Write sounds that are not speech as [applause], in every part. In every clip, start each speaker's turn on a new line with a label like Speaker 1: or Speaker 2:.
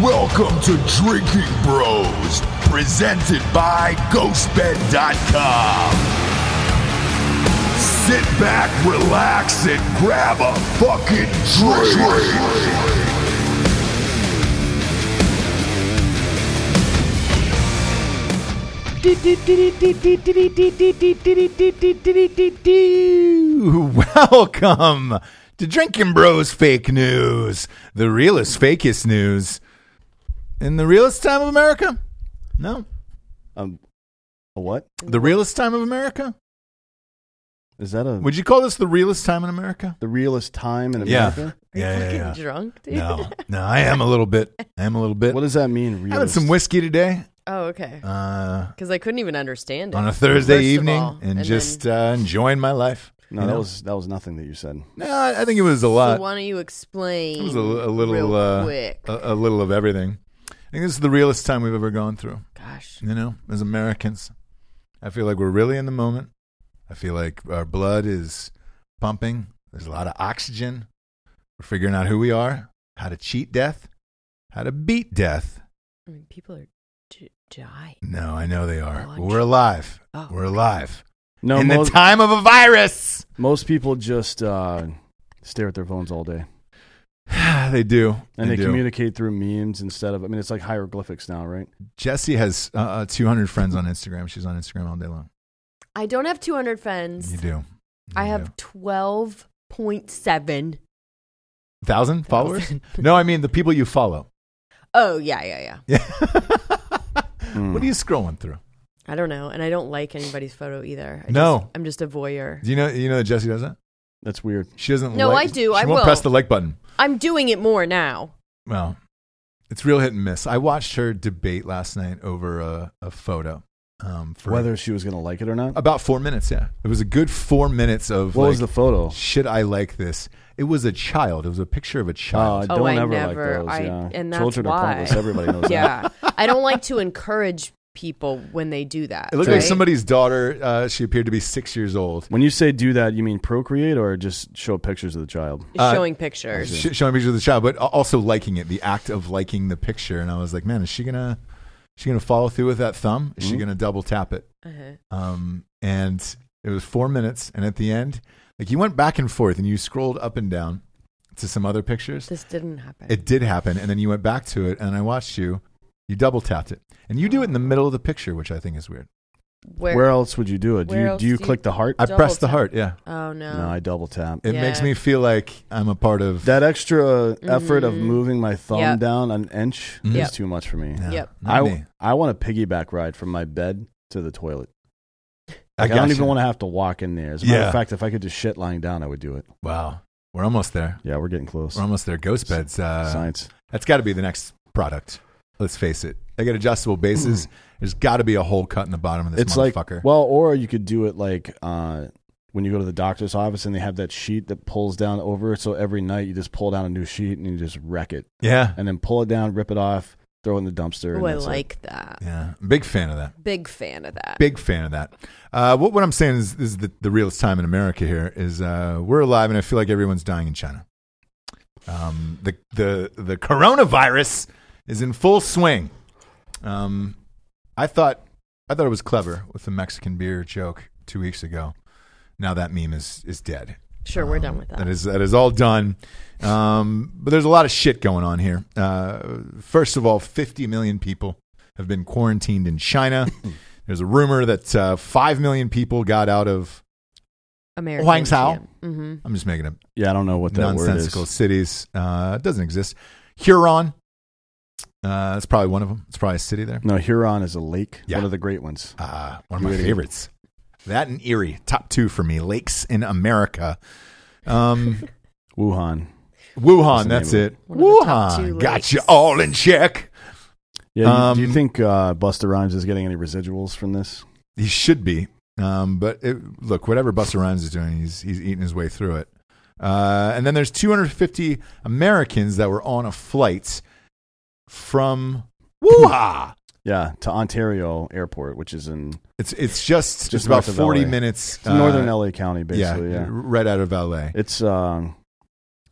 Speaker 1: Welcome to Drinking Bros, presented by GhostBed.com. Sit back, relax, and grab a fucking drink.
Speaker 2: [laughs] Welcome to Drinking Bros Fake News, the realest, fakest news in the realest time of America. No,
Speaker 3: Um, a what?
Speaker 2: the realest time of America.
Speaker 3: Is that a
Speaker 2: Would you call this the realest time in America?
Speaker 3: the realest time in
Speaker 2: Yeah.
Speaker 3: America?
Speaker 2: Yeah, yeah,
Speaker 4: fucking
Speaker 2: yeah.
Speaker 4: drunk, dude.
Speaker 2: No, no, I am a little bit. I am a little bit.
Speaker 3: What does that mean?
Speaker 2: Having
Speaker 3: Realist?
Speaker 2: some whiskey today
Speaker 4: [laughs] Oh, okay.
Speaker 2: uh,
Speaker 4: Because I couldn't even understand it
Speaker 2: on a Thursday
Speaker 4: first of
Speaker 2: evening,
Speaker 4: all.
Speaker 2: and,
Speaker 4: then-
Speaker 2: just uh, enjoying my life.
Speaker 3: no,
Speaker 2: you
Speaker 3: that
Speaker 2: know?
Speaker 3: was that was nothing that you said.
Speaker 2: No, I I think it was a lot.
Speaker 4: So why don't you explain?
Speaker 2: It was a, a little,
Speaker 4: real
Speaker 2: uh,
Speaker 4: quick.
Speaker 2: A, a little of everything. I think this is the realest time we've ever gone through.
Speaker 4: Gosh,
Speaker 2: You know, as Americans, I feel like we're really in the moment. I feel like our blood is pumping. There's a lot of oxygen. We're figuring out who we are, how to cheat death, how to beat death.
Speaker 4: I mean, people are d- dying.
Speaker 2: No, I know they are.
Speaker 4: Oh,
Speaker 2: But
Speaker 4: I'm
Speaker 2: we're alive.
Speaker 4: Oh.
Speaker 2: We're alive.
Speaker 3: No,
Speaker 2: in
Speaker 3: mo-
Speaker 2: the time of a virus. [sighs]
Speaker 3: most people just uh, stare at their phones all day,
Speaker 2: they do.
Speaker 3: and they,
Speaker 2: do.
Speaker 3: communicate through memes instead of. I mean, it's like hieroglyphics now, right?
Speaker 2: Jesse has uh, uh, 200 friends on Instagram. She's on Instagram all day long.
Speaker 4: I don't have 200 friends.
Speaker 2: You do. You
Speaker 4: I
Speaker 2: do.
Speaker 4: have 12.7.
Speaker 2: thousand followers? no, I mean the people you follow. [laughs]
Speaker 4: Oh, yeah, yeah, yeah.
Speaker 2: Yeah. What are
Speaker 3: Hmm.
Speaker 2: you scrolling through?
Speaker 4: I don't know. And I don't like anybody's photo either. I
Speaker 2: No.
Speaker 4: Just, I'm just a voyeur.
Speaker 2: Do you know? You know that Jesse does that.
Speaker 3: That's weird.
Speaker 2: She doesn't.
Speaker 4: No,
Speaker 2: like,
Speaker 4: I do.
Speaker 2: She
Speaker 4: I
Speaker 2: won't
Speaker 4: will.
Speaker 2: press the like button.
Speaker 4: I'm doing it more now.
Speaker 2: Well, it's real hit and miss. I watched her debate last night over a, a photo. Um, for
Speaker 3: Whether she was gonna like it or not.
Speaker 2: about four minutes. Yeah, it was a good four minutes of.
Speaker 3: what
Speaker 2: Uh, like,
Speaker 3: was the photo? Uh,
Speaker 2: Should I like this? It was a child. It was a picture of a
Speaker 3: Oh, I
Speaker 2: child.
Speaker 3: don't
Speaker 4: Oh, I
Speaker 3: ever
Speaker 4: never-
Speaker 3: like
Speaker 4: I-
Speaker 3: those. yeah.
Speaker 4: and that's
Speaker 3: Children are
Speaker 4: why.
Speaker 3: pointless. Everybody
Speaker 4: [laughs]
Speaker 3: knows that.
Speaker 4: Yeah. I don't like to encourage people when they do that.
Speaker 2: it looked like
Speaker 4: Oh, right?
Speaker 2: somebody's daughter. Uh, she appeared to be six years old.
Speaker 3: When you say do that, you mean procreate or just show pictures of the child?
Speaker 2: Uh,
Speaker 4: showing pictures.
Speaker 2: sh- showing pictures of the child, but a- also liking it. The act of liking the picture, and I was like, man, is she gonna, is she gonna follow through with that thumb? Is she
Speaker 3: Mhm.
Speaker 2: gonna double tap it?
Speaker 4: Uh-huh.
Speaker 2: Um, and it was four minutes, and at the end, like you went back and forth, and you scrolled up and down to some other pictures.
Speaker 4: This didn't happen.
Speaker 2: It did happen, and then you went back to it, and I watched you. You double tapped it, and you do it
Speaker 4: Oh.
Speaker 2: in the middle of the picture, which I think is weird.
Speaker 3: Where, else would you do it? Do
Speaker 4: where
Speaker 3: you
Speaker 4: else
Speaker 3: do you
Speaker 4: do you-
Speaker 3: click the heart?
Speaker 2: I
Speaker 4: Double
Speaker 2: pressed the
Speaker 4: tap.
Speaker 2: heart. Yeah,
Speaker 4: Oh no.
Speaker 3: no, I double tap.
Speaker 2: it
Speaker 4: Yeah.
Speaker 2: makes me feel like I'm a part of.
Speaker 3: That extra effort of moving my thumb
Speaker 4: Mm-hmm. Yep.
Speaker 3: down an inch
Speaker 2: Mhm.
Speaker 4: Yep.
Speaker 3: is too much for me.
Speaker 2: Yeah,
Speaker 4: Yep.
Speaker 2: not me.
Speaker 3: I, I want a piggyback ride from my bed to the toilet.
Speaker 2: I,
Speaker 3: Like, I, don't
Speaker 2: got
Speaker 3: even
Speaker 2: you.
Speaker 3: want to have to walk in there. As a matter
Speaker 2: Yeah.
Speaker 3: of fact, if I could just shit lying down, I would do it.
Speaker 2: Wow, we're almost there.
Speaker 3: Yeah, we're getting close.
Speaker 2: We're almost there. Ghost beds. Uh,
Speaker 3: Science.
Speaker 2: That's got to be the next product. Let's face it. They got adjustable bases. There's got to be a hole cut in the bottom of this
Speaker 3: Mm. It's like
Speaker 2: motherfucker.
Speaker 3: well, or you could do it like uh, when you go to the doctor's office and they have that sheet that pulls down over. it. So every night you just pull down a new sheet and you just wreck it,
Speaker 2: yeah.
Speaker 3: and then pull it down, rip it off, throw it in the dumpster. and
Speaker 4: Oh, I
Speaker 3: that's it.
Speaker 4: like that.
Speaker 2: Yeah. Big fan of that.
Speaker 4: Big fan of that.
Speaker 2: Big fan of that. Uh, what, what I'm saying is, this is the, the realest time in America here is uh, we're alive, and I feel like everyone's dying in China. Um, the, the, the coronavirus is in full swing. Um, I, thought, I thought it was clever with the Mexican beer joke two weeks ago. Now that meme is, is dead.
Speaker 4: Sure, we're done with that.
Speaker 2: Um, That is that is all done. Um, but there's a lot of shit going on here. Uh, first of all, 50 million people have been quarantined in
Speaker 3: [laughs]
Speaker 2: China. there's a rumor that uh, 5 million people got out of,
Speaker 4: American.
Speaker 2: Huang Sao.
Speaker 4: Mm-hmm.
Speaker 2: I'm just making up
Speaker 3: Yeah, I don't know what that word is.
Speaker 2: nonsensical cities. Uh, it doesn't exist. Huron. Uh, that's probably one of them. It's probably a city there.
Speaker 3: No, Huron is a lake.
Speaker 2: Yeah.
Speaker 3: One of the great ones.
Speaker 2: Uh, one of my
Speaker 3: Really?
Speaker 2: favorites. That and Erie. Top two for me. Lakes in America.
Speaker 4: Mm-hmm.
Speaker 2: Um,
Speaker 4: [laughs]
Speaker 3: Wuhan. What's
Speaker 2: Wuhan.
Speaker 3: the
Speaker 2: That's
Speaker 3: name
Speaker 2: it.
Speaker 4: One of the top two
Speaker 2: Wuhan. Got you
Speaker 4: lakes.
Speaker 2: all in check.
Speaker 3: Yeah. you- do
Speaker 2: Um,
Speaker 3: you think uh, Buster Rhymes is getting any residuals from this?
Speaker 2: He should be. Um, but it, look, whatever Buster Rhymes is doing, he's he's eating his way through it. Uh, and then there's 250 Americans that were on a flight from Wuha.
Speaker 3: Yeah, to Ontario Airport, which is in
Speaker 2: It's it's just it's
Speaker 3: Just
Speaker 2: about
Speaker 3: north of
Speaker 2: 40
Speaker 3: LA.
Speaker 2: minutes. uh,
Speaker 3: it's northern LA County, basically. Yeah.
Speaker 2: right out of LA.
Speaker 3: It's um.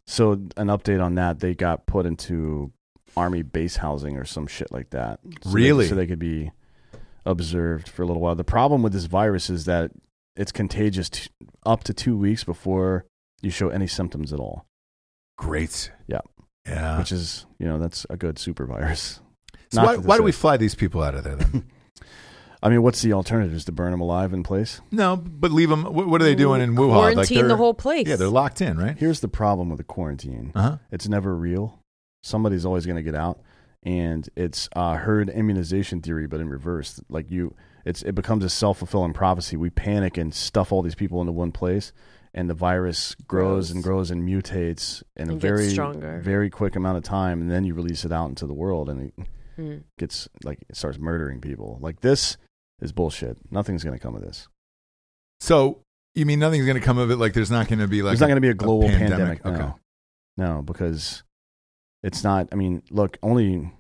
Speaker 3: So an update on that. They got put into army base housing or some shit like that. So they-
Speaker 2: Really?
Speaker 3: so they could be observed for a little while. The problem with this virus is that it's contagious t- up to two weeks before you show any symptoms at all,
Speaker 2: Great.
Speaker 3: Yeah.
Speaker 2: Yeah.
Speaker 3: which is you know that's a good super virus.
Speaker 2: so
Speaker 3: not
Speaker 2: why,
Speaker 3: that
Speaker 2: why do
Speaker 3: this
Speaker 2: we
Speaker 3: is-
Speaker 2: fly these people out of there then?
Speaker 3: I mean, what's the alternative? Is to burn them alive in place?
Speaker 2: no, but leave them. What, what are they doing in Wuhan? like
Speaker 4: Quarantine
Speaker 2: they're-
Speaker 4: the whole place.
Speaker 2: Yeah, they're locked in, right?
Speaker 3: Here's the problem with the quarantine.
Speaker 2: Uh huh.
Speaker 3: It's never real. Somebody's always going to get out, and it's uh, herd immunization theory, but in reverse. Like you, it's it becomes a self fulfilling prophecy. We panic and stuff all these people into one place, and the virus grows
Speaker 4: Grows.
Speaker 3: and grows and mutates in a
Speaker 4: And gets
Speaker 3: very
Speaker 4: stronger.
Speaker 3: very quick amount of time, and then you release it out into the world, and it
Speaker 4: Mm.
Speaker 3: gets like it starts murdering people. Like this is bullshit. Nothing's going to come of this.
Speaker 2: So you mean nothing's going to come of it? Like there's not going to be like
Speaker 3: There's not going to be a global pandemic.
Speaker 2: Okay.
Speaker 3: no. no, because it's not. I mean, look, only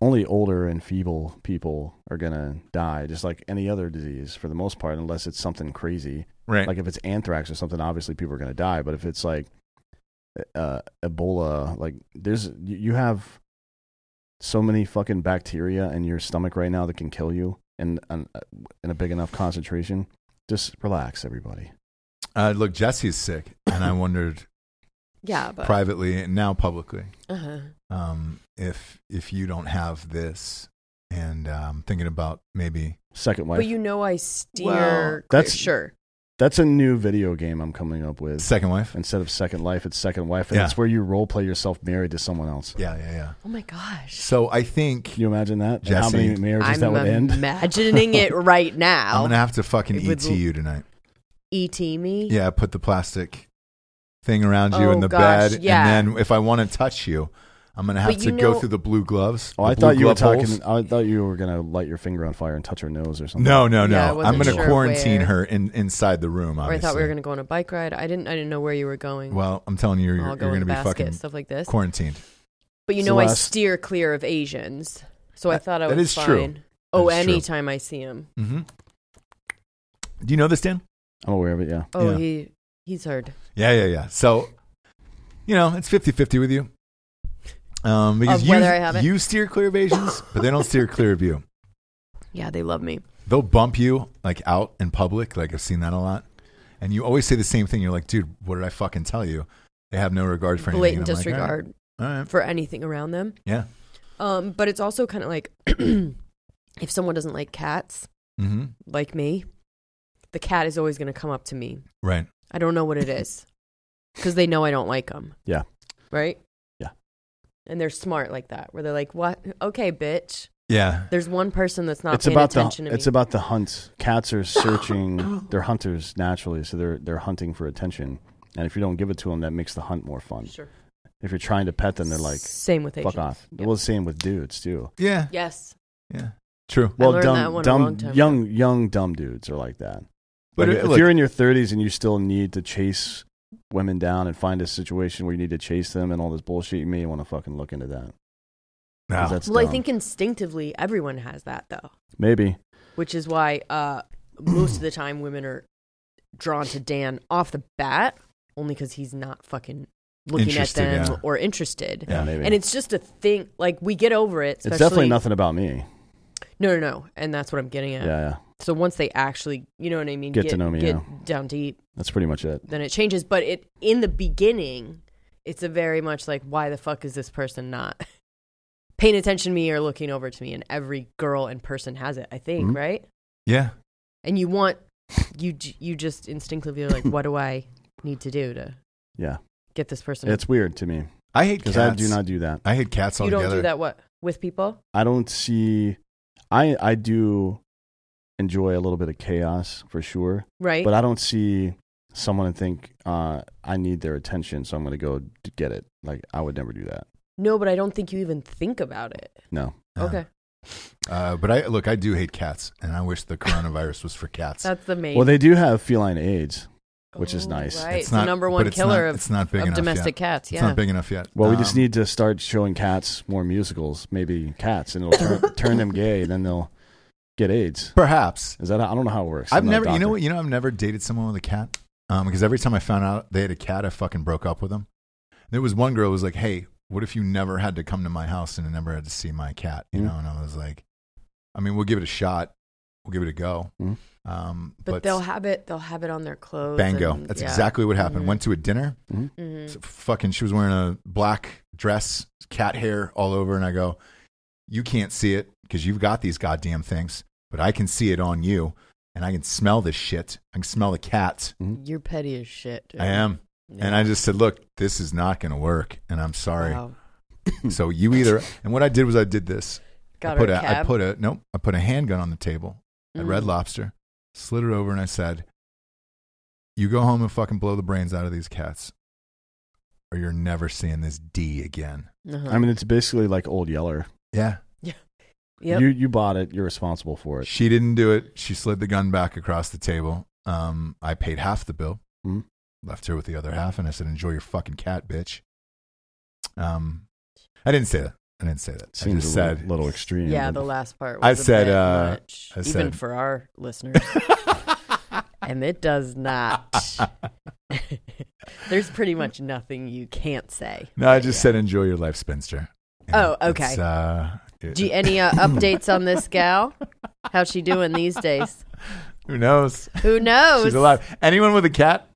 Speaker 3: only older and feeble people are going to die, just like any other disease for the most part, unless it's something crazy.
Speaker 2: Right.
Speaker 3: Like if it's anthrax or something, obviously people are going to die. But if it's like uh, Ebola, like there's you you have so many fucking bacteria in your stomach right now that can kill you in in, uh, in a big enough concentration. Just relax, everybody.
Speaker 2: uh, look, Jesse's sick, and I
Speaker 3: [laughs]
Speaker 2: wondered
Speaker 4: Yeah, but
Speaker 2: privately and now publicly
Speaker 4: uh-huh.
Speaker 2: um, if if you don't have this, and um, thinking about maybe
Speaker 3: Second wife.
Speaker 4: but you know I steer.
Speaker 2: Well,
Speaker 3: that's-
Speaker 4: sure.
Speaker 3: That's a new video game I'm coming up with.
Speaker 2: second wife.
Speaker 3: Instead of Second Life, it's Second Wife, and
Speaker 2: Yeah.
Speaker 3: it's where you role play yourself married to someone else.
Speaker 2: Yeah, yeah, yeah.
Speaker 4: Oh my gosh.
Speaker 2: So I think
Speaker 3: Can you imagine that? And how
Speaker 2: Jesse.
Speaker 3: many marriages
Speaker 4: I'm
Speaker 3: that would end?
Speaker 2: [laughs]
Speaker 4: imagining it right
Speaker 2: I'm
Speaker 4: now.
Speaker 2: going to have to fucking
Speaker 4: It would-
Speaker 2: ET you tonight.
Speaker 4: Et me.
Speaker 2: Yeah, put the plastic thing around you
Speaker 4: Oh,
Speaker 2: in the
Speaker 4: gosh,
Speaker 2: bed,
Speaker 4: yeah.
Speaker 2: and then if I want to touch you, I'm going to have
Speaker 4: But
Speaker 2: to
Speaker 4: you
Speaker 2: go
Speaker 4: know-
Speaker 2: through the blue gloves.
Speaker 3: Oh,
Speaker 2: the
Speaker 3: I
Speaker 2: blue
Speaker 3: thought you were
Speaker 2: glove holes.
Speaker 3: talking. I thought you were gonna light your finger on fire and touch her nose or something.
Speaker 2: No, no, no.
Speaker 4: Yeah, I
Speaker 2: I'm
Speaker 4: wasn't
Speaker 2: going to
Speaker 4: sure
Speaker 2: quarantine
Speaker 4: where.
Speaker 2: her in, inside the room.
Speaker 4: Or I
Speaker 2: Obviously.
Speaker 4: thought we were going to go on a bike ride. I didn't. I didn't know where you were going.
Speaker 2: Well, I'm telling you, you're,
Speaker 4: I'll
Speaker 2: you're
Speaker 4: go
Speaker 2: going to
Speaker 4: in a
Speaker 2: be
Speaker 4: basket,
Speaker 2: fucking
Speaker 4: stuff like this.
Speaker 2: quarantined.
Speaker 4: But you
Speaker 3: It's
Speaker 4: know,
Speaker 3: the
Speaker 4: I
Speaker 3: last-
Speaker 4: steer clear of Asians, so I
Speaker 2: That-
Speaker 4: thought I
Speaker 2: that
Speaker 4: was
Speaker 2: is true.
Speaker 4: fine. Oh,
Speaker 2: is true.
Speaker 4: anytime I see him,
Speaker 2: Mm-hmm. Do you know this, Dan?
Speaker 3: I'm aware of it. Yeah,
Speaker 4: oh
Speaker 2: Yeah.
Speaker 4: he he's heard
Speaker 2: Yeah, yeah, yeah. So, you know, it's 50 50 with you. Um, because
Speaker 4: Of
Speaker 2: you,
Speaker 4: whether I have it?
Speaker 2: you steer clear of Asians, but they don't steer clear of you.
Speaker 4: Yeah, they love me.
Speaker 2: They'll bump you like out in public. Like I've seen that a lot. And you always say the same thing. You're like, dude, what did I fucking tell you? They have no regard for anything.
Speaker 4: Blatant
Speaker 2: And I'm like, all right,
Speaker 4: disregard
Speaker 2: all right.
Speaker 4: for anything around them.
Speaker 2: Yeah.
Speaker 4: Um, but it's also kind of like [clears throat] if someone doesn't like cats,
Speaker 2: Mm-hmm.
Speaker 4: like me, the cat is always going to come up to me.
Speaker 2: Right.
Speaker 4: I don't know what
Speaker 2: [laughs]
Speaker 4: it is because they know I don't like them.
Speaker 3: Yeah.
Speaker 4: Right.
Speaker 3: Yeah.
Speaker 4: And they're smart like that, where they're like, "What? Okay, bitch."
Speaker 2: Yeah.
Speaker 4: There's one person that's not
Speaker 3: it's
Speaker 4: paying
Speaker 3: about the
Speaker 4: attention to me. Oh.
Speaker 3: it's about the hunt.
Speaker 4: [laughs]
Speaker 3: Cats are searching. they're hunters naturally, so they're they're hunting for attention. And if you don't give it to them, that makes the hunt more fun.
Speaker 4: Sure.
Speaker 3: If you're trying to pet them, they're like,
Speaker 4: same with Asians.
Speaker 3: "Fuck off."
Speaker 4: Yeah.
Speaker 3: Well, the same with dudes too.
Speaker 2: Yeah.
Speaker 4: Yes.
Speaker 2: Yeah. True.
Speaker 4: I
Speaker 3: Well,
Speaker 4: learned
Speaker 3: dumb,
Speaker 4: that one a
Speaker 3: dumb,
Speaker 4: long time ago.
Speaker 3: young, young, dumb dudes are like that.
Speaker 2: But
Speaker 3: But
Speaker 2: it-
Speaker 3: if
Speaker 2: look-
Speaker 3: you're in your 30s and you still need to chase women down and find a situation where you need to chase them and all this bullshit, you may want to fucking look into that. 'Cause
Speaker 2: No.
Speaker 3: that's
Speaker 4: Well, I
Speaker 3: dumb.
Speaker 4: think instinctively everyone has that though,
Speaker 3: maybe
Speaker 4: which is why uh, most of the time women are drawn to Dan off the bat only because he's not fucking looking
Speaker 2: Interested,
Speaker 4: at them
Speaker 2: yeah.
Speaker 4: or interested.
Speaker 2: Yeah.
Speaker 3: yeah, maybe.
Speaker 4: And it's just a thing. Like we get over it.
Speaker 3: It's
Speaker 4: Especially,
Speaker 3: definitely nothing about me.
Speaker 4: No, no, no. And that's what I'm getting
Speaker 3: Yeah,
Speaker 4: at.
Speaker 3: yeah.
Speaker 4: So once they actually, you know what I mean,
Speaker 3: Get to know me,
Speaker 4: get
Speaker 3: yeah.
Speaker 4: down deep,
Speaker 3: that's pretty much it.
Speaker 4: then it changes. But it in the beginning, it's a very much like, why the fuck is this person not [laughs] paying attention to me or looking over to me? And every girl and person has it, I think,
Speaker 2: Mm-hmm.
Speaker 3: Mhm.
Speaker 4: right?
Speaker 2: yeah.
Speaker 4: And you want you j- you just instinctively are like, what do I need to do to
Speaker 3: Yeah,
Speaker 4: get this person?
Speaker 3: it's weird to me
Speaker 2: I hate
Speaker 3: because
Speaker 2: cats.
Speaker 3: I do not do that.
Speaker 2: I hate cats
Speaker 4: you
Speaker 2: altogether.
Speaker 4: don't do that what with people?
Speaker 3: I don't see. I I do enjoy a little bit of chaos for sure,
Speaker 4: Right.
Speaker 3: but I don't see someone and think uh, I need their attention, so I'm going to go d- get it. Like I would never do that.
Speaker 4: no, but I don't think you even think about it.
Speaker 3: No.
Speaker 2: Yeah.
Speaker 4: Okay,
Speaker 2: Uh, but I look, I do hate cats, and I wish the coronavirus was for cats.
Speaker 4: that's the main.
Speaker 3: Well, they do have feline AIDS. which is
Speaker 4: Oh,
Speaker 3: nice.
Speaker 4: Right. It's,
Speaker 2: not-
Speaker 4: the number
Speaker 2: but
Speaker 4: one
Speaker 2: it's
Speaker 4: killer
Speaker 2: not-
Speaker 4: of
Speaker 2: it's not big
Speaker 4: of
Speaker 2: enough
Speaker 4: domestic cats.
Speaker 2: It's
Speaker 4: Yeah.
Speaker 2: not big enough yet.
Speaker 3: Well, we just
Speaker 2: Um,
Speaker 3: need to start showing cats more musicals, maybe cats, and it'll turn, turn them gay, and then they'll get AIDS.
Speaker 2: perhaps.
Speaker 3: Is that? I don't know how it works.
Speaker 2: I've
Speaker 3: I'm not a
Speaker 2: never, you know
Speaker 3: doctor.
Speaker 2: what, you know, I've never dated someone with a cat. Um, because every time I found out they had a cat, I fucking broke up with them. There was one girl who was like, "Hey, what if you never had to come to my house and never had to see my cat? You
Speaker 3: Mm.
Speaker 2: know, and I was like, I mean, we'll give it a shot. We'll give it a go.
Speaker 3: Mm.
Speaker 2: Um,
Speaker 4: But, they'll have it. They'll have it on their clothes.
Speaker 2: bango.
Speaker 4: and-
Speaker 2: That's
Speaker 4: yeah.
Speaker 2: exactly what happened.
Speaker 4: Mhm.
Speaker 2: Went to a dinner.
Speaker 4: Mhm.
Speaker 2: s- Fucking, she was wearing a black dress, cat hair all over, and I go, you can't see it because you've got these goddamn things, but I can see it on you, and I can smell this shit. I can smell the cat.
Speaker 4: You're petty as shit. dude.
Speaker 2: I am.
Speaker 4: Yeah.
Speaker 2: And I just said, look, this is not going to work, and I'm sorry.
Speaker 4: Wow.
Speaker 2: So you either. And what I did was I did this.
Speaker 4: Got
Speaker 2: I put
Speaker 4: her a
Speaker 2: a, I
Speaker 4: cab.
Speaker 2: put a nope. I put a handgun on the table at
Speaker 4: Mm.
Speaker 2: Red Lobster, slid it over, and I said, "You go home and fucking blow the brains out of these cats, or you're never seeing this D again."
Speaker 4: Uh-huh.
Speaker 3: I mean, it's basically like Old Yeller.
Speaker 2: Yeah,
Speaker 4: Yep.
Speaker 3: You you bought it. You're responsible for it.
Speaker 2: she didn't do it. She slid the gun back across the table. Um, I paid half the bill,
Speaker 4: Mm.
Speaker 3: Mhm.
Speaker 2: left her with the other half, and I said, "Enjoy your fucking cat, bitch." Um, I didn't say that. I didn't say that. I
Speaker 3: Seems
Speaker 2: just
Speaker 3: a little,
Speaker 2: said
Speaker 3: little extreme.
Speaker 4: yeah,
Speaker 3: but-
Speaker 4: the last part. Was
Speaker 2: I
Speaker 4: a
Speaker 2: said,
Speaker 4: bit
Speaker 2: uh,
Speaker 4: much,
Speaker 2: I
Speaker 4: even
Speaker 2: said- [laughs]
Speaker 4: for our listeners, and it does not. [laughs] There's pretty much nothing you can't say.
Speaker 2: [laughs] No, I just said enjoy your life, spinster. You know,
Speaker 4: Oh, okay.
Speaker 2: it's, uh, it-
Speaker 4: Do you, any uh, updates on this gal? How's she doing these days?
Speaker 2: who knows?
Speaker 4: Who knows?
Speaker 2: She's alive. Anyone with a cat?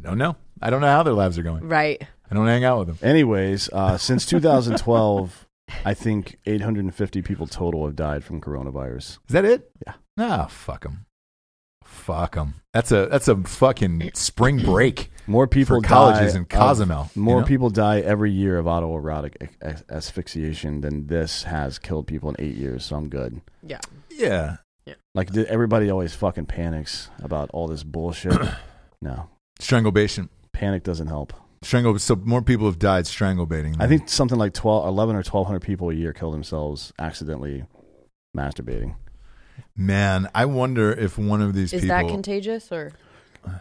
Speaker 2: No, no. I don't know how their lives are going.
Speaker 4: Right.
Speaker 2: I don't hang out with them.
Speaker 3: Anyways, uh, since 2012, I think 850 people total have died from coronavirus.
Speaker 2: Is that it?
Speaker 3: Yeah.
Speaker 2: Nah, fuck them. Fuck them. That's a that's a fucking spring break
Speaker 3: More people
Speaker 2: for colleges
Speaker 3: die
Speaker 2: in
Speaker 3: of-
Speaker 2: Cozumel. you
Speaker 3: More
Speaker 2: know?
Speaker 3: people die every year of autoerotic a- a- asphyxiation than this has killed people in eight years. So I'm good.
Speaker 4: Yeah.
Speaker 2: Yeah.
Speaker 3: Like th- everybody always fucking panics about all this bullshit.
Speaker 2: [coughs]
Speaker 3: no,
Speaker 2: Strangulation.
Speaker 3: panic doesn't help.
Speaker 2: Strangle. So more people have died strangle baiting.
Speaker 3: I think something like 12, 11 or 1,200 people a year kill themselves accidentally masturbating.
Speaker 2: Man, I wonder if one of these
Speaker 4: Is
Speaker 2: people.
Speaker 4: that contagious, or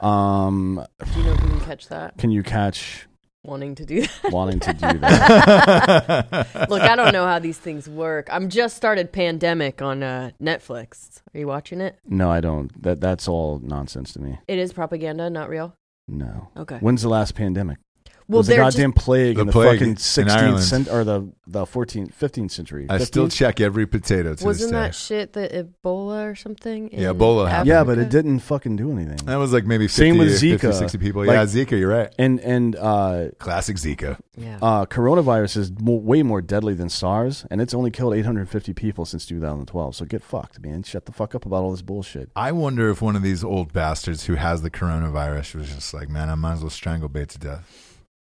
Speaker 3: Um,
Speaker 4: do you know if you can catch that?
Speaker 3: can you catch
Speaker 4: Wanting to do that.
Speaker 3: wanting to
Speaker 2: [laughs]
Speaker 3: do that?
Speaker 4: [laughs] Look, I don't know how these things work. I'm just started Pandemic on uh, Netflix. Are you watching it?
Speaker 3: No, I don't. That that's all nonsense to me.
Speaker 4: It is propaganda, not real.
Speaker 3: No.
Speaker 4: Okay.
Speaker 3: When's the last pandemic?
Speaker 4: Well,
Speaker 3: was the
Speaker 4: they're just-
Speaker 3: goddamn plague
Speaker 2: The
Speaker 3: in the
Speaker 2: plague in
Speaker 3: fucking
Speaker 2: Ireland.
Speaker 3: sixteenth cent- or the the fourteenth, fifteenth century.
Speaker 2: [laughs] I still
Speaker 3: 15th?
Speaker 2: check every potato to
Speaker 4: wasn't that
Speaker 2: this day.
Speaker 4: shit the Ebola or something?
Speaker 2: Yeah,
Speaker 4: in
Speaker 2: Ebola happened.
Speaker 3: yeah, but it
Speaker 4: Africa?
Speaker 3: didn't fucking do anything.
Speaker 2: That was like maybe 50,
Speaker 3: Same with
Speaker 2: 50,
Speaker 3: Zika.
Speaker 2: 60 people.
Speaker 3: Like-
Speaker 2: yeah, Zika, you're right.
Speaker 3: And and uh,
Speaker 2: Classic Zika.
Speaker 4: Yeah.
Speaker 3: uh, coronavirus is mo- way more deadly than SARS, and it's only killed 850 people since 2012. So get fucked, man. Shut the fuck up about all this bullshit.
Speaker 2: I wonder if one of these old bastards who has the coronavirus was just like, man, I might as well strangle bait to death.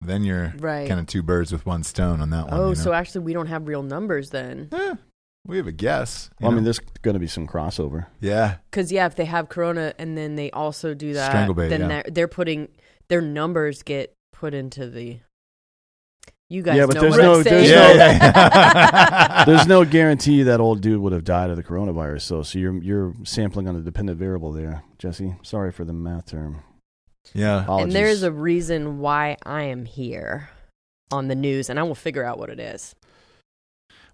Speaker 2: Then you're
Speaker 4: Right.
Speaker 2: kind of two birds with one stone on that one.
Speaker 4: oh,
Speaker 2: you know?
Speaker 4: so actually, we don't have real numbers then.
Speaker 2: Eh, we have a guess. you
Speaker 3: Well, I mean,
Speaker 2: know?
Speaker 3: there's going to be some crossover. [laughs]
Speaker 2: yeah,
Speaker 4: Because yeah, if they have corona and then they also do that,
Speaker 2: Stranglebait,
Speaker 4: then
Speaker 2: yeah.
Speaker 4: they're, they're putting their numbers get put into the. You guys
Speaker 3: Yeah, but
Speaker 4: know
Speaker 3: there's
Speaker 4: what
Speaker 3: no-
Speaker 4: I'm
Speaker 3: there's
Speaker 4: saying.
Speaker 2: no- Yeah,
Speaker 4: [laughs]
Speaker 2: [laughs]
Speaker 3: There's no [laughs] guarantee that old dude would have died of the coronavirus, though. So you're you're sampling on a dependent variable there, Jesse. Sorry for the math term.
Speaker 2: yeah.
Speaker 4: and there is a reason why I am here on the news, and I will figure out what it is.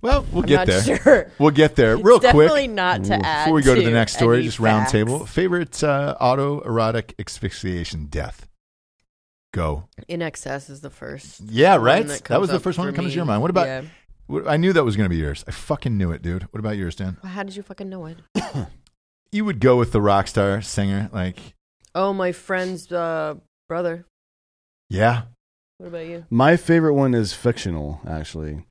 Speaker 2: Well, we'll
Speaker 4: I'm
Speaker 2: get
Speaker 4: not
Speaker 2: there.
Speaker 4: sure.
Speaker 2: We'll get [laughs] there real
Speaker 4: it's
Speaker 2: quick.
Speaker 4: Definitely not to add.
Speaker 2: Before we go to the
Speaker 4: to
Speaker 2: next story,
Speaker 4: any
Speaker 2: just round
Speaker 4: facts.
Speaker 2: table. Favorite uh, autoerotic asphyxiation death? Go.
Speaker 4: In excess is the first.
Speaker 2: Yeah,
Speaker 4: one
Speaker 2: right? That
Speaker 4: comes
Speaker 2: was the
Speaker 4: up
Speaker 2: first one
Speaker 4: for
Speaker 2: that comes to
Speaker 4: me.
Speaker 2: your mind. What about-
Speaker 4: Yeah.
Speaker 2: What- I knew that was going to be yours. I fucking knew it, dude. What about yours, Dan?
Speaker 4: Well, how did you fucking know it?
Speaker 2: You would go with the rock star singer, like,
Speaker 4: Oh, my friend's uh, brother.
Speaker 2: yeah.
Speaker 4: What about you?
Speaker 3: [coughs] My favorite one is fictional, actually,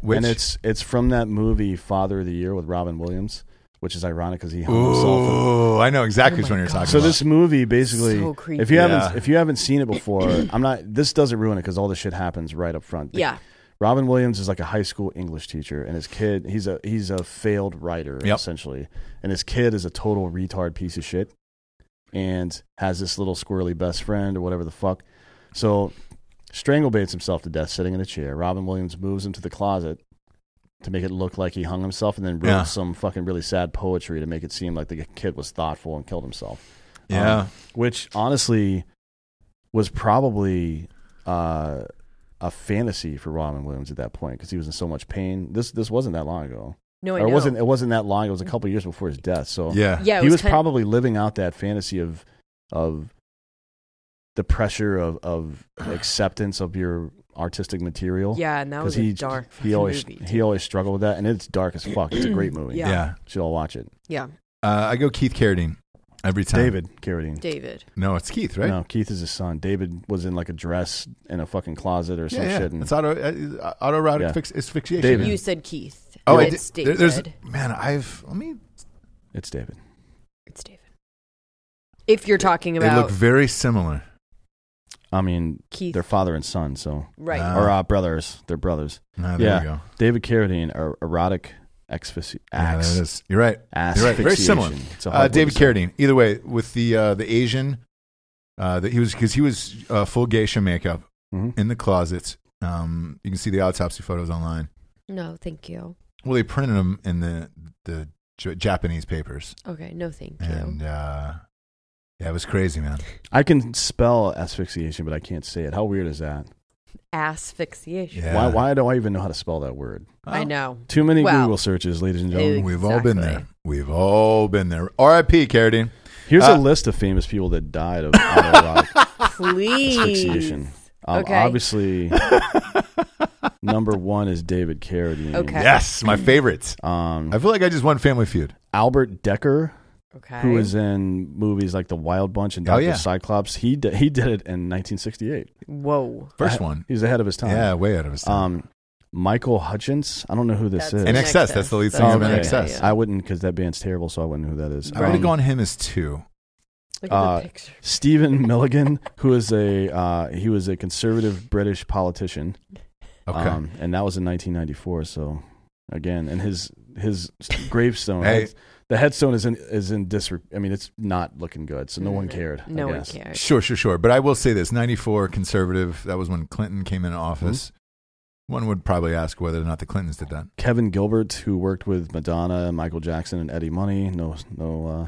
Speaker 2: Which,
Speaker 3: and it's it's from that movie Father of the Year with Robin Williams, which is ironic because he hung himself.
Speaker 2: ooh, I know exactly
Speaker 4: Oh
Speaker 2: which
Speaker 4: my
Speaker 2: one you're
Speaker 4: God.
Speaker 2: talking
Speaker 3: So
Speaker 2: about.
Speaker 3: this movie basically,
Speaker 4: So creepy.
Speaker 3: if you
Speaker 2: Yeah.
Speaker 3: haven't if you haven't seen it before, I'm not. This doesn't ruin it because all this shit happens right up front.
Speaker 4: Yeah.
Speaker 3: Robin Williams is like a high school English teacher, and his kid he's a he's a failed writer
Speaker 2: Yep.
Speaker 3: essentially, and his kid is a total retard piece of shit, and has this little squirrely best friend or whatever the fuck. So, stranglebaits himself to death sitting in a chair. Robin Williams moves him to the closet to make it look like he hung himself, and then wrote
Speaker 2: Yeah.
Speaker 3: some fucking really sad poetry to make it seem like the kid was thoughtful and killed himself
Speaker 2: yeah.
Speaker 3: um, which honestly was probably uh, a fantasy for Robin Williams at that point because he was in so much pain. This this wasn't that long ago,
Speaker 4: No, Oh, I
Speaker 3: or
Speaker 4: know.
Speaker 3: it wasn't it wasn't that long. It was a couple years before his death. So
Speaker 2: yeah.
Speaker 4: Yeah, it
Speaker 3: he was
Speaker 4: kind of-
Speaker 3: probably living out that fantasy of of the pressure of
Speaker 4: [clears throat]
Speaker 3: of acceptance of your artistic material.
Speaker 4: Yeah, and that was a
Speaker 3: he
Speaker 4: dark
Speaker 3: he
Speaker 4: fucking
Speaker 3: always
Speaker 4: movie,
Speaker 3: he
Speaker 4: too.
Speaker 3: always struggled with that, and it's dark as fuck. It's
Speaker 4: [clears throat]
Speaker 3: a great movie.
Speaker 4: Yeah.
Speaker 3: should all watch it.
Speaker 4: Yeah,
Speaker 2: Uh, I go Keith Carradine every time.
Speaker 3: David Carradine.
Speaker 4: David.
Speaker 2: No, it's Keith, right?
Speaker 3: No, Keith is his son. David was in like a dress in a fucking closet or some
Speaker 2: yeah, yeah.
Speaker 3: shit. And
Speaker 2: It's auto uh, autoerotic
Speaker 3: Yeah.
Speaker 2: fix, asphyxiation.
Speaker 3: David.
Speaker 4: You said Keith.
Speaker 2: Oh, I
Speaker 4: and
Speaker 2: did-
Speaker 4: it's
Speaker 2: there-
Speaker 4: David.
Speaker 2: there's man. I've let me.
Speaker 3: it's David.
Speaker 4: it's David. If you're talking
Speaker 2: They look
Speaker 4: about
Speaker 2: very similar.
Speaker 3: I mean,
Speaker 4: Keith,
Speaker 3: they're father and son, so
Speaker 4: right?
Speaker 2: Uh,
Speaker 3: or uh, brothers. They're brothers.
Speaker 2: Ah, there
Speaker 3: Yeah.
Speaker 2: you go.
Speaker 3: David Carradine, er- erotic asphyxi-
Speaker 2: Yeah,
Speaker 3: ax-
Speaker 2: that is. You're right. You're right.
Speaker 3: asphyxiation.
Speaker 2: Very similar.
Speaker 3: It's a hard
Speaker 2: Uh,
Speaker 3: word
Speaker 2: David
Speaker 3: to say.
Speaker 2: Carradine. Either way, with the uh, the Asian, uh, that he was because he was uh, full geisha makeup
Speaker 3: Mhm.
Speaker 2: in the closet. Um, you can see the autopsy photos online.
Speaker 4: No, thank you.
Speaker 2: Well, they printed them in the the J- Japanese papers,
Speaker 4: Okay, no, thank
Speaker 2: and uh, yeah, it was crazy, man.
Speaker 3: I can spell asphyxiation, but I can't say it. How weird is that?
Speaker 4: Asphyxiation.
Speaker 2: Yeah.
Speaker 3: Why, why do I even know how to spell that word?
Speaker 4: I know.
Speaker 3: Too many
Speaker 4: Well,
Speaker 3: Google searches, ladies and gentlemen.
Speaker 4: Ew.
Speaker 2: We've all been there.
Speaker 4: Exactly.
Speaker 2: We've all been there. R.I.P. Carradine.
Speaker 4: [laughs]
Speaker 3: Here's
Speaker 2: Uh,
Speaker 3: a list of famous people that died of [laughs] autoerotic
Speaker 4: Please.
Speaker 3: [laughs] asphyxiation. Um,
Speaker 4: Okay. [laughs]
Speaker 3: Obviously, number one is David Carradine.
Speaker 4: Okay.
Speaker 2: Yes, my favorites.
Speaker 3: Um,
Speaker 2: I feel like I just won Family Feud.
Speaker 3: Albert Decker,
Speaker 4: Okay.
Speaker 3: who was in movies like The Wild Bunch and
Speaker 2: Oh,
Speaker 3: Dr.
Speaker 2: yeah.
Speaker 3: Cyclops, he, di- he did it in 1968.
Speaker 4: Whoa.
Speaker 2: First one.
Speaker 3: He's ahead of his time.
Speaker 2: Yeah, way out of his time.
Speaker 3: Um, Michael Hutchins. I don't know who this
Speaker 4: That's
Speaker 3: is.
Speaker 2: In
Speaker 4: Next
Speaker 2: excess.
Speaker 4: Us.
Speaker 2: That's the lead
Speaker 4: That's
Speaker 2: singer of
Speaker 3: okay.
Speaker 2: In excess.
Speaker 4: Yeah.
Speaker 3: I wouldn't because that band's terrible, so I wouldn't know who that is.
Speaker 2: I would
Speaker 3: Um,
Speaker 2: have gone him as two.
Speaker 4: Look at
Speaker 3: uh,
Speaker 4: the picture.
Speaker 3: Stephen Milligan, who is a uh, he was a conservative British politician,
Speaker 2: Okay.
Speaker 3: um, and that was in 1994. So again, and his his gravestone,
Speaker 2: Hey.
Speaker 3: the headstone is in is in disre- I mean, it's not looking good. So no one cared. I
Speaker 4: Mm-hmm. No one
Speaker 3: guess.
Speaker 4: cares.
Speaker 2: sure, sure, sure. But I will say this 94 conservative. That was when Clinton came into office.
Speaker 4: Mm-hmm.
Speaker 2: One would probably ask whether or not the Clintons did that.
Speaker 3: Kevin Gilbert, who worked with Madonna, Michael Jackson, and Eddie Money, no no uh,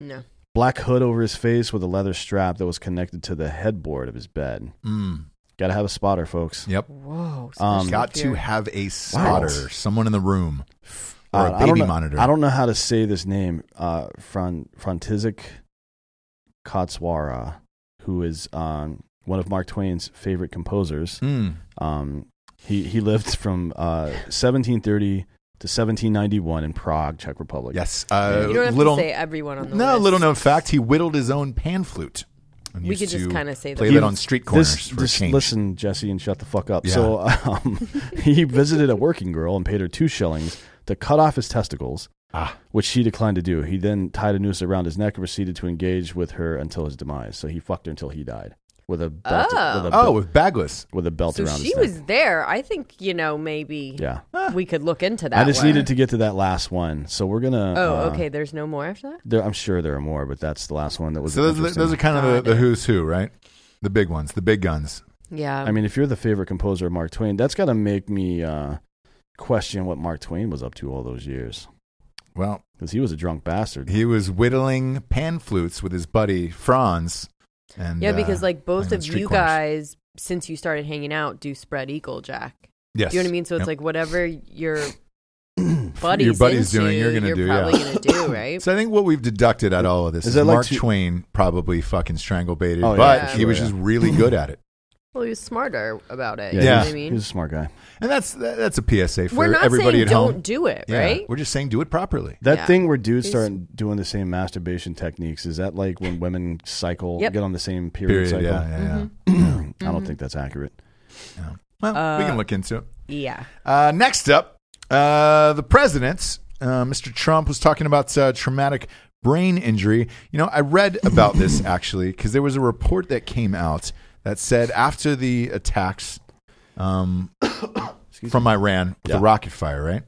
Speaker 4: No.
Speaker 3: black hood over his face with a leather strap that was connected to the headboard of his bed.
Speaker 2: Mm.
Speaker 3: Got to have a spotter, folks.
Speaker 2: Yep.
Speaker 4: Whoa.
Speaker 3: Um,
Speaker 4: special
Speaker 2: Got to
Speaker 4: appearance.
Speaker 2: have a spotter, someone in the room, or
Speaker 3: Uh,
Speaker 2: a
Speaker 3: I don't
Speaker 2: baby
Speaker 3: know-
Speaker 2: monitor.
Speaker 3: I don't know how to say this name. Uh, Fron, Frontizic Kotswara, who is um, one of Mark Twain's favorite composers.
Speaker 2: Mm.
Speaker 3: Um, he he lived from uh, 1730 to 1791 in Prague, Czech Republic.
Speaker 2: Yes. Uh,
Speaker 4: You don't have
Speaker 2: little,
Speaker 4: to say everyone on the
Speaker 2: no,
Speaker 4: list.
Speaker 2: little known fact he whittled his own pan flute. and
Speaker 4: We
Speaker 2: used
Speaker 4: could just
Speaker 2: to
Speaker 4: kind of say
Speaker 2: play
Speaker 4: that.
Speaker 2: that
Speaker 3: He-
Speaker 2: on street corners
Speaker 3: This,
Speaker 2: for a
Speaker 3: this
Speaker 2: change.
Speaker 3: listen, Jesse, and shut the fuck up.
Speaker 2: Yeah.
Speaker 3: So [laughs] um, he visited a working girl and paid her two shillings to cut off his testicles,
Speaker 2: Ah.
Speaker 3: which she declined to do. He then tied a noose around his neck and proceeded to engage with her until his demise. So he fucked her until he died with a belt,
Speaker 4: Oh.
Speaker 3: with a
Speaker 2: Oh,
Speaker 3: belt,
Speaker 2: with bagless.
Speaker 3: with a belt
Speaker 4: So
Speaker 3: around
Speaker 4: she
Speaker 3: his neck.
Speaker 4: was there. I think you know maybe
Speaker 3: Yeah,
Speaker 4: we could look into that.
Speaker 3: I just
Speaker 4: one.
Speaker 3: needed to get to that last one. So we're gonna.
Speaker 4: Oh,
Speaker 3: uh,
Speaker 4: okay. There's no more after that.
Speaker 3: There, I'm sure there are more, but that's the last one that was.
Speaker 2: So those, are-
Speaker 3: interesting.
Speaker 2: those are kind of
Speaker 4: Got
Speaker 2: the, the
Speaker 4: it.
Speaker 2: who's who, right? The big ones, the big guns.
Speaker 4: Yeah.
Speaker 3: I mean, if you're the favorite composer of Mark Twain, that's got to make me uh, question what Mark Twain was up to all those years.
Speaker 2: Well,
Speaker 3: Because he was a drunk bastard.
Speaker 2: he was whittling pan flutes with his buddy Franz. And
Speaker 4: yeah,
Speaker 2: uh,
Speaker 4: because like both
Speaker 2: playing on
Speaker 4: of
Speaker 2: street
Speaker 4: you
Speaker 2: corners.
Speaker 4: guys, since you started hanging out, do spread equal jack.
Speaker 2: yes,
Speaker 4: You know what I mean? So it's
Speaker 2: Yep.
Speaker 4: like whatever
Speaker 2: [clears throat]
Speaker 4: your buddies
Speaker 2: Your buddy's
Speaker 4: into,
Speaker 2: doing, you're gonna do, yeah.
Speaker 4: probably gonna
Speaker 2: [coughs]
Speaker 4: do, right?
Speaker 2: So I think what we've deducted out of all of this
Speaker 3: Is
Speaker 2: is,
Speaker 3: that like
Speaker 2: Mark
Speaker 3: two-
Speaker 2: Twain probably fucking strangle baited,
Speaker 3: Oh, yeah,
Speaker 2: but
Speaker 4: for
Speaker 2: he
Speaker 3: sure,
Speaker 2: was
Speaker 3: yeah.
Speaker 2: just
Speaker 3: [clears throat]
Speaker 2: really good at it.
Speaker 4: well, he was smarter about it. You
Speaker 3: Yeah,
Speaker 4: know
Speaker 2: Yeah.
Speaker 4: what I
Speaker 3: He
Speaker 4: mean?
Speaker 3: was a smart guy.
Speaker 2: And that's that, that's a PSA for
Speaker 4: We're not
Speaker 2: everybody
Speaker 4: saying
Speaker 2: at
Speaker 4: don't
Speaker 2: home.
Speaker 4: do it,
Speaker 2: Yeah,
Speaker 4: right?
Speaker 2: we're just saying do it properly.
Speaker 3: That
Speaker 4: Yeah.
Speaker 3: thing where dudes
Speaker 4: He's-
Speaker 3: start doing the same masturbation techniques, is that like when women cycle,
Speaker 4: Yep.
Speaker 3: get on the same
Speaker 2: Period.
Speaker 3: period, cycle?
Speaker 2: Yeah, yeah,
Speaker 4: Mm-hmm.
Speaker 2: yeah.
Speaker 3: [clears throat] I don't think that's accurate.
Speaker 2: yeah. Well, we
Speaker 4: Uh,
Speaker 2: can look into it.
Speaker 4: Yeah.
Speaker 2: Uh, next up, uh, the president, uh, Mr. Trump, was talking about uh, traumatic brain injury. You know, I read about
Speaker 4: [laughs]
Speaker 2: this actually because there was a report that came out that said after the attacks um, from Iran with
Speaker 3: Yeah. Mm-hmm.
Speaker 2: the rocket fire, right?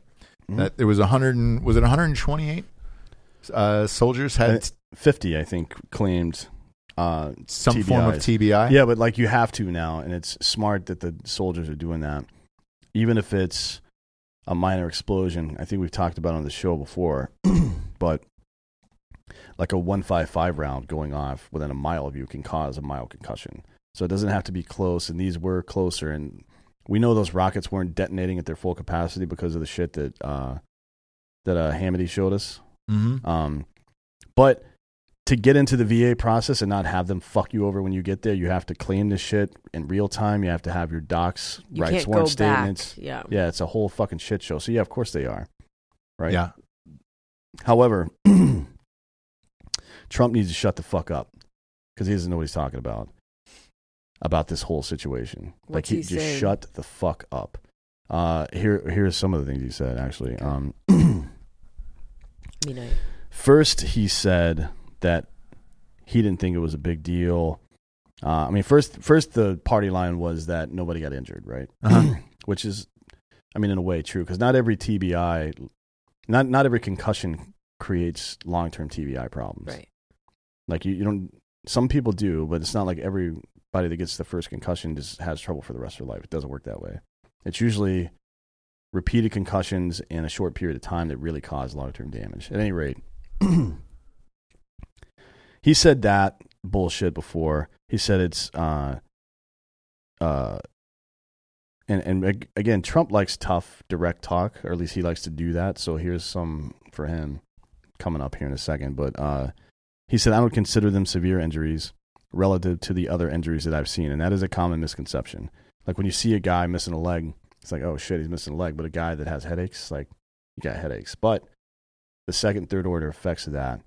Speaker 2: That there was 100 and, was it 128 uh, soldiers
Speaker 3: And
Speaker 2: had
Speaker 3: 50, I think, claimed uh,
Speaker 2: some form of
Speaker 3: TBIs.
Speaker 2: TBI.
Speaker 3: Yeah, but like you have to now, and it's smart that the soldiers are doing that, even if it's a minor explosion. I think we've talked about it on the show before, [clears throat] but like a one five five round going off within a mile of you can cause a mild concussion. So it doesn't have to be close, and these were closer, and we know those rockets weren't detonating at their full capacity because of the shit that uh, that uh, Hamity showed us.
Speaker 2: Mm-hmm.
Speaker 3: Um, but to get into the VA process and not have them fuck you over when you get there, you have to claim this shit in real time. You have to have your docs
Speaker 4: You
Speaker 3: write
Speaker 4: can't
Speaker 3: sworn
Speaker 4: go
Speaker 3: statements.
Speaker 4: back. Yeah.
Speaker 3: Yeah, it's a whole fucking shit show. So yeah, of course they are. Right.
Speaker 2: Yeah.
Speaker 3: However, [clears throat] Trump needs to shut the fuck up because he doesn't know what he's talking about about this whole situation.
Speaker 4: What's
Speaker 3: like
Speaker 4: he
Speaker 3: just
Speaker 4: saying?
Speaker 3: shut the fuck up. Uh, here, here's some of the things he said. Actually, um, [clears throat]
Speaker 4: Midnight.
Speaker 3: first he said that he didn't think it was a big deal. Uh, I mean, first, first the party line was that nobody got injured, right?
Speaker 2: Uh-huh.
Speaker 3: [clears throat]
Speaker 2: [clears throat]
Speaker 3: Which is, I mean, in a way, true because not every TBI, not not every concussion creates long term TBI problems.
Speaker 4: Right.
Speaker 3: Like you, you don't. Some people do, but it's not like everybody that gets the first concussion just has trouble for the rest of their life. It doesn't work that way. It's usually repeated concussions in a short period of time that really cause long term damage. At any rate, [clears throat] he said that bullshit before. He said it's uh, uh, and and ag- again, Trump likes tough, direct talk, or at least he likes to do that. So here's some for him coming up here in a second, but uh. He said, I don't consider them severe injuries relative to the other injuries that I've seen. And that is a common misconception. Like when you see a guy missing a leg, it's like, oh shit, he's missing a leg. But a guy that has headaches, like, you got headaches. But the second, third order effects of that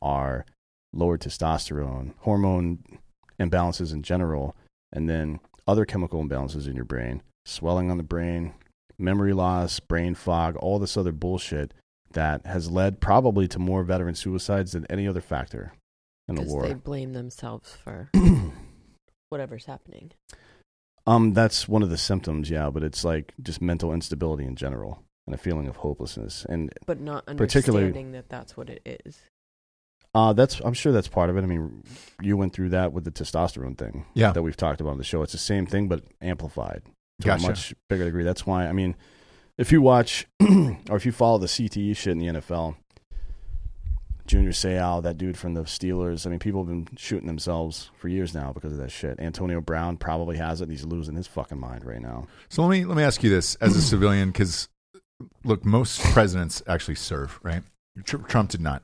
Speaker 3: are lower testosterone, hormone imbalances in general, and then other chemical imbalances in your brain, swelling on the brain, memory loss, brain fog, all this other bullshit that has led probably to more veteran suicides than any other factor in the
Speaker 4: Because
Speaker 3: war.
Speaker 4: they blame themselves
Speaker 2: [coughs]
Speaker 4: for
Speaker 3: [clears throat]
Speaker 4: whatever's happening.
Speaker 3: Um, that's one of the symptoms, yeah, but it's like just mental instability in general and a feeling of hopelessness. And
Speaker 4: But not
Speaker 3: Particularly-
Speaker 4: understanding that that's what it is.
Speaker 3: uh, that's I'm sure that's part of it. I mean, you went through that with the testosterone thing
Speaker 2: Yeah.
Speaker 3: that we've talked about on the show. It's the same thing but amplified to
Speaker 2: Gotcha.
Speaker 3: a much bigger degree. That's why I mean, if you watch [clears throat] or if you follow the CTE shit in the NFL, Junior Seau, that dude from the Steelers, I mean, people have been shooting themselves for years now because of that shit. Antonio Brown probably has it and he's losing his fucking mind right now.
Speaker 2: So let me let me ask you this as a civilian, because look, most presidents actually serve, right? Tr- Trump did not,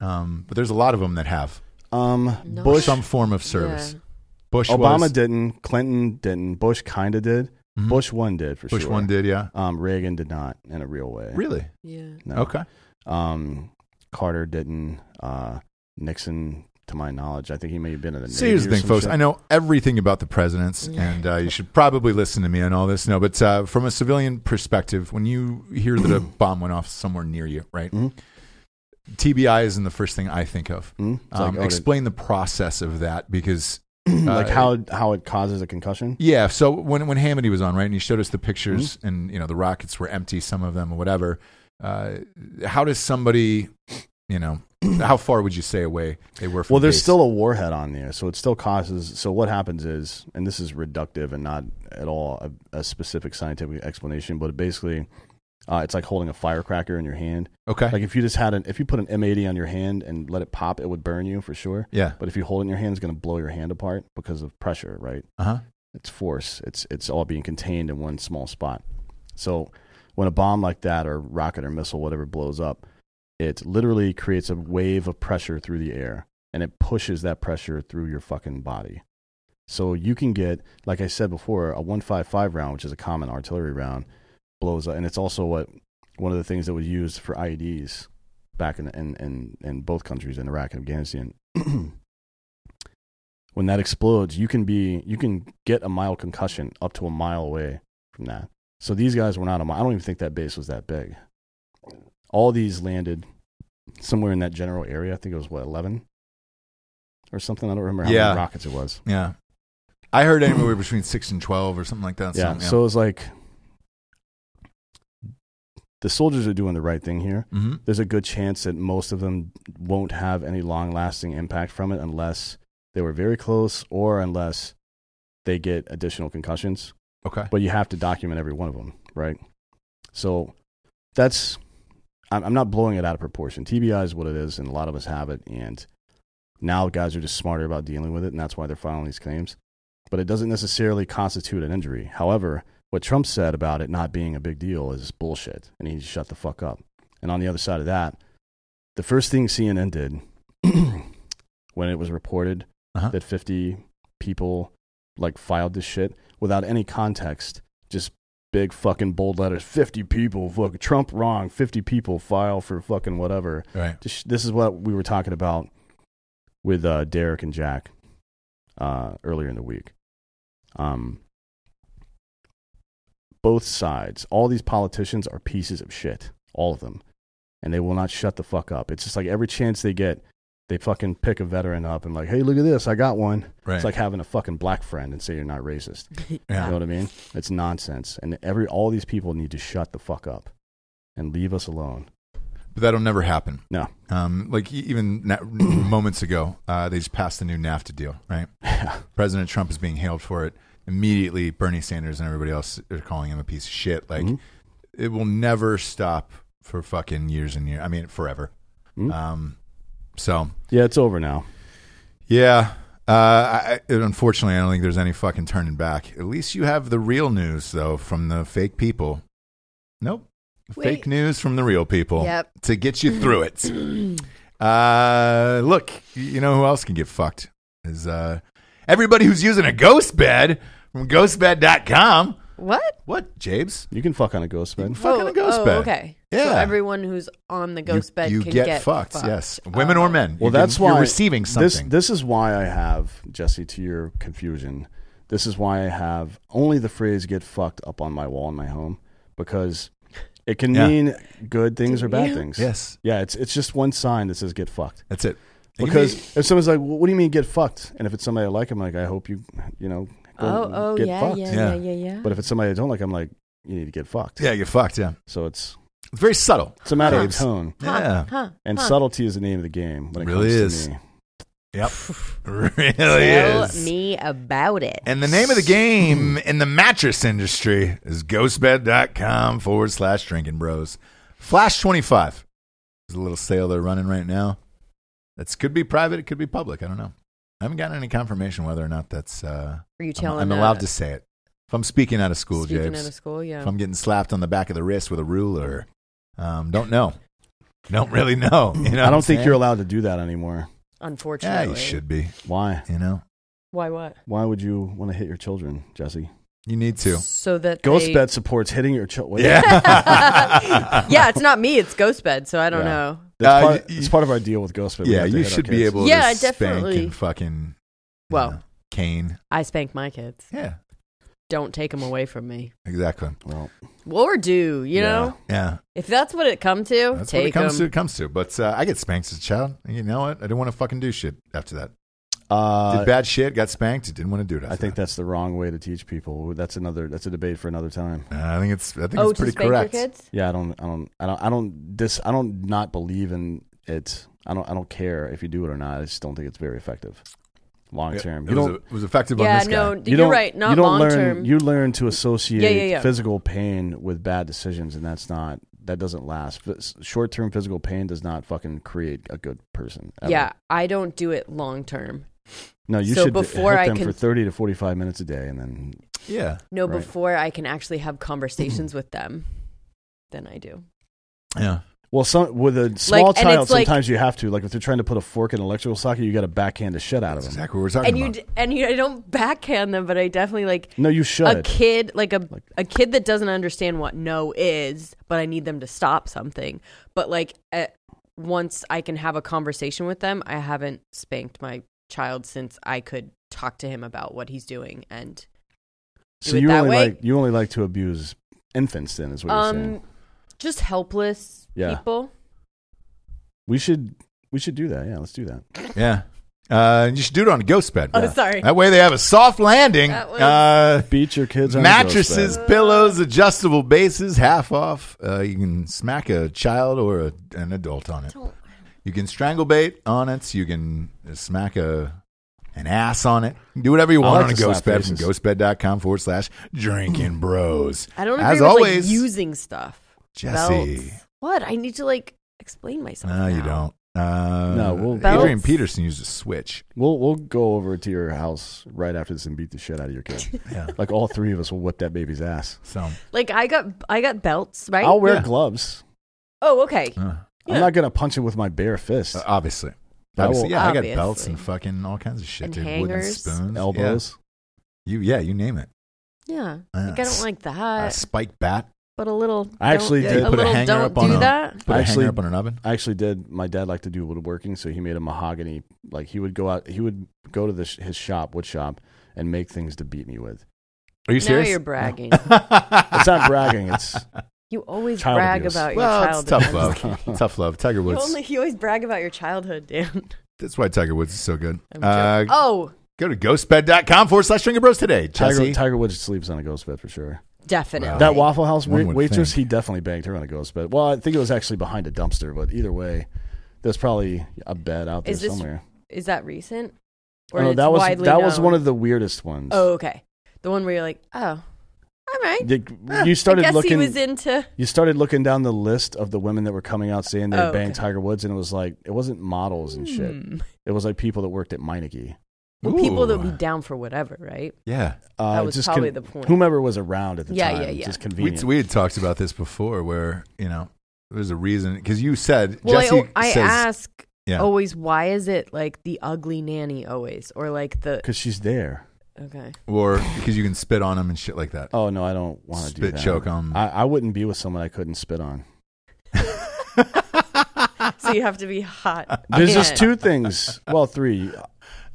Speaker 2: um, but there's a lot of them that have
Speaker 3: Um,
Speaker 4: No.
Speaker 3: Bush,
Speaker 2: some form of service.
Speaker 4: Yeah.
Speaker 2: Bush,
Speaker 3: Obama
Speaker 2: was,
Speaker 3: didn't, Clinton didn't, Bush kind of did,
Speaker 2: Mhm.
Speaker 3: Bush one did for
Speaker 2: Bush
Speaker 3: sure.
Speaker 2: one did, yeah.
Speaker 3: Um, Reagan did not in a real way.
Speaker 2: Really?
Speaker 4: Yeah.
Speaker 3: No.
Speaker 2: Okay.
Speaker 3: Um, Carter didn't. Uh, Nixon, to my knowledge, I think he may have been in the.
Speaker 2: So here's the
Speaker 3: Navy or
Speaker 2: thing,
Speaker 3: some
Speaker 2: folks.
Speaker 3: shit.
Speaker 2: I know everything about the presidents, and uh, you should probably listen to me on all this. No, but uh, from a civilian perspective, when you hear that a
Speaker 3: [clears throat]
Speaker 2: bomb went off somewhere near you, right?
Speaker 3: Mhm.
Speaker 2: TBI isn't the first thing I think of.
Speaker 3: Hmm? It's like,
Speaker 2: Um,
Speaker 3: oh,
Speaker 2: explain the process of that because,
Speaker 3: did- [clears throat] like
Speaker 2: uh,
Speaker 3: how how it causes a concussion.
Speaker 2: yeah. So when when Hamady was on, right, and he showed us the pictures,
Speaker 3: Mm-hmm.
Speaker 2: and you know the rockets were empty, some of them, or whatever. Uh, how does somebody, you know, [clears throat] how far would you say away they were? From
Speaker 3: Well, there's
Speaker 2: base?
Speaker 3: still a warhead on there, so it still causes. So what happens is, and this is reductive and not at all a, a specific scientific explanation, but basically, uh, it's like holding a firecracker in your hand.
Speaker 2: okay.
Speaker 3: Like if you just had an if you put an M80 on your hand and let it pop, it would burn you for sure.
Speaker 2: yeah.
Speaker 3: But if you hold it in your hand, it's going to blow your hand apart because of pressure, right?
Speaker 2: Uh huh.
Speaker 3: It's force. It's it's all being contained in one small spot. So when a bomb like that or rocket or missile whatever blows up, it literally creates a wave of pressure through the air and it pushes that pressure through your fucking body. So you can get, like I said before, a 155 round, which is a common artillery round, blows up. And it's also what one of the things that was used for IEDs back in, in, in, in both countries, in Iraq and Afghanistan. [clears throat] when that explodes, you can be, you can get a mild concussion up to a mile away from that. So these guys were not a mile. I don't even think that base was that big. All these landed somewhere in that general area. I think it was what, 11 or something. I don't remember how
Speaker 2: Yeah.
Speaker 3: many rockets it was.
Speaker 2: Yeah. I heard
Speaker 3: [clears throat]
Speaker 2: anywhere between six and twelve or something like that.
Speaker 3: yeah.
Speaker 2: So,
Speaker 3: So it's like the soldiers are doing the right thing here.
Speaker 2: hmm
Speaker 3: There's a good chance that most of them won't have any long lasting impact from it unless they were very close or unless they get additional concussions.
Speaker 2: okay.
Speaker 3: But you have to document every one of them, right? So that's I'm, I'm not blowing it out of proportion. TBI is what it is, and a lot of us have it. And now guys are just smarter about dealing with it, and that's why they're filing these claims. But it doesn't necessarily constitute an injury. However, what Trump said about it not being a big deal is bullshit, and he needs to shut the fuck up. And on the other side of that, the first thing CNN did [clears throat] when it was reported
Speaker 2: Uh-huh.
Speaker 3: that 50 people like filed this shit without any context, just big fucking bold letters 50 people, fuck Trump wrong, 50 people file for fucking whatever.
Speaker 2: Right.
Speaker 3: Just, this is what we were talking about with uh, Derek and Jack uh, earlier in the week. Um, both sides, all these politicians are pieces of shit, all of them, and they will not shut the fuck up. It's just like every chance they get, they fucking pick a veteran up and like, hey, look at this, I got one.
Speaker 2: Right.
Speaker 3: It's like having a fucking black friend and say you're not racist.
Speaker 2: Yeah.
Speaker 4: [laughs]
Speaker 3: You know what I mean? It's nonsense, and every all these people need to shut the fuck up and leave us alone.
Speaker 2: but that'll never happen.
Speaker 3: No.
Speaker 2: Um, like e- even na- [clears throat] moments ago, uh, they just passed the new NAFTA deal, right? [laughs] President Trump is being hailed for it. Immediately, Bernie Sanders and everybody else are calling him a piece of shit. Like,
Speaker 3: Mhm.
Speaker 2: it will never stop for fucking years and years. I mean, forever.
Speaker 3: Mhm.
Speaker 2: Um, so,
Speaker 3: Yeah, it's over now.
Speaker 2: yeah. Uh, I, I- unfortunately, I don't think there's any fucking turning back. At least you have the real news, though, from the fake people. Nope. Fake
Speaker 4: Wait.
Speaker 2: news from the real people
Speaker 4: Yep.
Speaker 2: to get you through
Speaker 4: [laughs]
Speaker 2: it. Uh, look, you know who else can get fucked is uh, everybody who's using a ghost bed from ghostbed.com.
Speaker 4: [clears throat] What?
Speaker 2: What, Jabes?
Speaker 3: You can fuck on a ghost bed.
Speaker 2: Fucking a ghost
Speaker 4: oh,
Speaker 2: bed.
Speaker 4: Okay. So
Speaker 2: Yeah.
Speaker 4: everyone who's on the ghost
Speaker 2: you,
Speaker 4: bed
Speaker 2: you
Speaker 4: can
Speaker 2: get,
Speaker 4: get, Oh.
Speaker 2: fucked, Yes, women or men.
Speaker 3: Well,
Speaker 2: You can-
Speaker 3: that's why
Speaker 2: you're receiving
Speaker 3: This,
Speaker 2: something.
Speaker 3: this is why I have Jesse. To your confusion, this is why I have only the phrase "get fucked" up on my wall in my home because it can
Speaker 2: Yeah.
Speaker 3: mean good things or bad
Speaker 4: you?
Speaker 3: things.
Speaker 2: yes,
Speaker 3: Yeah, it's it's just one sign that says "get fucked."
Speaker 2: that's it. It can
Speaker 3: Because
Speaker 2: be-
Speaker 3: if someone's like, "Well, "What do you mean get fucked?" and if it's somebody I like, I'm like, "I hope you, you know, go
Speaker 4: Oh, oh,
Speaker 3: get
Speaker 4: yeah,
Speaker 3: fucked."
Speaker 4: yeah,
Speaker 2: Yeah.
Speaker 4: yeah, yeah, yeah.
Speaker 3: But if it's somebody I don't like, I'm like, "You need to get fucked."
Speaker 2: yeah, you get fucked. Yeah,
Speaker 3: So it's
Speaker 2: it's very subtle.
Speaker 3: it's a matter of
Speaker 2: Babes.
Speaker 3: tone,
Speaker 4: Huh,
Speaker 2: Yeah,
Speaker 4: Huh,
Speaker 3: and
Speaker 4: huh.
Speaker 3: subtlety is the name of the game when it
Speaker 2: Really
Speaker 3: comes
Speaker 2: is.
Speaker 3: to me.
Speaker 4: [sighs]
Speaker 2: yep, [laughs] really
Speaker 4: Tell
Speaker 2: is.
Speaker 4: me about it.
Speaker 2: And the name of the game in the mattress industry is ghostbed.com forward slash drinking bros. Flash 25 is a little sale they're running right now. That's could be private, it could be public. I don't know. I haven't gotten any confirmation whether or not that's. Uh,
Speaker 4: Are you
Speaker 2: I'm,
Speaker 4: telling?
Speaker 2: I'm
Speaker 4: uh,
Speaker 2: allowed to say it. If I'm speaking out of school,
Speaker 4: Speaking
Speaker 2: James,
Speaker 4: out of school, yeah.
Speaker 2: if I'm getting slapped on the back of the wrist with a ruler, um, don't know. Don't really know. You know
Speaker 3: I
Speaker 2: what I'm
Speaker 3: don't think
Speaker 2: saying?
Speaker 3: you're allowed to do that anymore.
Speaker 2: Yeah,
Speaker 4: Unfortunately,
Speaker 2: you should be.
Speaker 3: Why?
Speaker 2: You know,
Speaker 4: Why? What?
Speaker 3: Why would you want to hit your children, Jesse?
Speaker 2: you need to.
Speaker 4: So that
Speaker 3: Ghost
Speaker 4: they-
Speaker 3: bed supports hitting your children.
Speaker 2: Yeah.
Speaker 4: [laughs] yeah, it's not me. It's Ghost Bed. So I don't
Speaker 3: Yeah.
Speaker 4: know.
Speaker 2: [laughs]
Speaker 3: that's
Speaker 2: Uh,
Speaker 3: part,
Speaker 2: y-
Speaker 3: it's part of our deal with Ghostbed. We
Speaker 2: yeah,
Speaker 3: have to
Speaker 2: you
Speaker 3: hit our
Speaker 2: should be
Speaker 3: kids.
Speaker 2: able
Speaker 4: Yeah,
Speaker 2: to spank
Speaker 4: definitely.
Speaker 2: and fucking you
Speaker 4: Well.
Speaker 2: know, cane.
Speaker 4: I spank my kids.
Speaker 2: Yeah,
Speaker 4: Don't take them away from me.
Speaker 2: exactly.
Speaker 3: Well,
Speaker 4: Or do you
Speaker 3: Yeah.
Speaker 4: know?
Speaker 2: Yeah,
Speaker 4: If that's what it come to,
Speaker 2: that's what it
Speaker 4: take
Speaker 2: comes to.
Speaker 4: them.
Speaker 2: It comes to. But uh, I get spanked as a child. And you know what? I didn't want to fucking do shit after that.
Speaker 3: uh,
Speaker 2: Did bad shit, got spanked. Didn't want to do it. After
Speaker 3: I think
Speaker 2: that.
Speaker 3: that's the wrong way to teach people. That's another. That's a debate for another time.
Speaker 2: Uh, I think it's. I think
Speaker 4: Oh,
Speaker 2: it's
Speaker 4: to
Speaker 2: pretty
Speaker 4: spank
Speaker 2: correct.
Speaker 4: your kids.
Speaker 3: Yeah, I don't. I don't. I don't. I don't. This. I don't not believe in it. I don't. I don't care if you do it or not. I just don't think it's very effective long
Speaker 2: It,
Speaker 3: term.
Speaker 2: it
Speaker 3: You
Speaker 2: was,
Speaker 3: don't.
Speaker 2: it was effective on
Speaker 4: Yeah,
Speaker 2: this
Speaker 4: no,
Speaker 2: guy.
Speaker 3: you
Speaker 4: you're
Speaker 3: don't-
Speaker 4: right. Not
Speaker 3: you don't
Speaker 4: long
Speaker 3: learn,
Speaker 4: term.
Speaker 3: You learn to associate
Speaker 4: Yeah, yeah, yeah.
Speaker 3: physical pain with bad decisions, and that's not that doesn't last. Short term physical pain does not fucking create a good person. ever.
Speaker 4: Yeah, I don't do it long term.
Speaker 3: No, you
Speaker 4: So
Speaker 3: should
Speaker 4: before
Speaker 3: hit
Speaker 4: I
Speaker 3: them
Speaker 4: can-
Speaker 3: for thirty to forty five minutes a day, and then
Speaker 2: Yeah,
Speaker 4: No,
Speaker 3: Right.
Speaker 4: before I can actually have conversations with them, then I do.
Speaker 2: yeah.
Speaker 3: well, some with a small
Speaker 4: and
Speaker 3: child,
Speaker 4: it's like-
Speaker 3: sometimes you have to. Like if they're trying to put a fork in an electrical socket, you got to backhand the shit out of
Speaker 2: That's
Speaker 3: them.
Speaker 2: exactly what we're talking
Speaker 4: And you
Speaker 2: about.
Speaker 4: d- and you, I don't backhand them, but I definitely like
Speaker 3: No, you should.
Speaker 4: a kid like a
Speaker 3: Like-
Speaker 4: a kid that doesn't understand what no is, but I need them to stop something. But like at, once I can have a conversation with them, I haven't spanked my child since I could talk to him about what he's doing and
Speaker 3: so
Speaker 4: do it
Speaker 3: you
Speaker 4: that
Speaker 3: only
Speaker 4: way.
Speaker 3: like you only like to abuse infants. Then is what you're
Speaker 4: um
Speaker 3: saying.
Speaker 4: just helpless
Speaker 3: Yeah.
Speaker 4: people.
Speaker 3: We should we should do that. Yeah, let's do that.
Speaker 2: yeah. Uh, and you should do it on a ghost bed.
Speaker 4: Oh, sorry.
Speaker 2: That way they have a soft landing.
Speaker 4: That was-
Speaker 2: Uh,
Speaker 3: Beat your kids. on a ghost
Speaker 2: mattresses,
Speaker 3: bed.
Speaker 2: pillows, adjustable bases, half off. Uh, you can smack a child or a, an adult on it.
Speaker 4: Don't-
Speaker 2: You can strangle bait on it. You can smack a an ass on it. You can do whatever you
Speaker 3: I
Speaker 2: want
Speaker 3: like
Speaker 2: on a
Speaker 3: to slap
Speaker 2: ghost bed from
Speaker 3: faces.
Speaker 2: ghostbed.com forward slash drinking bros.
Speaker 4: I don't agree
Speaker 2: As
Speaker 4: with
Speaker 2: always,
Speaker 4: like using stuff.
Speaker 2: Jesse.
Speaker 4: Belts. What? I need to like explain myself.
Speaker 2: No, you
Speaker 4: now.
Speaker 2: don't. Uh,
Speaker 3: No, we'll-
Speaker 2: Adrian
Speaker 4: Belts.
Speaker 2: Peterson used a switch.
Speaker 3: We'll we'll go over to your house right after this and beat the shit out of your kid.
Speaker 2: Yeah.
Speaker 3: like all three of us will whip that baby's ass.
Speaker 2: So,
Speaker 4: Like I got I got belts, right?
Speaker 3: I'll wear
Speaker 2: Yeah.
Speaker 3: gloves.
Speaker 4: oh, okay.
Speaker 2: uh,
Speaker 4: [laughs] Yeah.
Speaker 3: I'm not gonna punch it with my bare fist.
Speaker 2: obviously.
Speaker 3: I
Speaker 2: Obviously,
Speaker 3: will-
Speaker 2: yeah, I
Speaker 4: Obviously.
Speaker 2: got belts and fucking all kinds of shit,
Speaker 4: And
Speaker 2: dude. Wooden
Speaker 4: hangers.
Speaker 2: spoons,
Speaker 3: elbows.
Speaker 2: Yeah. You, yeah, you name it.
Speaker 4: Yeah.
Speaker 2: Uh,
Speaker 4: like, I don't like
Speaker 2: A
Speaker 4: that,
Speaker 2: spike bat.
Speaker 4: but a little.
Speaker 3: I actually
Speaker 4: don't,
Speaker 3: did-
Speaker 4: a
Speaker 2: Put a
Speaker 4: little
Speaker 2: hanger
Speaker 4: don't
Speaker 2: up on
Speaker 4: do
Speaker 2: a-
Speaker 4: that.
Speaker 2: Put a
Speaker 3: Actually-
Speaker 2: hanger up on an oven.
Speaker 3: I actually did. My dad liked to do woodworking, so he made a mahogany. Like he would go out, he would go to the, sh- his shop, wood shop, and make things to beat me with.
Speaker 2: Are you
Speaker 4: now
Speaker 2: serious? [laughs]
Speaker 4: you're bragging.
Speaker 2: it's
Speaker 3: [laughs]
Speaker 2: [laughs]
Speaker 3: It's not bragging. It's
Speaker 4: You always
Speaker 3: Child
Speaker 4: brag
Speaker 3: abuse.
Speaker 4: about your
Speaker 2: well, it's
Speaker 4: childhood.
Speaker 2: tough
Speaker 3: [laughs]
Speaker 2: [laughs] love. tough love. Tiger
Speaker 4: You,
Speaker 2: Woods.
Speaker 4: only, you always brag about your childhood, [laughs] Dan.
Speaker 2: That's why Tiger Woods is so good.
Speaker 4: I'm
Speaker 2: Uh,
Speaker 4: joking. oh,
Speaker 2: Go to ghostbed.com forward slash drinking bros today.
Speaker 3: Tiger,
Speaker 2: Jesse.
Speaker 3: Tiger Woods sleeps on a ghost bed for sure.
Speaker 4: definitely.
Speaker 2: Wow.
Speaker 3: That Waffle House
Speaker 2: One
Speaker 3: wait-
Speaker 2: would
Speaker 3: waitress,
Speaker 2: think.
Speaker 3: he definitely banged her on a ghost bed. Well, I think it was actually behind a dumpster, but either way, there's probably a bed out there
Speaker 4: Is this-
Speaker 3: somewhere.
Speaker 4: Is that recent?
Speaker 3: Oh,
Speaker 4: it's
Speaker 3: that was
Speaker 4: widely
Speaker 3: that was
Speaker 4: known?
Speaker 3: one of the weirdest ones.
Speaker 4: Oh, okay. The one where you're like, oh, all right.
Speaker 3: You- you
Speaker 4: [laughs] I
Speaker 3: started
Speaker 4: guess
Speaker 3: looking.
Speaker 4: he was into.
Speaker 3: you started looking down the list of the women that were coming out saying they
Speaker 4: Oh,
Speaker 3: banged
Speaker 4: okay.
Speaker 3: Tiger Woods, and it was like it wasn't models and shit.
Speaker 4: Hmm.
Speaker 3: It was like people that worked at Meineke.
Speaker 4: Well, people that would
Speaker 2: Ooh.
Speaker 4: be down for whatever, right?
Speaker 2: Yeah.
Speaker 3: Uh,
Speaker 4: That was
Speaker 3: just
Speaker 4: probably the point.
Speaker 3: Whomever was around at the
Speaker 4: Yeah,
Speaker 3: time,
Speaker 4: yeah, yeah.
Speaker 3: just
Speaker 2: We,
Speaker 3: convenient.
Speaker 2: we had talked about this before where, you know, there's a reason. Because you said,
Speaker 4: Well,
Speaker 2: Jesse
Speaker 4: I, I
Speaker 2: says,
Speaker 4: ask
Speaker 2: yeah.
Speaker 4: always, why is it like the ugly nanny always, or like the
Speaker 3: Because she's there.
Speaker 4: okay?
Speaker 2: or because you can spit on them and shit like that.
Speaker 3: Oh no, I don't want to do
Speaker 2: Spit
Speaker 3: that.
Speaker 2: choke 'em.
Speaker 4: [laughs]
Speaker 3: I, I wouldn't be with someone I couldn't spit on.
Speaker 4: So you have to be
Speaker 2: [laughs]
Speaker 4: hot.
Speaker 3: There's just
Speaker 4: and-
Speaker 3: two things. Well, three.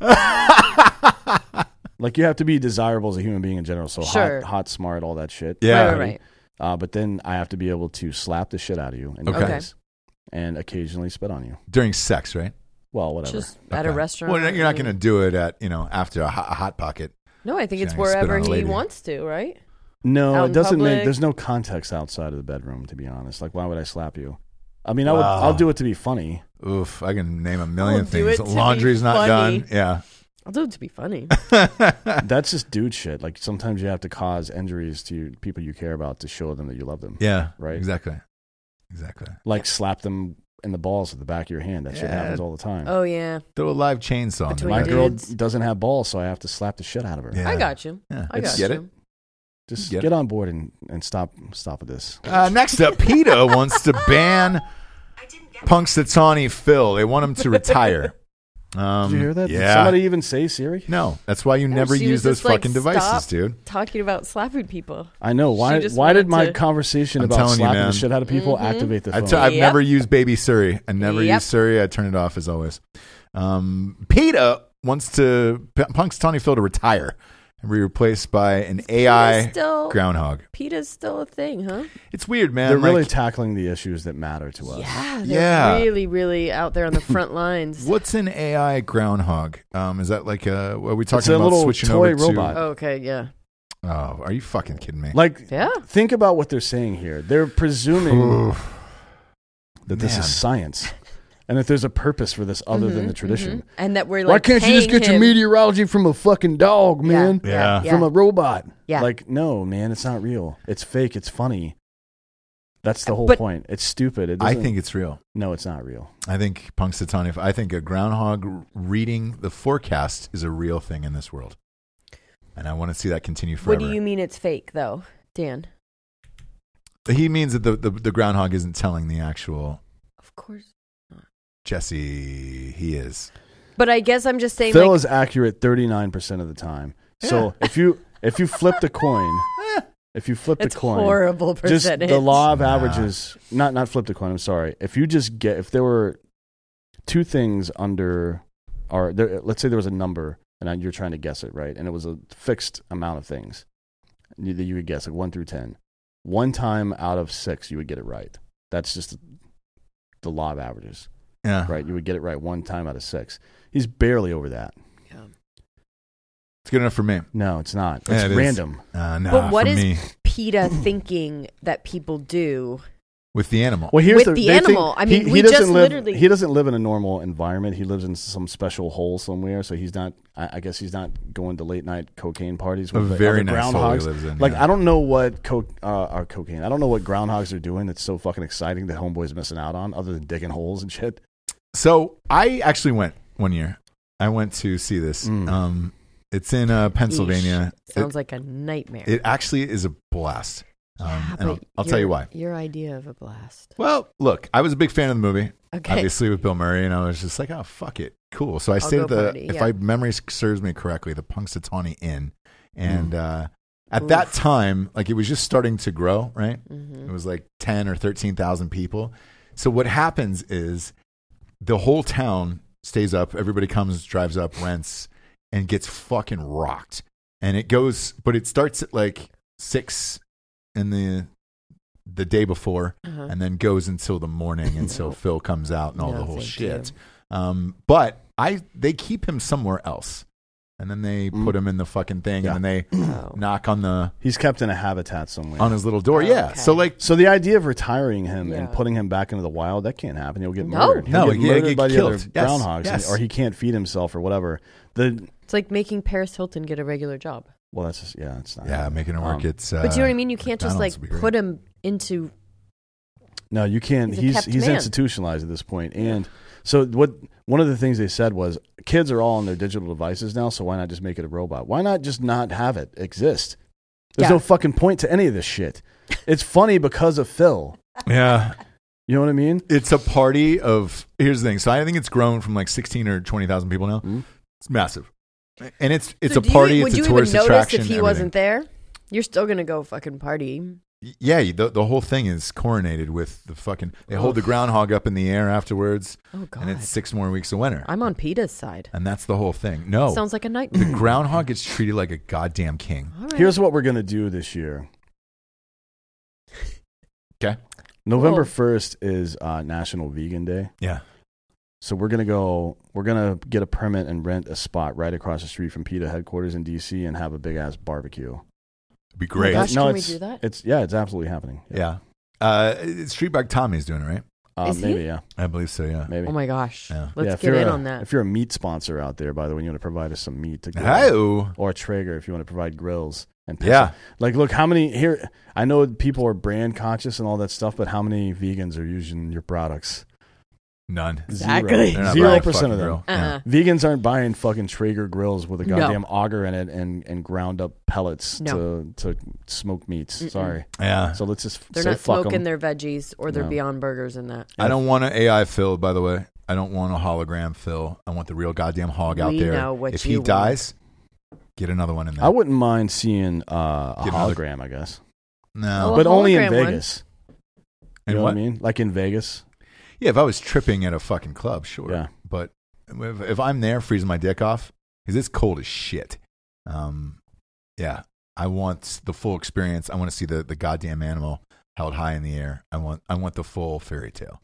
Speaker 3: like you have to be desirable as a human being in general. So
Speaker 4: Sure.
Speaker 3: hot, hot, smart, all that shit.
Speaker 2: Yeah.
Speaker 4: Right, right, right.
Speaker 3: Uh, but then I have to be able to slap the shit out of you in your
Speaker 2: Okay.
Speaker 4: Okay.
Speaker 3: face and occasionally spit on you.
Speaker 2: [laughs] During sex, right?
Speaker 3: Well, whatever.
Speaker 4: Just at a
Speaker 2: Okay.
Speaker 4: restaurant.
Speaker 2: Well, you're not
Speaker 4: I mean-
Speaker 2: going to do it at, you know, after a hot, a hot pocket.
Speaker 4: No, I think it's
Speaker 2: Trying to spit
Speaker 4: wherever
Speaker 2: on a
Speaker 4: he
Speaker 2: lady.
Speaker 4: wants to, right? out
Speaker 3: no,
Speaker 4: in
Speaker 3: it doesn't
Speaker 4: public.
Speaker 3: make. There's no context outside of the bedroom, to be honest. Like, why would I slap you? I mean, I would.
Speaker 2: Wow.
Speaker 3: I'll do it to be funny.
Speaker 2: Oof, I can name a 1000000
Speaker 4: do
Speaker 2: things.
Speaker 4: it to be
Speaker 2: Laundry's not
Speaker 4: funny.
Speaker 2: done. Yeah.
Speaker 4: I'll do it to be funny.
Speaker 3: [laughs] That's just dude shit. Like sometimes you have to cause injuries to people you care about to show them that you love them.
Speaker 2: Yeah.
Speaker 3: Right.
Speaker 2: Exactly. Exactly.
Speaker 3: Like slap them in the balls with the back of your hand. That shit
Speaker 2: Yeah.
Speaker 3: happens all the time.
Speaker 4: oh yeah,
Speaker 2: Throw a live chainsaw. in
Speaker 4: Between
Speaker 2: there.
Speaker 3: My
Speaker 4: Dudes.
Speaker 3: girl doesn't have balls, so I have to slap the shit out of her.
Speaker 2: Yeah.
Speaker 4: I got you.
Speaker 2: Yeah.
Speaker 4: I got
Speaker 2: Get
Speaker 4: you.
Speaker 2: it?
Speaker 3: Just
Speaker 2: Get
Speaker 3: get,
Speaker 2: it.
Speaker 3: on board and, and stop stop with this.
Speaker 2: Uh, next up,
Speaker 4: [laughs]
Speaker 2: PETA wants to ban Punxsutawney Phil. They want him
Speaker 4: [laughs]
Speaker 2: to retire. Um,
Speaker 3: Did you hear that? Did
Speaker 2: Yeah.
Speaker 3: somebody even say Siri?
Speaker 2: no, that's why you
Speaker 4: No,
Speaker 2: never
Speaker 4: she was
Speaker 2: use those
Speaker 4: just like,
Speaker 2: fucking devices,
Speaker 4: "Stop
Speaker 2: dude.
Speaker 4: Talking about slapping people.
Speaker 3: I know.
Speaker 4: She
Speaker 3: Why
Speaker 4: just
Speaker 3: why
Speaker 4: wanted
Speaker 3: did my
Speaker 4: to-
Speaker 3: conversation
Speaker 2: I'm
Speaker 3: about
Speaker 2: telling you,
Speaker 3: slapping
Speaker 2: man.
Speaker 3: the shit out of people
Speaker 4: Mhm.
Speaker 3: activate the
Speaker 2: I
Speaker 3: phone?
Speaker 2: t- I've
Speaker 4: Yep.
Speaker 2: never used Baby Siri. I never
Speaker 4: Yep.
Speaker 2: use Siri. I turn it off as always. Um, PETA wants to P- Punxsutawney Phil to retire and be replaced by an AI
Speaker 4: still-
Speaker 2: groundhog.
Speaker 4: PEta's still a thing, huh?
Speaker 2: It's weird, man.
Speaker 3: they're
Speaker 2: like,
Speaker 3: really tackling the issues that matter to us.
Speaker 4: Yeah, they're
Speaker 2: Yeah.
Speaker 4: really, really out there on the
Speaker 3: [laughs]
Speaker 4: front lines.
Speaker 2: what's an AI groundhog? Um, is that like a? Are we talking
Speaker 3: a
Speaker 2: about
Speaker 3: little
Speaker 2: switching
Speaker 3: toy
Speaker 2: over
Speaker 3: robot.
Speaker 4: Oh, okay, yeah,
Speaker 2: to? Oh, are you fucking kidding me?
Speaker 3: Like
Speaker 4: yeah.
Speaker 3: think about what they're saying here. They're presuming
Speaker 2: Oof.
Speaker 3: that this
Speaker 2: Man.
Speaker 3: is science and that there's a purpose for this other than the tradition.
Speaker 4: Mm-hmm, And that we're like,
Speaker 3: Why can't you just
Speaker 4: paying
Speaker 3: get your
Speaker 4: him-
Speaker 3: meteorology from a fucking dog,
Speaker 4: Yeah,
Speaker 3: man?
Speaker 2: Yeah.
Speaker 4: yeah.
Speaker 3: From a robot.
Speaker 4: Yeah.
Speaker 3: Like, no, man, it's not real. It's fake. It's funny. That's the whole
Speaker 4: Uh, But-
Speaker 3: point. It's stupid. It
Speaker 2: I
Speaker 3: doesn't-
Speaker 2: think it's real.
Speaker 3: no, it's not real.
Speaker 2: I think Punxsutawney. I think a groundhog reading the forecast is a real thing in this world, and I want to see that continue
Speaker 4: What
Speaker 2: forever.
Speaker 4: do you mean it's fake, though, Dan?
Speaker 2: He means that the, the the groundhog isn't telling the actual
Speaker 4: Of course.
Speaker 2: Jesse. He is.
Speaker 4: But I guess I'm just saying,
Speaker 3: Phil
Speaker 4: like,
Speaker 3: is accurate thirty nine percent of the time. So if you if you flip the
Speaker 4: [laughs]
Speaker 3: coin, if you flip
Speaker 4: it's
Speaker 3: the coin,
Speaker 4: horrible
Speaker 3: just
Speaker 4: percentage.
Speaker 3: the law of
Speaker 2: Nah.
Speaker 3: averages. Not not flip the coin. I'm sorry. If you just get if there were two things under or there, let's say there was a number and you're trying to guess it right, and it was a fixed amount of things you- that you would guess, like one through ten. One time out of six, you would get it right. That's just the law of averages,
Speaker 2: Yeah,
Speaker 3: right? You would get it right one time out of six. He's barely over that.
Speaker 2: it's good enough for me.
Speaker 3: No, it's not. It's
Speaker 2: Yeah, it is.
Speaker 3: random.
Speaker 2: Uh, nah,
Speaker 4: But what
Speaker 2: for
Speaker 4: is
Speaker 2: me
Speaker 4: PETA thinking that people do?
Speaker 2: with the animal?
Speaker 3: Well, here's
Speaker 4: With
Speaker 3: the,
Speaker 4: the
Speaker 3: they think-
Speaker 4: animal, I mean,
Speaker 3: he, he
Speaker 4: we
Speaker 3: doesn't
Speaker 4: just
Speaker 3: live,
Speaker 4: literally-
Speaker 3: he doesn't live in a normal environment. He lives in some special hole somewhere, so he's not. I, I guess he's not going to late night cocaine parties
Speaker 2: A
Speaker 3: with the
Speaker 2: very
Speaker 3: other
Speaker 2: nice hole he
Speaker 3: groundhogs.
Speaker 2: lives in,
Speaker 3: like
Speaker 2: yeah.
Speaker 3: I don't know what co- uh, or cocaine. I don't know what groundhogs are doing. That's so fucking exciting that homeboy's missing out on, other than digging holes and shit.
Speaker 2: So I actually went one year. I went to see this.
Speaker 3: Mm.
Speaker 2: Um, it's in uh, Pennsylvania.
Speaker 4: Eesh. Sounds like a nightmare.
Speaker 2: It actually is a blast. Um,
Speaker 4: Yeah,
Speaker 2: and I'll,
Speaker 4: but
Speaker 2: I'll tell you
Speaker 4: your-
Speaker 2: why.
Speaker 4: Your idea of a blast.
Speaker 2: Well, look, I was a big fan of the movie.
Speaker 4: Okay.
Speaker 2: obviously with Bill Murray, and I was just like, oh fuck it, cool. So I stayed
Speaker 4: go
Speaker 2: at the,
Speaker 4: party,
Speaker 2: if
Speaker 4: yeah.
Speaker 2: I memory serves me correctly, the Punxsutawney Inn, and uh, at
Speaker 4: Hmm. Oof.
Speaker 2: that time, like it was just starting to grow, right?
Speaker 4: Mhm.
Speaker 2: It was like ten or thirteen thousand people. So what happens is the whole town stays up. Everybody comes, drives up, rents, and gets fucking rocked. And it goes, but it starts at like six in the the day before,
Speaker 4: Uh-huh.
Speaker 2: and then goes until the
Speaker 4: [laughs]
Speaker 2: morning until Phil comes out and all
Speaker 4: No,
Speaker 2: the whole
Speaker 4: thank
Speaker 2: shit. Um, but I they keep him somewhere else, and then they
Speaker 3: Mm.
Speaker 2: put him in the fucking thing,
Speaker 3: Yeah.
Speaker 2: and then they [clears throat]
Speaker 4: Oh.
Speaker 2: knock on the
Speaker 3: He's kept in a habitat somewhere.
Speaker 2: on his little door.
Speaker 4: Oh,
Speaker 2: yeah.
Speaker 4: okay.
Speaker 2: So like,
Speaker 3: so the idea of retiring him and
Speaker 4: Yeah.
Speaker 3: putting him back into the wild that can't happen. He'll get
Speaker 4: No.
Speaker 3: murdered. He'll
Speaker 2: No,
Speaker 3: get
Speaker 2: he'll
Speaker 3: murdered
Speaker 2: get
Speaker 3: by the other
Speaker 2: killed. Yes,
Speaker 3: groundhogs, and-
Speaker 2: yes.
Speaker 3: or he can't feed himself or whatever. The
Speaker 4: It's like making Paris Hilton get a regular job.
Speaker 3: well, that's just yeah, it's not.
Speaker 2: yeah, making it work.
Speaker 3: Um,
Speaker 2: it's uh,
Speaker 4: But do you know what I mean? You can't just
Speaker 2: McDonald's would
Speaker 4: like
Speaker 2: be great.
Speaker 4: put him into
Speaker 3: No, you can't.
Speaker 4: He's a
Speaker 3: He's he's,
Speaker 4: kept man.
Speaker 3: institutionalized at this point. And so what? One of the things they said was, kids are all on their digital devices now, so why not just make it a robot? Why not just not have it exist? There's
Speaker 4: Yeah.
Speaker 3: no fucking point to any of
Speaker 4: [laughs]
Speaker 3: this shit. It's funny because of Phil.
Speaker 2: uh, yeah.
Speaker 3: You know what I mean?
Speaker 2: It's a party of here's the thing. So I think it's grown from like sixteen or twenty thousand people now.
Speaker 3: Mm.
Speaker 2: It's massive. And it's it's
Speaker 4: Mm-hmm. So
Speaker 2: a
Speaker 4: do you-
Speaker 2: party.
Speaker 4: would
Speaker 2: it's a
Speaker 4: you
Speaker 2: tourist
Speaker 4: even notice
Speaker 2: attraction.
Speaker 4: if he
Speaker 2: everything.
Speaker 4: wasn't there? You're still gonna go fucking party.
Speaker 2: Yeah, you- the, the whole thing is coronated with the fucking. They hold the groundhog up in the air afterwards,
Speaker 4: Oh god,
Speaker 2: and it's six more weeks of winter,
Speaker 4: I'm on Peta's side.
Speaker 2: and that's the whole thing. No,
Speaker 4: Sounds like a
Speaker 2: the
Speaker 4: [clears throat] nightmare.
Speaker 2: groundhog gets treated like a goddamn king.
Speaker 4: All right.
Speaker 3: Here's what we're gonna do this year.
Speaker 2: Okay.
Speaker 3: November
Speaker 4: Cool.
Speaker 3: first is uh, National Vegan Day,
Speaker 2: Yeah,
Speaker 3: so we're gonna go. We're gonna get a permit and rent a spot right across the street from PETA headquarters in DC and have a big ass barbecue.
Speaker 2: it'd be
Speaker 4: Great.
Speaker 2: great.
Speaker 4: Oh gosh, can we
Speaker 3: it's-
Speaker 4: do that?
Speaker 3: It's yeah, it's absolutely happening.
Speaker 2: yeah, uh, it's Streetbag Tommy's doing it, right?
Speaker 3: Uh,
Speaker 4: Is he?
Speaker 3: maybe yeah,
Speaker 2: I believe so. Yeah.
Speaker 3: maybe.
Speaker 4: Oh my gosh.
Speaker 2: Yeah.
Speaker 4: Let's
Speaker 3: Yeah, if
Speaker 4: get
Speaker 3: you're
Speaker 4: in
Speaker 3: a-
Speaker 4: on that.
Speaker 3: If you're a meat sponsor out there, by the way, and you want to provide us some meat to grill,
Speaker 2: Hey-o.
Speaker 3: or a Traeger if you want to provide grills and pizza.
Speaker 2: Yeah.
Speaker 3: Like, look how many here. I know people are brand conscious and all that stuff, but how many vegans are using your products?
Speaker 2: None. They're
Speaker 4: Exactly.
Speaker 2: not buying
Speaker 3: Zero
Speaker 2: a fucking
Speaker 3: percent of them.
Speaker 2: grill.
Speaker 4: Uh-uh.
Speaker 3: Vegans aren't buying fucking Traeger grills with a
Speaker 4: No.
Speaker 3: goddamn auger in it and, and ground up pellets
Speaker 4: No.
Speaker 3: to to smoke meats.
Speaker 4: Mm-mm.
Speaker 3: Sorry.
Speaker 2: Yeah.
Speaker 3: So let's just
Speaker 4: They're
Speaker 3: say
Speaker 4: not
Speaker 3: fuck 'em.
Speaker 4: smoking their veggies or their
Speaker 3: No.
Speaker 4: Beyond Burgers and that.
Speaker 2: I don't want an AI Phil, by the way. I don't want a hologram Phil. I want the real goddamn hog out
Speaker 4: We
Speaker 2: there.
Speaker 4: know what
Speaker 2: if
Speaker 4: you
Speaker 2: he
Speaker 4: want.
Speaker 2: dies, get another one in there.
Speaker 3: I wouldn't mind seeing uh, a
Speaker 2: Get another-
Speaker 3: hologram, I guess,
Speaker 2: no.
Speaker 4: Well, Oh, a
Speaker 3: but only in
Speaker 4: hologram one.
Speaker 3: Vegas. You
Speaker 2: and
Speaker 3: know
Speaker 2: what?
Speaker 3: what I mean? Like in Vegas.
Speaker 2: [laughs] Yeah, if I was tripping at a fucking club, sure.
Speaker 3: Yeah.
Speaker 2: But if, if I'm there freezing my dick off, because it's cold as shit. Um, yeah, I want the full experience. I want to see the, the goddamn animal held high in the air. I want I want the full fairy tale.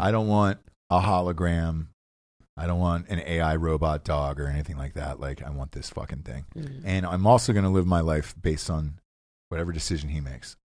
Speaker 2: I don't want a hologram. I don't want an AI robot dog or anything like that. Like I want this fucking thing. And I'm also going to live my life based on whatever decision he makes.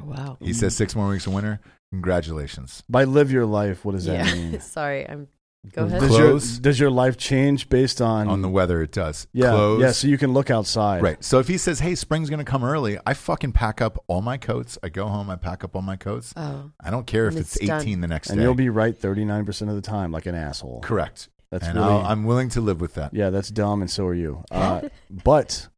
Speaker 4: Oh, wow.
Speaker 2: He says six more weeks of winter. Congratulations.
Speaker 3: By live your life, what does that
Speaker 4: yeah. [laughs]
Speaker 3: mean?
Speaker 4: Sorry, I'm. Go ahead.
Speaker 3: Does your,
Speaker 2: Clothes?
Speaker 3: does your life change based on,
Speaker 2: on the weather it does.
Speaker 3: yeah
Speaker 2: Clothes.
Speaker 3: yeah? So you can look outside,
Speaker 2: right. So if he says, "Hey, spring's going to come early," I fucking pack up all my coats. I go home. I pack up all my coats.
Speaker 4: Oh,
Speaker 2: I don't care if
Speaker 4: And
Speaker 2: it's,
Speaker 4: it's done.
Speaker 2: 18 the next
Speaker 3: And
Speaker 2: day.
Speaker 3: you'll be right thirty nine percent of the time, like an asshole.
Speaker 2: correct.
Speaker 3: That's
Speaker 2: and
Speaker 3: really
Speaker 2: I'll, I'm willing to live with that.
Speaker 3: yeah, that's dumb, and so are you.
Speaker 4: [laughs]
Speaker 3: Uh, but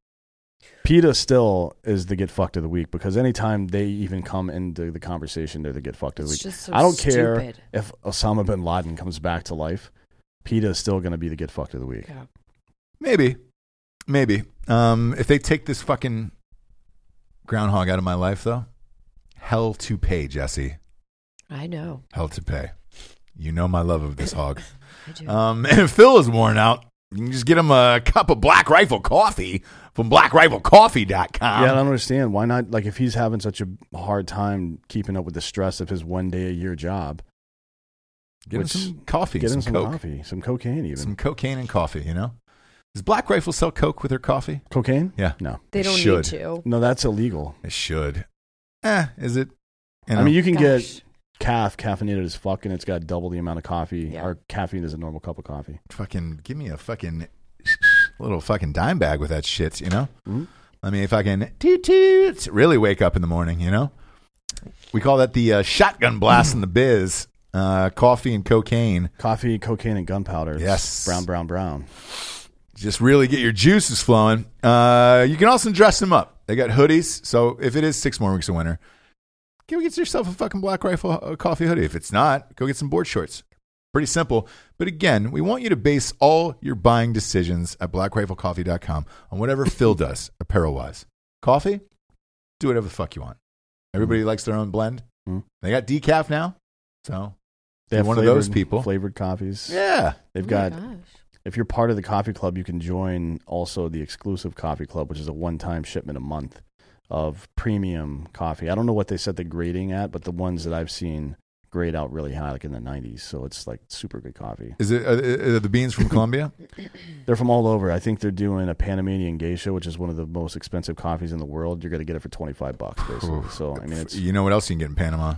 Speaker 3: PETA still is the get fucked of the week because anytime they even come into the conversation, they're the get fucked of the
Speaker 4: It's
Speaker 3: week.
Speaker 4: just so
Speaker 3: I don't care
Speaker 4: stupid.
Speaker 3: if Osama bin Laden comes back to life. PETA is still going to be the get fucked of the week.
Speaker 4: yeah.
Speaker 2: Maybe, maybe. Um, if they take this fucking groundhog out of my life, though, hell to pay, Jesse.
Speaker 4: I know.
Speaker 2: Hell to pay. You know my love of this hog.
Speaker 4: I do.
Speaker 2: Um, [laughs] and if Phil is worn out, you can just get him a cup of Black Rifle Coffee from blackriflecoffee.com.
Speaker 3: yeah, I don't understand why not. Like, if he's having such a hard time keeping up with the stress of his one day a year job,
Speaker 2: Get him
Speaker 3: Which-
Speaker 2: some coffee,
Speaker 3: get
Speaker 2: some,
Speaker 3: him some
Speaker 2: coke,
Speaker 3: coffee, some cocaine, even
Speaker 2: some cocaine and coffee. You know, does Black Rifle sell coke with their coffee?
Speaker 3: cocaine.
Speaker 2: Yeah,
Speaker 3: No,
Speaker 4: they
Speaker 2: it
Speaker 4: don't
Speaker 2: should.
Speaker 4: need to.
Speaker 3: no, that's illegal.
Speaker 2: it should. Eh, is it? You know,
Speaker 3: I mean, you can
Speaker 4: Oh, Gosh.
Speaker 3: get calf caffeinated as fuck, and it's got double the amount of coffee
Speaker 4: Yeah.
Speaker 3: or caffeine as a normal cup of coffee.
Speaker 2: fucking give me a fucking little fucking dime bag with that shit. You know,
Speaker 3: Mhm.
Speaker 2: I mean, if I can toot toot, really wake up in the morning. You know, we call that the uh, shotgun blast in the biz. Uh, coffee and cocaine
Speaker 3: Coffee, cocaine, and gunpowder. It's
Speaker 2: Yes.
Speaker 3: brown, brown, brown.
Speaker 2: just really get your juices flowing. Uh, you can also dress them up. They got hoodies. So if it is six more weeks of winter, go get yourself a fucking Black Rifle uh, coffee hoodie. If it's not, go get some board shorts. Pretty simple. But again, we want you to base all your buying decisions at blackriflecoffee.com on whatever Phil does apparel wise. Coffee, do whatever the fuck you want. Everybody likes their own blend.
Speaker 3: Mm.
Speaker 2: They got decaf now. So,
Speaker 3: They
Speaker 2: You're
Speaker 3: have
Speaker 2: one of those
Speaker 3: flavored-
Speaker 2: people.
Speaker 3: Flavored coffees.
Speaker 2: yeah.
Speaker 3: They've
Speaker 4: Oh my
Speaker 3: got
Speaker 4: gosh.
Speaker 3: if you're part of the coffee club, you can join also the exclusive coffee club, which is a one-time shipment a month of premium coffee. I don't know what they set the grading at, but the ones that I've seen grade out really high, like in the 90s. So it's like super good coffee.
Speaker 2: Is it uh, uh, the beans from Colombia?
Speaker 4: Mm.
Speaker 3: They're from all over. I think they're doing a Panamanian geisha, which is one of the most expensive coffees in the world. You're going to get it for 25 bucks, basically.
Speaker 2: Oof.
Speaker 3: So I mean, it's
Speaker 2: you know what else you can get in Panama?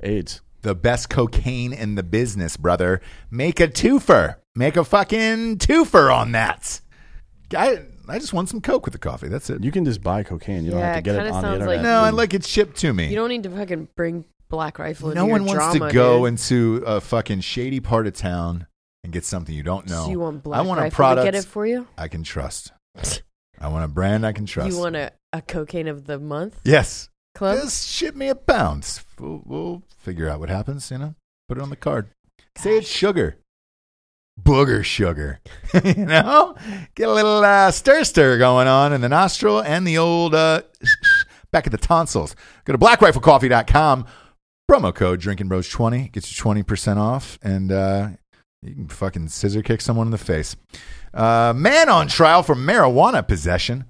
Speaker 3: AIDS.
Speaker 2: The best cocaine in the business, brother. Make a twofer. Make a fucking twofer on that. I, I just want some Coke with the coffee. That's it.
Speaker 3: You can just buy cocaine. You don't
Speaker 4: Yeah,
Speaker 3: have to
Speaker 4: it
Speaker 3: get it
Speaker 4: kinda
Speaker 3: on the
Speaker 4: sounds like-
Speaker 3: internet.
Speaker 2: no, I like it shipped to me.
Speaker 4: You don't need to fucking bring Black Rifle. into
Speaker 2: no
Speaker 4: your
Speaker 2: one wants
Speaker 4: drama,
Speaker 2: to go
Speaker 4: dude.
Speaker 2: into a fucking shady part of town and get something you don't know.
Speaker 4: So you want Black
Speaker 2: I want a
Speaker 4: Rifle
Speaker 2: product
Speaker 4: to get it for you?
Speaker 2: I can trust. I want a brand I can trust.
Speaker 4: You want a, a cocaine of the month
Speaker 2: yes.
Speaker 4: club?
Speaker 2: Just ship me a pound. We'll, we'll figure out what happens, you know? Put it on the card. Say it's sugar. Booger sugar. [laughs] you know? Get a little uh, stir stir going on in the nostril and the old uh, [sniffs] back of the tonsils. Go to blackriflecoffee.com. Promo code Drinking Bros 20 gets you 20% off. And uh, you can fucking scissor kick someone in the face. Uh, man on trial for marijuana possession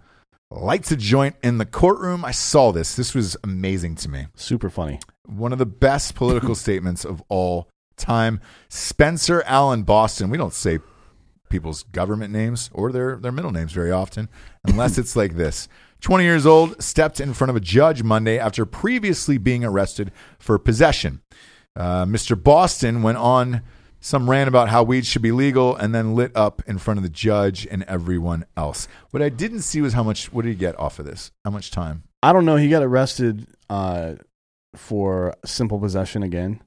Speaker 2: lights a joint in the courtroom. I saw this. This was amazing to me.
Speaker 3: Super funny.
Speaker 2: One of the best political statements of all time. Spencer Allen Boston. We don't say people's government names or their, their middle names very often, unless it's like this. 20 years old, stepped in front of a judge Monday after previously being arrested for possession. Uh, Mr. Boston went on some rant about how weed should be legal and then lit up in front of the judge and everyone else. What I didn't see was how much, what did he get off of this? How much time?
Speaker 3: I don't know. He got arrested uh, for simple possession again,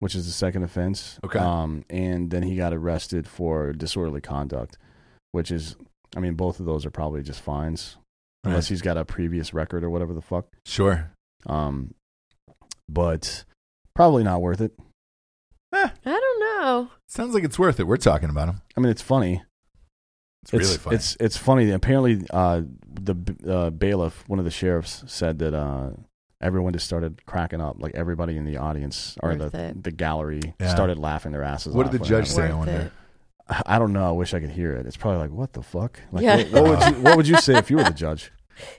Speaker 3: which is the second offense.
Speaker 2: Okay.
Speaker 3: Um, and then he got arrested for disorderly conduct, which is, I mean, both of those are probably just fines, unless he's got a previous record or whatever the fuck.
Speaker 2: Sure.
Speaker 3: Um, but probably not worth it.
Speaker 2: Eh,
Speaker 4: I don't know.
Speaker 2: Sounds like it's worth it. We're talking about him.
Speaker 3: I mean, it's funny.
Speaker 2: It's, really funny.
Speaker 3: It's it's funny. Apparently, uh, the b- uh, bailiff, one of the sheriffs, said that uh, everyone just started cracking up. Like everybody in the audience or
Speaker 4: Worth
Speaker 3: the,
Speaker 4: it.
Speaker 3: the gallery
Speaker 2: Yeah.
Speaker 3: started laughing their asses
Speaker 2: what
Speaker 3: off.
Speaker 2: did the
Speaker 3: when
Speaker 2: judge
Speaker 3: that
Speaker 2: say? I
Speaker 4: Worth
Speaker 2: wonder.
Speaker 4: it.
Speaker 3: happened. I I don't know. I wish I could hear it. It's probably like, what the fuck? Like,
Speaker 4: Yeah.
Speaker 3: what, what would you, what would you say if you were the judge?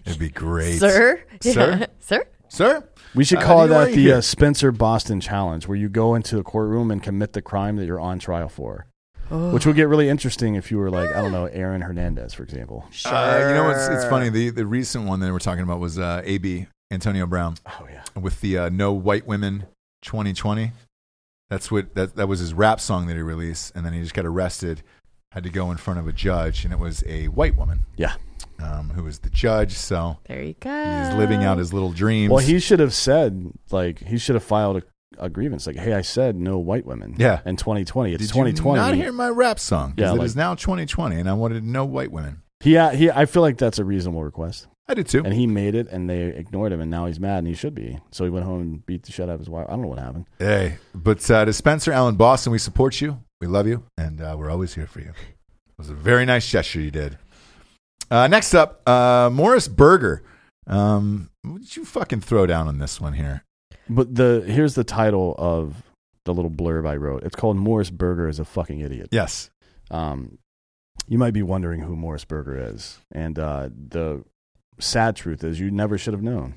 Speaker 2: It'd be great,
Speaker 4: Sir?
Speaker 2: Sir?
Speaker 4: [laughs] Yeah. Sir?
Speaker 2: Sir,
Speaker 3: We should
Speaker 2: Uh,
Speaker 3: call
Speaker 2: you
Speaker 3: that
Speaker 2: are
Speaker 3: the
Speaker 2: here.
Speaker 3: uh, Spencer Boston Challenge, where you go into the courtroom and commit the crime that you're on trial for, which would get really interesting if you were like, I don't know, Aaron Hernandez, for example.
Speaker 4: Sure.
Speaker 2: Uh, you know what's it's funny. The the recent one that we're talking about was uh, AB Antonio Brown
Speaker 3: Oh yeah.
Speaker 2: with the uh, No White Women 2020. That's what that that was his rap song that he released, and then he just got arrested, had to go in front of a judge, and it was a white woman
Speaker 3: Yeah.
Speaker 2: um, who was the judge. So
Speaker 4: There you go.
Speaker 2: he's living out his little dreams.
Speaker 3: Well, he should have said like he should have filed a, a grievance like, "Hey, I said no white women."
Speaker 2: Yeah.
Speaker 3: in 2020, it's
Speaker 2: Did
Speaker 3: 2020.
Speaker 2: You not hear my rap song
Speaker 3: Yeah,
Speaker 2: because it
Speaker 3: like-
Speaker 2: is now 2020, and I wanted no white women.
Speaker 3: He, uh, he, I feel like that's a reasonable request,
Speaker 2: I did too.
Speaker 3: and he made it, and they ignored him, and now he's mad, and he should be. So he went home and beat the shit out of his wife. I don't know what happened.
Speaker 2: Hey, but uh, to Spencer Allen Boston, we support you. We love you, and uh, we're always here for you. It was a very nice gesture you did. Uh, next up, uh, Morris Berger. Um, what did you fucking throw down on this one here?
Speaker 3: But the here's the title of the little blurb I wrote. It's called Morris Berger is a fucking idiot.
Speaker 2: Yes.
Speaker 3: Um, you might be wondering who Morris Berger is, and uh, the sad truth is, you never should have known.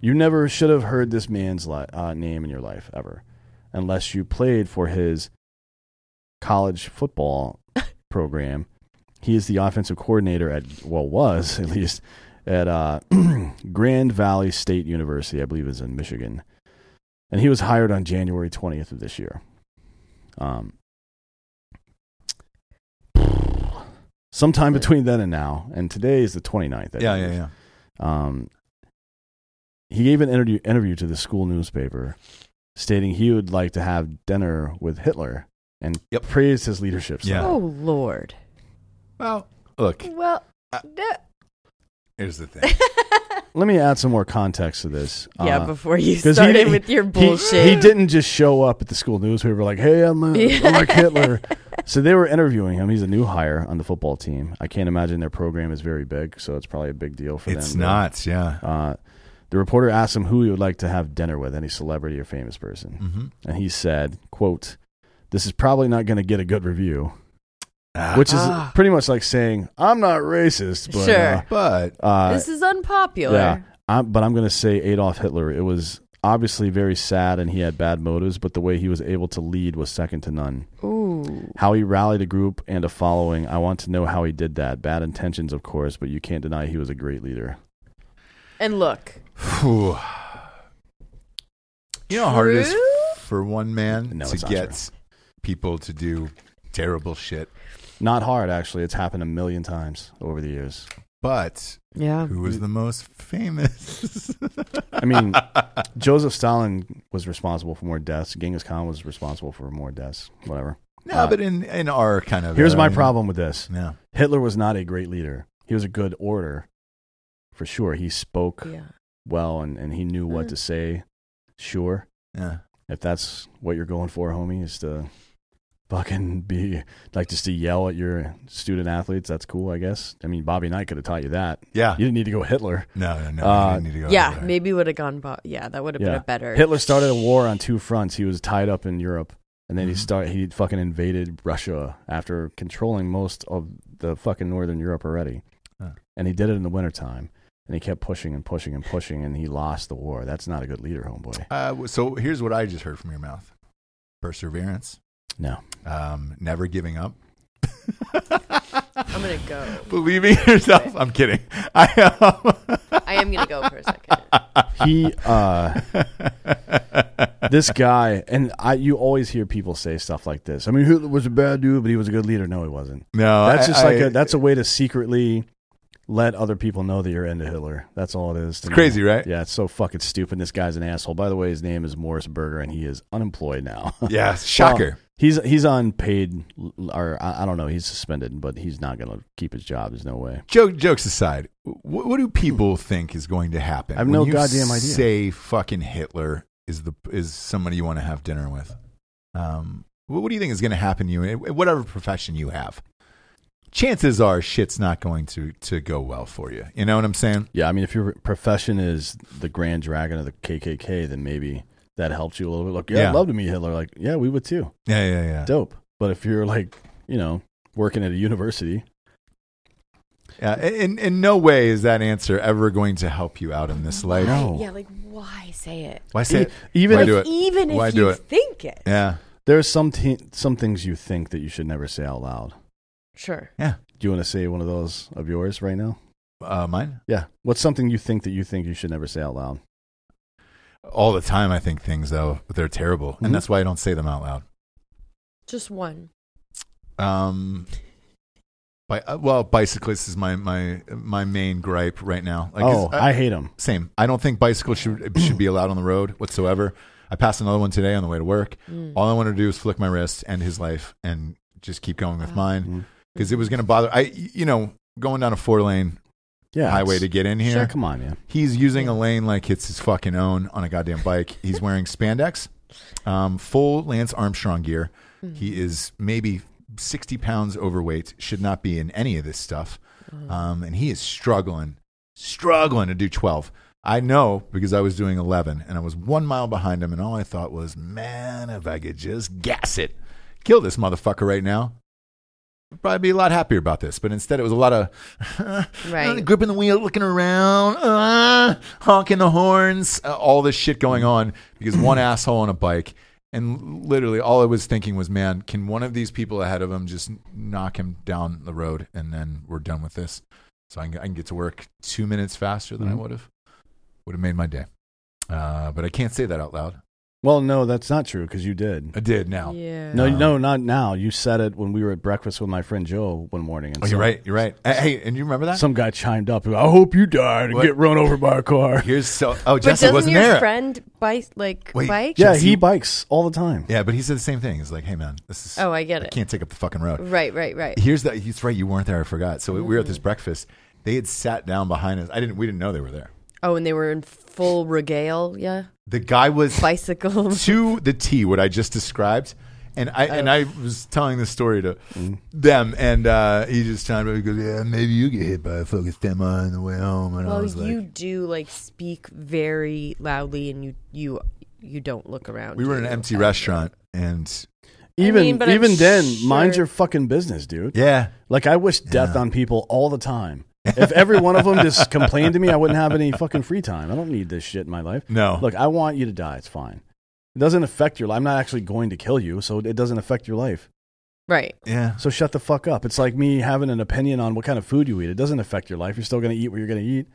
Speaker 3: You never should have heard this man's li- uh, name in your life ever, unless you played for his college football program. He is the offensive coordinator at, well, was [laughs] at least at uh, [clears throat] Grand Valley State University, I believe, is in Michigan, and he was hired on January twentieth of this year. Um, [sighs] sometime between then and now, and today is the 29th. I
Speaker 2: Yeah,
Speaker 3: believe.
Speaker 2: yeah, yeah.
Speaker 3: Um, he gave an interview interview to the school newspaper, stating he would like to have dinner with Hitler and
Speaker 2: Yep.
Speaker 3: praised his leadership.
Speaker 2: Yeah.
Speaker 3: style.
Speaker 4: Oh, Lord.
Speaker 2: Well, look,
Speaker 4: Well,
Speaker 2: Uh,
Speaker 4: no-
Speaker 2: here's the thing.
Speaker 3: let me add some more context to this.
Speaker 4: [laughs] yeah,
Speaker 3: Uh,
Speaker 4: before you
Speaker 3: 'cause
Speaker 4: started
Speaker 3: he-
Speaker 4: with your
Speaker 3: he-
Speaker 4: bullshit.
Speaker 3: He, didn't just show up at the school newspaper like, "Hey, I'm, uh, I'm
Speaker 4: [laughs]
Speaker 3: like Hitler." So they were interviewing him. He's a new hire on the football team. I can't imagine their program is very big, so it's probably a big deal [laughs] for them.
Speaker 2: It's
Speaker 3: but,
Speaker 2: nuts. Yeah.
Speaker 3: Uh, the reporter asked him who he would like to have dinner with, any celebrity or famous person,
Speaker 2: hmm
Speaker 3: and he said, "quote This is probably not going to get a good review,"
Speaker 2: Ah,
Speaker 3: which is
Speaker 4: Ah.
Speaker 3: pretty much like saying, "I'm not racist," but
Speaker 4: Sure.
Speaker 2: but
Speaker 3: uh, uh,
Speaker 4: this is unpopular.
Speaker 3: yeah, I'm, but I'm going to say Adolf Hitler. It was obviously very sad and he had bad motives, but the way he was able to lead was second to none.
Speaker 4: Ooh.
Speaker 3: How he rallied a group and a following, I want to know how he did that. Bad intentions, of course, but you can't deny he was a great leader.
Speaker 4: And look.
Speaker 2: Phew. you know how hard it is
Speaker 4: True?
Speaker 2: for one man
Speaker 3: No,
Speaker 2: to
Speaker 3: it's not
Speaker 2: get people to do terrible shit,
Speaker 3: Not hard, actually. It's happened a million times over the years.
Speaker 2: but
Speaker 4: Yeah.
Speaker 2: who was the most famous? [laughs]
Speaker 3: I mean, [laughs] Joseph Stalin was responsible for more deaths. Genghis Khan was responsible for more deaths. Whatever.
Speaker 2: no,
Speaker 3: Uh,
Speaker 2: but in in our kind of
Speaker 3: Here's
Speaker 2: era,
Speaker 3: my
Speaker 2: you know?
Speaker 3: problem with this
Speaker 2: Yeah,
Speaker 3: Hitler was not a great leader, he was a good orator. For sure, he spoke
Speaker 4: Yeah.
Speaker 3: well and, and he knew what to say. Sure.
Speaker 2: yeah.
Speaker 3: If that's what you're going for, homie, is to fucking be like just to yell at your student athletes, that's cool, I guess. I mean Bobby Knight could have taught you that.
Speaker 2: Yeah.
Speaker 3: You didn't need to go Hitler.
Speaker 2: No, no, no.
Speaker 3: Uh,
Speaker 2: I didn't need to go
Speaker 4: Yeah,
Speaker 2: there.
Speaker 4: maybe would have gone. Bo- yeah, that would have been
Speaker 3: Yeah.
Speaker 4: a better.
Speaker 3: Hitler started a war on two fronts. He was tied up in Europe and then he
Speaker 2: Mhm.
Speaker 3: start he fucking invaded Russia after controlling most of the fucking northern Europe already.
Speaker 2: Huh.
Speaker 3: And he did it in the wintertime. And he kept pushing and pushing and pushing and he lost the war. That's not a good leader, homeboy.
Speaker 2: Uh, so here's what I just heard from your mouth: perseverance,
Speaker 3: No.
Speaker 2: um, never giving up,
Speaker 4: [laughs] I'm gonna go.
Speaker 2: [laughs] believing in yourself. I'm kidding. [laughs] I um,
Speaker 4: I am gonna go for
Speaker 2: [laughs]
Speaker 4: a second.
Speaker 3: He uh
Speaker 2: am.
Speaker 3: this guy and I you always hear people say stuff like this. I mean, Hitler was a bad dude, but he was a good leader. No, he wasn't.
Speaker 2: [laughs] no,
Speaker 3: That's
Speaker 2: Uh, I-
Speaker 3: just like
Speaker 2: I-
Speaker 3: a, that's a way to secretly let other people know that you're into Hitler. That's all it is. to
Speaker 2: It's
Speaker 3: me.
Speaker 2: crazy, right?
Speaker 3: Yeah, it's so fucking stupid. This guy's an asshole. By the way, his name is Morris Berger, and he is unemployed now. [laughs]
Speaker 2: Yeah, shocker.
Speaker 3: he's he's on paid, or I I don't know. He's suspended, but he's not going to keep his job. There's no way.
Speaker 2: Joke, jokes aside, what, what do people think is going to happen?
Speaker 3: Hmm. I have
Speaker 2: when
Speaker 3: no
Speaker 2: you
Speaker 3: goddamn idea.
Speaker 2: Say fucking Hitler is the is somebody you want to have dinner with. Um, what, what do you think is going to happen to you in whatever profession you have? Chances are shit's not going to to go well for you. You know what I'm saying?
Speaker 3: Yeah, I mean, if your profession is the Grand Dragon of the KKK, then maybe that helps you a little bit. Look, yeah,
Speaker 2: Yeah.
Speaker 3: I'd love to meet Hitler. Like, yeah, we would too.
Speaker 2: Yeah, yeah, yeah.
Speaker 3: dope. But if you're like, you know, working at a university,
Speaker 2: yeah in in no way is that answer ever going to help you out in this life.
Speaker 3: No.
Speaker 4: Yeah, like why say it?
Speaker 2: Why say
Speaker 3: E-
Speaker 2: it?
Speaker 3: even
Speaker 2: Why
Speaker 3: if-
Speaker 2: do it?
Speaker 4: Even if
Speaker 2: Why do
Speaker 4: you
Speaker 2: it?
Speaker 4: think it.
Speaker 2: Yeah,
Speaker 3: there's some te- some things you think that you should never say out loud.
Speaker 4: Sure.
Speaker 2: yeah.
Speaker 3: Do you want to say one of those of yours right now?
Speaker 2: Uh, mine.
Speaker 3: Yeah. What's something you think that you think you should never say out loud?
Speaker 2: all the time I think things though they're terrible,
Speaker 3: Mhm.
Speaker 2: and that's why I don't say them out loud.
Speaker 4: Just one.
Speaker 2: Um, by, uh, well, bicyclists is my my my main gripe right now. Like,
Speaker 3: oh,
Speaker 2: is-
Speaker 3: I, hate him.
Speaker 2: same. I don't think bicycles should should be allowed on the road whatsoever. I passed another one today on the way to work.
Speaker 4: Mm.
Speaker 2: All I wanted to do was flick my wrist, end his life, and just keep going with
Speaker 4: Wow.
Speaker 3: Mm-hmm.
Speaker 2: mine because it was going to bother. I you know going down a four lane
Speaker 3: Yeah.
Speaker 2: highway to
Speaker 3: it's-
Speaker 2: get in here.
Speaker 3: Sure, come on, man.
Speaker 2: He's using a lane like it's his fucking own on a goddamn bike. He's wearing spandex, um, full Lance Armstrong gear. He is maybe 60 pounds overweight, should not be in any of this stuff. Um, and he is struggling, struggling to do 12. I know because I was doing 11 and I was one mile behind him. And all I thought was, man, if I could just gas it, kill this motherfucker right now. I'd Probably be a lot happier about this, but instead it was a lot of [laughs]
Speaker 4: Right.
Speaker 2: gripping the wheel, looking around, uh, honking the horns, uh, all this shit going on because one
Speaker 4: [clears throat]
Speaker 2: asshole on a bike. And literally, all I was thinking was, man, can one of these people ahead of him just knock him down the road and then we're done with this? So I can, I can get to work two minutes faster than
Speaker 3: Mhm.
Speaker 4: Mm-hmm.
Speaker 2: I would have. Would have made my day. Uh, but I can't say that out loud.
Speaker 3: Well, no, that's not true because you did.
Speaker 2: I did now.
Speaker 4: Yeah.
Speaker 3: No,
Speaker 2: Um,
Speaker 3: no, not now. You said it when we were at breakfast with my friend Joe one morning. And
Speaker 2: Oh, you're
Speaker 3: some-
Speaker 2: right. You're right. Hey, and you remember that?
Speaker 3: Some guy chimed up. I hope you die and
Speaker 2: What?
Speaker 3: get run over by a [laughs] car.
Speaker 2: Here's so. Oh,
Speaker 4: But
Speaker 2: Jesse
Speaker 4: doesn't
Speaker 2: wasn't
Speaker 4: your
Speaker 2: there.
Speaker 4: friend bike like
Speaker 2: Wait.
Speaker 4: bike?
Speaker 3: Yeah,
Speaker 2: Jesse-
Speaker 3: he bikes all the time.
Speaker 2: Yeah, but he said the same thing. He's like, hey, man, this is.
Speaker 4: Oh, I get
Speaker 2: I
Speaker 4: it.
Speaker 2: can't take up the fucking road.
Speaker 4: Right, right, right.
Speaker 2: Here's the. He's right. You weren't there. I forgot. So we were at this breakfast. They had sat down behind us. I didn't. We didn't know they were there.
Speaker 4: Oh, and they were in full regale, yeah,
Speaker 2: The guy was [laughs]
Speaker 4: bicycle.
Speaker 2: to the T what I just described. And I and I
Speaker 3: Oh.
Speaker 2: was telling this story to
Speaker 3: Mm.
Speaker 2: them, and uh, he just chimed up. He goes, "Yeah, maybe you get hit by a fucking semi on the way home." And I
Speaker 4: well,
Speaker 2: was like,
Speaker 4: you do like speak very loudly, and you you you don't look around.
Speaker 2: "We were in an
Speaker 4: you.
Speaker 2: empty restaurant, and
Speaker 4: I
Speaker 3: Even
Speaker 4: mean, but I'm
Speaker 3: even then, mind
Speaker 4: sure-
Speaker 3: your fucking business, dude.
Speaker 2: yeah,
Speaker 3: Like I wish death on people all the time. If every one of them just complained to me, I wouldn't have any fucking free time. I don't need this shit in my life.
Speaker 2: no,
Speaker 3: Look, I want you to die. It's fine. It doesn't affect your life. I'm not actually going to kill you, so it doesn't affect your life.
Speaker 4: right?
Speaker 2: yeah,
Speaker 3: So shut the fuck up. It's like me having an opinion on what kind of food you eat. It doesn't affect your life. You're still going to eat what you're going to eat.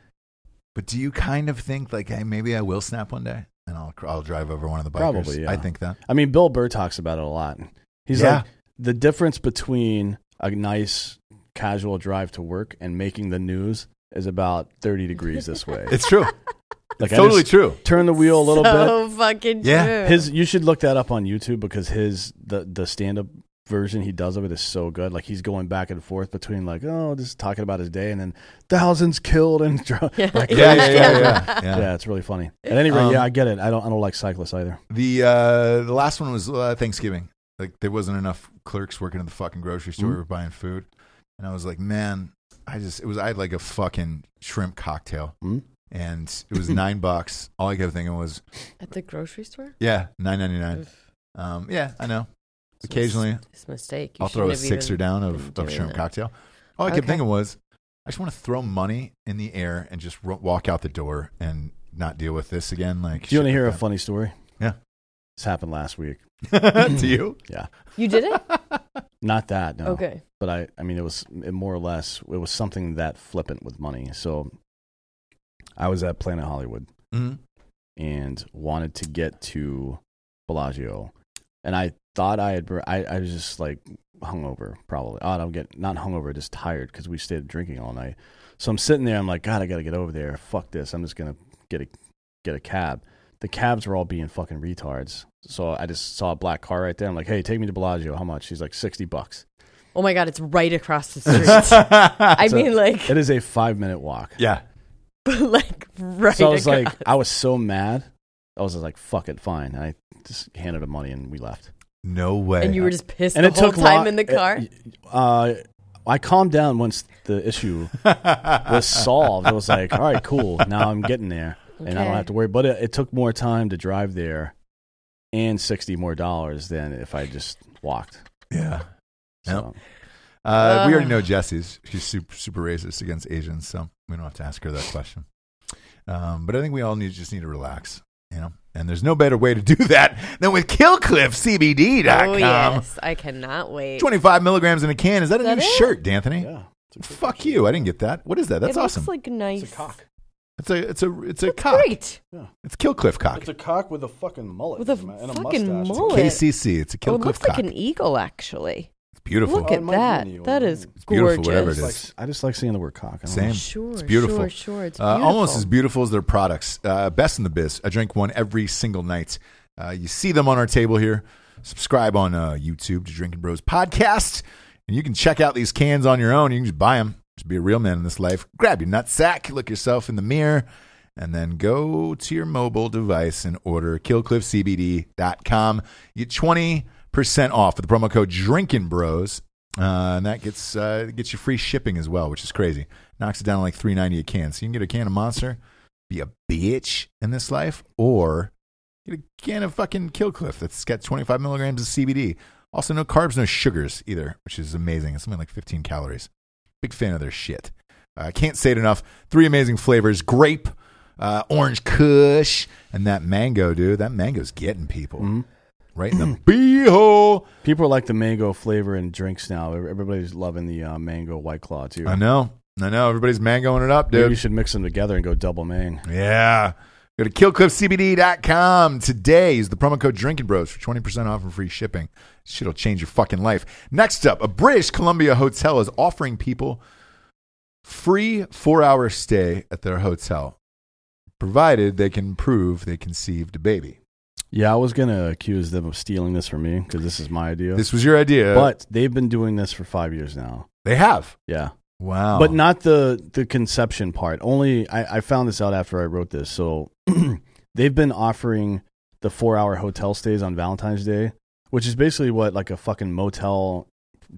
Speaker 2: But do you kind of think like, hey, maybe I will snap one day, and I'll I'll drive over one of the bikers?
Speaker 3: Probably, yeah.
Speaker 2: I think that.
Speaker 3: I mean, Bill Burr talks about it a lot. He's
Speaker 2: Yeah.
Speaker 3: like the difference between a nice casual drive to work and making the news is about 30 degrees this way.
Speaker 2: [laughs] It's true.
Speaker 3: like I
Speaker 2: totally
Speaker 3: just
Speaker 2: true.
Speaker 3: Turn the wheel a little bit.
Speaker 4: so fucking
Speaker 2: Yeah.
Speaker 4: true.
Speaker 3: His you should look that up on YouTube because his the the stand up version he does of it is so good. Like he's going back and forth between like oh just talking about his day and then thousands killed and [laughs] dr-
Speaker 4: [laughs] Yeah.
Speaker 3: like,
Speaker 2: Yeah, yeah, yeah, [laughs] yeah. yeah.
Speaker 3: yeah, it's really funny. At any rate,
Speaker 2: Um,
Speaker 3: yeah, I get it. I don't I don't like cyclists either.
Speaker 2: The uh, the last one was uh, Thanksgiving. Like there wasn't enough clerks working in the fucking grocery store
Speaker 3: Mhm.
Speaker 2: or buying food, and I was like, man, I just it was I had like a fucking shrimp cocktail,
Speaker 3: Mhm.
Speaker 2: and it
Speaker 3: [laughs]
Speaker 2: was nine bucks. All I kept thinking was,
Speaker 4: at the grocery store.
Speaker 2: yeah, nine ninety nine.
Speaker 4: Oof.
Speaker 2: Um, yeah, I know.
Speaker 4: It's a mis-
Speaker 2: Occasionally,
Speaker 4: it's a mistake. You
Speaker 2: I'll throw a
Speaker 4: shouldn't have
Speaker 2: sixer
Speaker 4: even-
Speaker 2: down
Speaker 4: been
Speaker 2: of, of
Speaker 4: doing
Speaker 2: shrimp
Speaker 4: that.
Speaker 2: cocktail. All I kept
Speaker 4: Okay.
Speaker 2: thinking was, I just want to throw money in the air and just ro- walk out the door and not deal with this again. Like,
Speaker 3: Do you want to
Speaker 2: shit
Speaker 3: hear a
Speaker 2: like
Speaker 3: funny story?
Speaker 2: Yeah.
Speaker 3: This happened last week.
Speaker 2: that. [laughs] to you?
Speaker 4: You
Speaker 2: [laughs]
Speaker 4: did it.
Speaker 3: Not that, no.
Speaker 4: Okay.
Speaker 3: But I, I mean, it was it more or less, it was something that flippant with money. So I was at Planet Hollywood
Speaker 2: Mhm.
Speaker 3: and wanted to get to Bellagio. And I thought I had, bur- I, I was just like hungover, probably. Oh, I'm getting, not hungover, just tired because we stayed drinking all night. So I'm sitting there, I'm like, God, I got to get over there. Fuck this. I'm just going to get a, get a cab. The cabs were all being fucking retards. So I just saw a black car right there. I'm like, hey, take me to Bellagio. How much? She's like, 60 bucks.
Speaker 4: Oh my god, it's right
Speaker 2: [laughs]
Speaker 4: across the street. I mean, like, [laughs]
Speaker 3: It is a five minute walk.
Speaker 2: Yeah.
Speaker 4: like right.
Speaker 3: so I was
Speaker 4: across.
Speaker 3: like, I was so mad. I was just like, fuck it, fine. And I just handed him money and we left.
Speaker 2: No way.
Speaker 4: and you
Speaker 2: [laughs]
Speaker 4: were just pissed
Speaker 3: And
Speaker 4: the
Speaker 3: it
Speaker 4: whole
Speaker 3: took
Speaker 4: time
Speaker 3: lo-
Speaker 4: in the car.
Speaker 3: it- uh, I calmed down once the issue
Speaker 4: [laughs]
Speaker 3: was solved. I was like, all right, cool. Now I'm getting there and I don't
Speaker 4: Okay.
Speaker 3: have to worry. But it, it took more time to drive there and 60 more dollars than if I just walked.
Speaker 2: [laughs] yeah.
Speaker 3: So,
Speaker 2: Uh, we already know Jesse's. She's super, super racist against Asians, so we don't have to ask her that question. Um, but I think we all need just need to relax, you know. And there's no better way to do that than with KillcliffCBD.com.
Speaker 4: oh yes, I cannot wait.
Speaker 2: 25 milligrams in a can. Is that a
Speaker 4: That
Speaker 2: new
Speaker 4: it?
Speaker 2: shirt, D'Anthony?
Speaker 3: yeah. It's a good
Speaker 2: Fuck
Speaker 3: picture.
Speaker 2: you! I didn't get that. What is that? That's
Speaker 4: it
Speaker 2: awesome.
Speaker 4: Looks like nice.
Speaker 3: It's a cock.
Speaker 2: it's a it's a it's a
Speaker 4: That's
Speaker 2: cock.
Speaker 4: great.
Speaker 2: It's Killcliff cock.
Speaker 3: It's a cock with a fucking mullet.
Speaker 4: With a
Speaker 3: and and
Speaker 4: fucking
Speaker 3: mustache.
Speaker 4: mullet.
Speaker 2: KCC. It's a
Speaker 4: Oh,
Speaker 2: Killcliff
Speaker 4: it looks
Speaker 2: cock.
Speaker 4: like an eagle, actually.
Speaker 2: it's beautiful.
Speaker 4: Look
Speaker 3: Oh, it
Speaker 4: at
Speaker 3: might be an
Speaker 4: that.
Speaker 3: eagle.
Speaker 4: That is
Speaker 2: It's beautiful,
Speaker 4: gorgeous.
Speaker 2: whatever it
Speaker 3: I
Speaker 2: is.
Speaker 3: just like- I just like seeing the word cock. I don't
Speaker 2: Same.
Speaker 3: know.
Speaker 4: Sure,
Speaker 2: It's beautiful.
Speaker 4: Sure, sure. It's
Speaker 2: Uh,
Speaker 4: beautiful.
Speaker 2: almost as beautiful as their products. Uh, best in the biz. I drink one every single night. Uh, you see them on our table here. Subscribe on uh, YouTube to Drinking Bros Podcast. And you can check out these cans on your own. You can just buy them. Just be a real man in this life. Grab your nutsack, look yourself in the mirror, and then go to your mobile device and order killcliffcbd.com. You get 20% off with the promo code Drinking Bros. Uh, and that gets uh, gets you free shipping as well, which is crazy. Knocks it down to like three ninety a can. So you can get a can of Monster, be a bitch in this life, or get a can of fucking Killcliff that's got twenty five milligrams of CBD. Also, no carbs, no sugars either, which is amazing. It's something like fifteen calories. Big fan of their shit. Uh, I can't say it enough. Three amazing flavors: grape, uh, orange Kush, and that mango, dude. That mango's getting people
Speaker 3: Mhm.
Speaker 2: right in the beehole.
Speaker 3: People like the mango flavor in drinks now. Everybody's loving the uh, mango white claw too.
Speaker 2: I know. I know. Everybody's mangoing it up,
Speaker 3: Maybe
Speaker 2: dude.
Speaker 3: you should mix them together and go double mang.
Speaker 2: Yeah. Go to killcliffcbd.com today. Use the promo code Drinking Bros for 20% off and free shipping. Shit'll change your fucking life. Next up, a British Columbia hotel is offering people free four hour stay at their hotel, provided they can prove they conceived a baby.
Speaker 3: Yeah, I was gonna accuse them of stealing this from me because this is my idea.
Speaker 2: This was your idea.
Speaker 3: but they've been doing this for five years now.
Speaker 2: they have.
Speaker 3: Yeah,
Speaker 2: Wow.
Speaker 3: but not the the conception part. Only I, I found this out after I wrote this. So [clears throat] they've been offering the four hour hotel stays on Valentine's Day, which is basically what like a fucking motel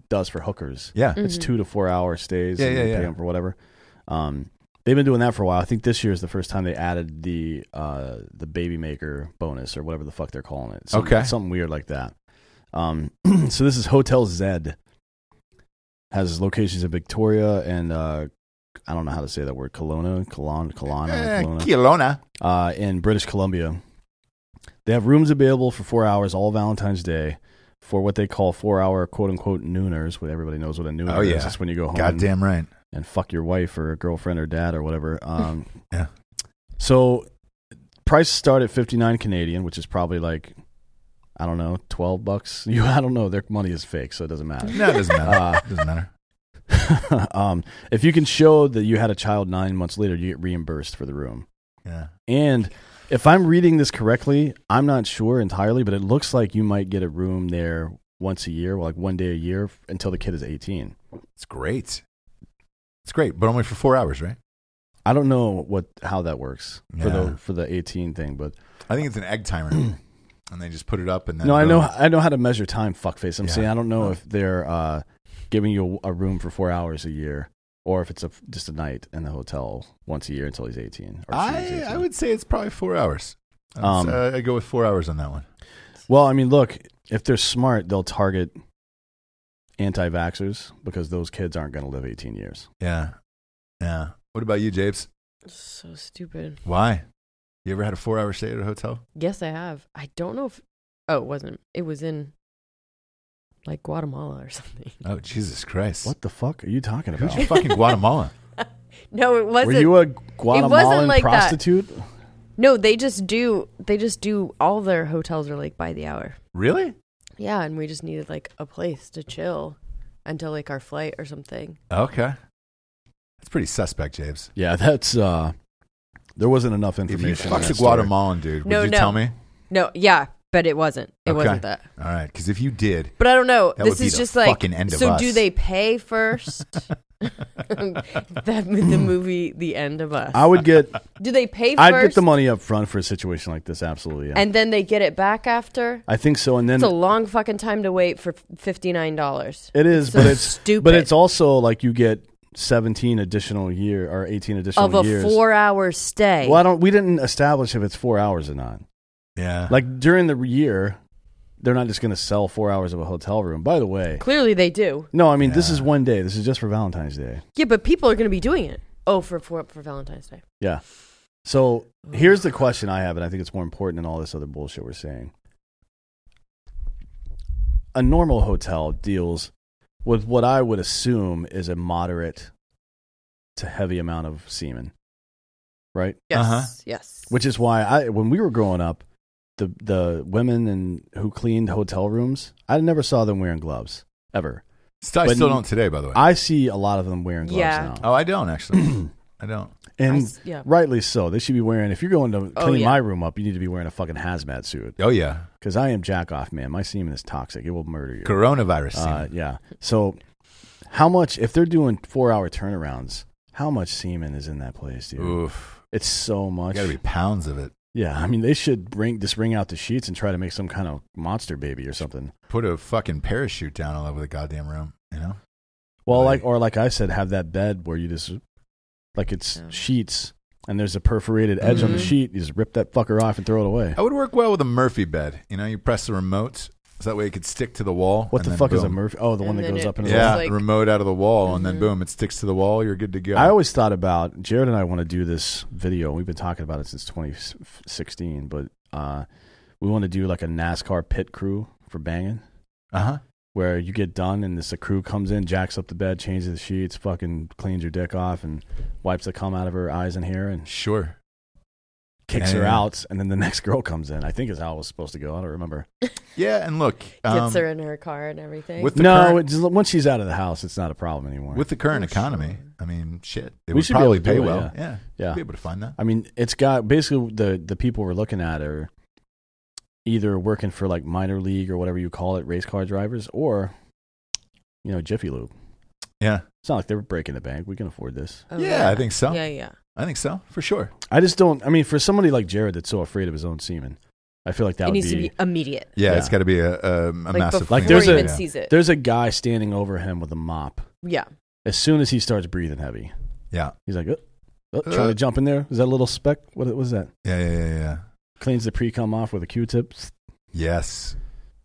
Speaker 3: does for hookers.
Speaker 2: Yeah.
Speaker 4: Mm.
Speaker 3: It's
Speaker 4: Mhm.
Speaker 3: two to four hour stays.
Speaker 2: Yeah,
Speaker 3: and
Speaker 2: yeah,
Speaker 3: they pay
Speaker 2: yeah.
Speaker 3: them for whatever. Um, they've been doing that for a while. I think this year is the first time they added the uh the baby maker bonus or whatever the fuck they're calling it. Something-
Speaker 2: Okay.
Speaker 3: something weird like that. Um, [clears throat] so this is Hotel Zed. Has locations in Victoria and uh, I don't know how to say that word, Kelowna, Kelowna, Kelowna,
Speaker 2: Eh,
Speaker 3: Kelowna,
Speaker 2: Kelowna.
Speaker 3: uh, in British Columbia. They have rooms available for four hours all Valentine's Day for what they call four-hour quote-unquote nooners. What everybody knows what a nooner
Speaker 2: Oh, yeah.
Speaker 3: is. That's when you go home and-
Speaker 2: Goddamn right.
Speaker 3: and fuck your wife or girlfriend or dad or whatever. Um,
Speaker 2: [laughs] Yeah.
Speaker 3: So prices start at fifty nine Canadian, which is probably like I don't know twelve bucks. [laughs] You I don't know. Their money is fake, so it
Speaker 2: [laughs]
Speaker 3: doesn't matter. [laughs]
Speaker 2: No, it doesn't matter.
Speaker 3: Uh,
Speaker 2: doesn't matter.
Speaker 3: um, if you can show that you had a child nine months later, you get reimbursed for the room.
Speaker 2: Yeah.
Speaker 3: And if I'm reading this correctly, I'm not sure entirely, but it looks like you might get a room there once a year, like one day a year f- until the kid is 18.
Speaker 2: It's great. It's great, but only for four hours, right?
Speaker 3: I don't know what how that works
Speaker 2: Yeah.
Speaker 3: for the for the 18 thing, but
Speaker 2: I think it's an egg [clears throat] timer, and they just put it up and then.
Speaker 3: No, I
Speaker 2: boom.
Speaker 3: know I know how to measure time, fuckface. I'm
Speaker 2: Yeah.
Speaker 3: saying I don't know
Speaker 2: Oh.
Speaker 3: if they're uh, giving you a, a room for four hours a year or if it's a, just a night in the hotel once a year until he's 18. Or she's 18.
Speaker 2: I I would say it's probably four hours. I'd
Speaker 3: Um,
Speaker 2: say- I go with four hours on that one.
Speaker 3: Well, I mean, look, if they're smart, they'll target anti vaxxers because those kids aren't going to live 18 years.
Speaker 2: Yeah, yeah. What about you, Japes?
Speaker 4: So stupid.
Speaker 2: Why? You ever had a four-hour stay at a hotel?
Speaker 4: Yes, I have. I don't know if. Oh, it wasn't. It was in like Guatemala or [laughs] something.
Speaker 2: Oh, Jesus Christ!
Speaker 3: What the fuck are you talking
Speaker 2: Who's [laughs]
Speaker 3: about?
Speaker 2: your fucking Guatemala?
Speaker 4: No, it wasn't.
Speaker 3: Were you a Guatemalan
Speaker 4: like that.
Speaker 3: prostitute?
Speaker 4: no, they just do. They just do. All their hotels are like by the hour.
Speaker 2: really?
Speaker 4: Yeah, and we just needed like a place to chill until like our flight or something.
Speaker 2: Okay. That's pretty suspect, Japes.
Speaker 3: Yeah, that's. uh There wasn't enough
Speaker 2: If you
Speaker 3: information. in
Speaker 2: fucked
Speaker 3: that
Speaker 2: a
Speaker 3: story.
Speaker 2: Guatemalan dude, would
Speaker 4: No,
Speaker 2: you
Speaker 4: no.
Speaker 2: tell me?
Speaker 4: No, yeah, but it wasn't. It
Speaker 2: Okay.
Speaker 4: wasn't that.
Speaker 2: All right, because if you did,
Speaker 4: But I don't know.
Speaker 2: That
Speaker 4: this
Speaker 2: would be
Speaker 4: is
Speaker 2: the
Speaker 4: just like
Speaker 2: fucking end of
Speaker 4: so.
Speaker 2: us.
Speaker 4: Do they pay first?
Speaker 2: [laughs]
Speaker 4: [laughs] that the movie, the end of us.
Speaker 3: I would
Speaker 4: [laughs]
Speaker 3: get.
Speaker 4: do they pay 1st
Speaker 3: I'd get the money up front for a situation like this. Absolutely. Yeah.
Speaker 4: and then they get it back after.
Speaker 3: I think so, and then
Speaker 4: It's a long fucking time to wait for fifty nine dollars.
Speaker 3: it is,
Speaker 4: so
Speaker 3: but it's
Speaker 4: stupid.
Speaker 3: But it's also like you get seventeen additional year or eighteen additional
Speaker 4: of a
Speaker 3: years.
Speaker 4: four hour stay.
Speaker 3: well, I don't. We didn't establish if it's four hours or not.
Speaker 2: yeah,
Speaker 3: Like during the year, they're not just going to sell four hours of a hotel room. By the way,
Speaker 4: Clearly they do.
Speaker 3: no. I mean, this is
Speaker 2: Yeah.
Speaker 3: one day. This is just for Valentine's Day.
Speaker 4: Yeah, but people are going to be doing it. Oh, for for, for Valentine's Day.
Speaker 3: Yeah. So here's the question I have, and I think it's more important than all this other bullshit we're saying. A normal hotel deals with what I would assume is a moderate to heavy amount of semen, right?
Speaker 4: Yes,
Speaker 2: Uh-huh.
Speaker 4: yes.
Speaker 3: Which is why I, when we were growing up, the the women and who cleaned hotel rooms, I never saw them wearing gloves ever.
Speaker 2: Still- I
Speaker 3: but-
Speaker 2: still don't today, by the way.
Speaker 3: I see a lot of them wearing gloves
Speaker 4: Yeah.
Speaker 3: now,
Speaker 2: oh, I don't [clears throat] actually. I don't.
Speaker 4: I
Speaker 3: and
Speaker 4: s- yeah.
Speaker 3: rightly so. They should be wearing. If you're going to clean
Speaker 4: Oh, yeah.
Speaker 3: my room up, you need to be wearing a fucking hazmat suit.
Speaker 2: Oh yeah,
Speaker 3: Because I am jack off, man. My semen is toxic. It will murder you.
Speaker 2: coronavirus.
Speaker 3: Uh,
Speaker 2: semen.
Speaker 3: yeah. So, how much if they're doing four hour turnarounds? How much semen is in that place, dude?
Speaker 2: Oof,
Speaker 3: It's so much.
Speaker 2: got to be
Speaker 3: [laughs]
Speaker 2: pounds of it.
Speaker 3: Yeah, I mean, they should bring just bring out the sheets and try to make some kind of monster baby or something.
Speaker 2: Put a fucking parachute down all over the goddamn room. You know.
Speaker 3: Well,
Speaker 2: Right.
Speaker 3: like or like I said, have that bed where you just like it's
Speaker 4: Yeah.
Speaker 3: sheets and there's a perforated edge on the
Speaker 4: Mhm.
Speaker 3: sheet. You just rip that fucker off and throw it away.
Speaker 2: I would work well with a Murphy bed. You know, you press the remote so that way it could stick to the wall.
Speaker 3: What
Speaker 2: and
Speaker 3: the
Speaker 2: then
Speaker 3: fuck is a
Speaker 2: boom.
Speaker 3: Murphy? Oh, the one
Speaker 4: And
Speaker 3: that
Speaker 4: then
Speaker 3: goes
Speaker 4: it
Speaker 3: up and
Speaker 4: goes
Speaker 2: Yeah,
Speaker 4: It's like-
Speaker 2: the remote out of the wall, and then
Speaker 4: Mhm.
Speaker 2: boom, it sticks to the wall. You're good to go.
Speaker 3: I always thought about Jared and I want to do this video. We've been talking about it since 2016, but uh, we want to do like a NASCAR pit crew for banging,
Speaker 2: uh huh.
Speaker 3: where you get done and this a crew comes in, jacks up the bed, changes the sheets, fucking cleans your dick off, and wipes the cum out of her eyes and hair, and
Speaker 2: Sure.
Speaker 3: kicks
Speaker 2: Yeah,
Speaker 3: her
Speaker 2: yeah.
Speaker 3: out, and then the [laughs] next girl comes in. I think is how it was supposed to go. I don't remember.
Speaker 2: Yeah, and look, um,
Speaker 4: Gets her in her car and everything.
Speaker 2: with the
Speaker 3: No,
Speaker 2: current,
Speaker 3: it's, once she's out of the house, it's not a problem anymore.
Speaker 2: with the current
Speaker 4: Oh,
Speaker 2: economy,
Speaker 4: sure.
Speaker 2: I mean, shit, they
Speaker 3: We
Speaker 2: would
Speaker 3: should be able
Speaker 2: probably
Speaker 3: to do
Speaker 2: pay
Speaker 3: it,
Speaker 2: well. Yeah,
Speaker 3: yeah,
Speaker 2: be able to find that.
Speaker 3: I mean, it's got basically the the people we're looking at are either working for like minor league or whatever you call it, race car drivers, or you know, Jiffy Lube.
Speaker 2: Yeah.
Speaker 3: It's not like they're breaking the bank. We can afford this.
Speaker 4: Oh,
Speaker 2: yeah, I think so.
Speaker 4: Yeah, yeah.
Speaker 2: I think so, for sure.
Speaker 3: I just don't. I mean, for somebody like Jared that's so afraid of his own semen, I feel like that
Speaker 4: it
Speaker 3: would
Speaker 4: needs
Speaker 3: be,
Speaker 4: to be immediate.
Speaker 2: Yeah,
Speaker 3: Yeah.
Speaker 2: it's got to be a, a, a
Speaker 4: like
Speaker 2: massive thing.
Speaker 4: before
Speaker 3: Like, there's
Speaker 4: he
Speaker 3: a-
Speaker 4: even sees it.
Speaker 3: There's a guy standing over him with a mop.
Speaker 4: yeah.
Speaker 3: As soon as he starts breathing heavy,
Speaker 2: Yeah.
Speaker 3: he's like, "Uh, uh," trying to jump in there. Is that a little speck? What was that?
Speaker 2: Yeah, yeah, yeah, yeah.
Speaker 3: Cleans the pre cum off with a Q-tip.
Speaker 2: Yes.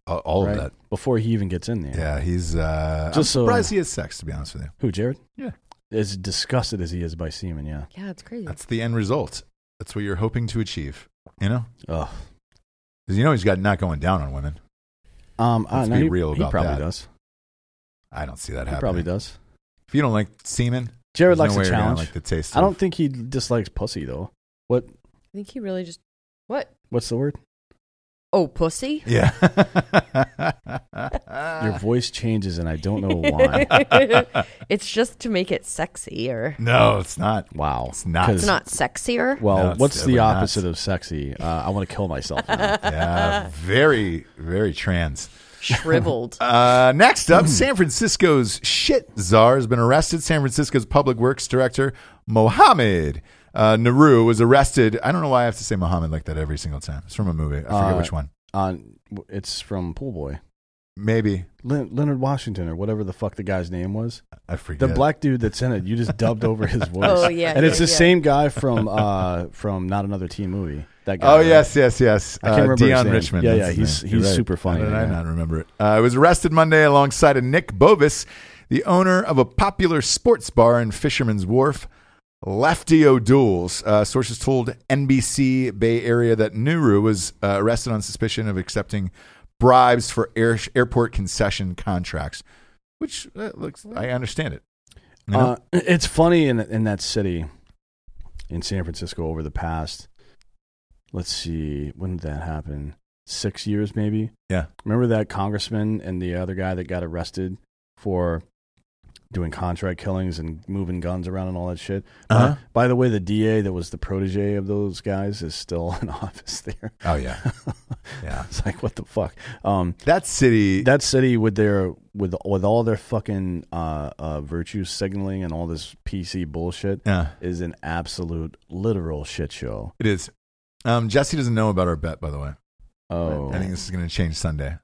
Speaker 2: A- All
Speaker 3: right?
Speaker 2: of that.
Speaker 3: before he even gets in there.
Speaker 2: Yeah, he's. Uh,
Speaker 3: Just
Speaker 2: I'm
Speaker 3: so-
Speaker 2: surprised he has sex, to be honest with you.
Speaker 3: Who, Jared?
Speaker 2: Yeah.
Speaker 3: As disgusted as he is by semen, yeah.
Speaker 4: Yeah, it's crazy.
Speaker 2: That's the end result. That's what you're hoping to achieve, you know?
Speaker 3: Ugh.
Speaker 2: Because you know he's got not going down on women.
Speaker 3: Um, I
Speaker 2: Let's
Speaker 3: don't know.
Speaker 2: be
Speaker 3: He-
Speaker 2: real
Speaker 3: he
Speaker 2: about
Speaker 3: probably
Speaker 2: that.
Speaker 3: does.
Speaker 2: I don't see that
Speaker 3: He
Speaker 2: happening.
Speaker 3: probably does.
Speaker 2: If you don't like semen,
Speaker 3: Jared
Speaker 2: there's
Speaker 3: likes
Speaker 2: no
Speaker 3: a
Speaker 2: way you're gonna
Speaker 3: challenge.
Speaker 2: like the taste.
Speaker 3: I
Speaker 2: of-
Speaker 3: don't think he dislikes pussy though. What?
Speaker 4: I think he really just what?
Speaker 3: What's the word?
Speaker 4: Oh, pussy.
Speaker 2: [laughs] Yeah. Uh.
Speaker 3: Your voice changes, and I
Speaker 2: [laughs]
Speaker 3: don't know why. [laughs]
Speaker 4: it's just to make it sexier.
Speaker 2: no, it's not.
Speaker 3: wow,
Speaker 2: It's not.
Speaker 3: 'Cause-
Speaker 4: It's
Speaker 2: [laughs]
Speaker 4: not sexier.
Speaker 2: No,
Speaker 3: Well,
Speaker 2: it's
Speaker 3: what's the
Speaker 2: definitely not.
Speaker 3: opposite of sexy? Uh, I want to kill
Speaker 2: [laughs]
Speaker 3: myself. now.
Speaker 2: Yeah, very, very trans.
Speaker 4: Shriveled.
Speaker 2: Uh, next
Speaker 3: Hmm.
Speaker 2: up, San Francisco's shit czar has been arrested. San Francisco's public works director, Mohammed uh, Naru, was arrested. I don't know why I have to say Mohammed like that every single time. It's from a movie. I forget
Speaker 3: Uh,
Speaker 2: which one.
Speaker 3: On it's from Pool Boy,
Speaker 2: Maybe.
Speaker 3: Lin- Leonard Washington, or whatever the fuck the guy's name was.
Speaker 2: I forget.
Speaker 3: The black dude that's in it, you just dubbed over his voice.
Speaker 4: [laughs] Oh, yeah,
Speaker 3: and it's
Speaker 4: yeah,
Speaker 3: the
Speaker 4: yeah.
Speaker 3: same guy from uh from not another teen movie. That guy.
Speaker 2: Oh
Speaker 3: right?
Speaker 2: yes, yes, yes.
Speaker 3: I can't remember his
Speaker 2: Dion
Speaker 3: name.
Speaker 2: Richmond.
Speaker 3: Yeah,
Speaker 2: that's
Speaker 3: yeah,
Speaker 2: his
Speaker 3: he's-
Speaker 2: name.
Speaker 3: he's
Speaker 2: You're right.
Speaker 3: super funny,
Speaker 2: How did I
Speaker 3: yeah.
Speaker 2: not remember it? Uh, he was arrested Monday alongside of Nick Bovis, the owner of a popular sports bar in Fisherman's Wharf, Lefty O'Doul's. Uh, sources told NBC Bay Area that Nuru was uh, arrested on suspicion of accepting bribes for air, airport concession contracts, which uh, looks. I understand it. You know?
Speaker 3: Uh, it's funny in in that city, in San Francisco, over the past, let's see, when did that happen? Six years, maybe.
Speaker 2: Yeah.
Speaker 3: Remember that congressman and the other guy that got arrested for doing contract killings and moving guns around and all that shit.
Speaker 2: Uh-huh.
Speaker 3: By, by the way, the DA that was the protege of those guys is still [laughs] in office there.
Speaker 2: oh yeah, [laughs] yeah.
Speaker 3: [laughs] It's like what the fuck. Um,
Speaker 2: That city.
Speaker 3: that city with their with with all their fucking uh, uh, virtue signaling and all this PC bullshit
Speaker 2: yeah.
Speaker 3: is an absolute literal shit show.
Speaker 2: It is. Um, Jesse doesn't know about our bet, by the way.
Speaker 3: Oh,
Speaker 2: I think this is going to change Sunday.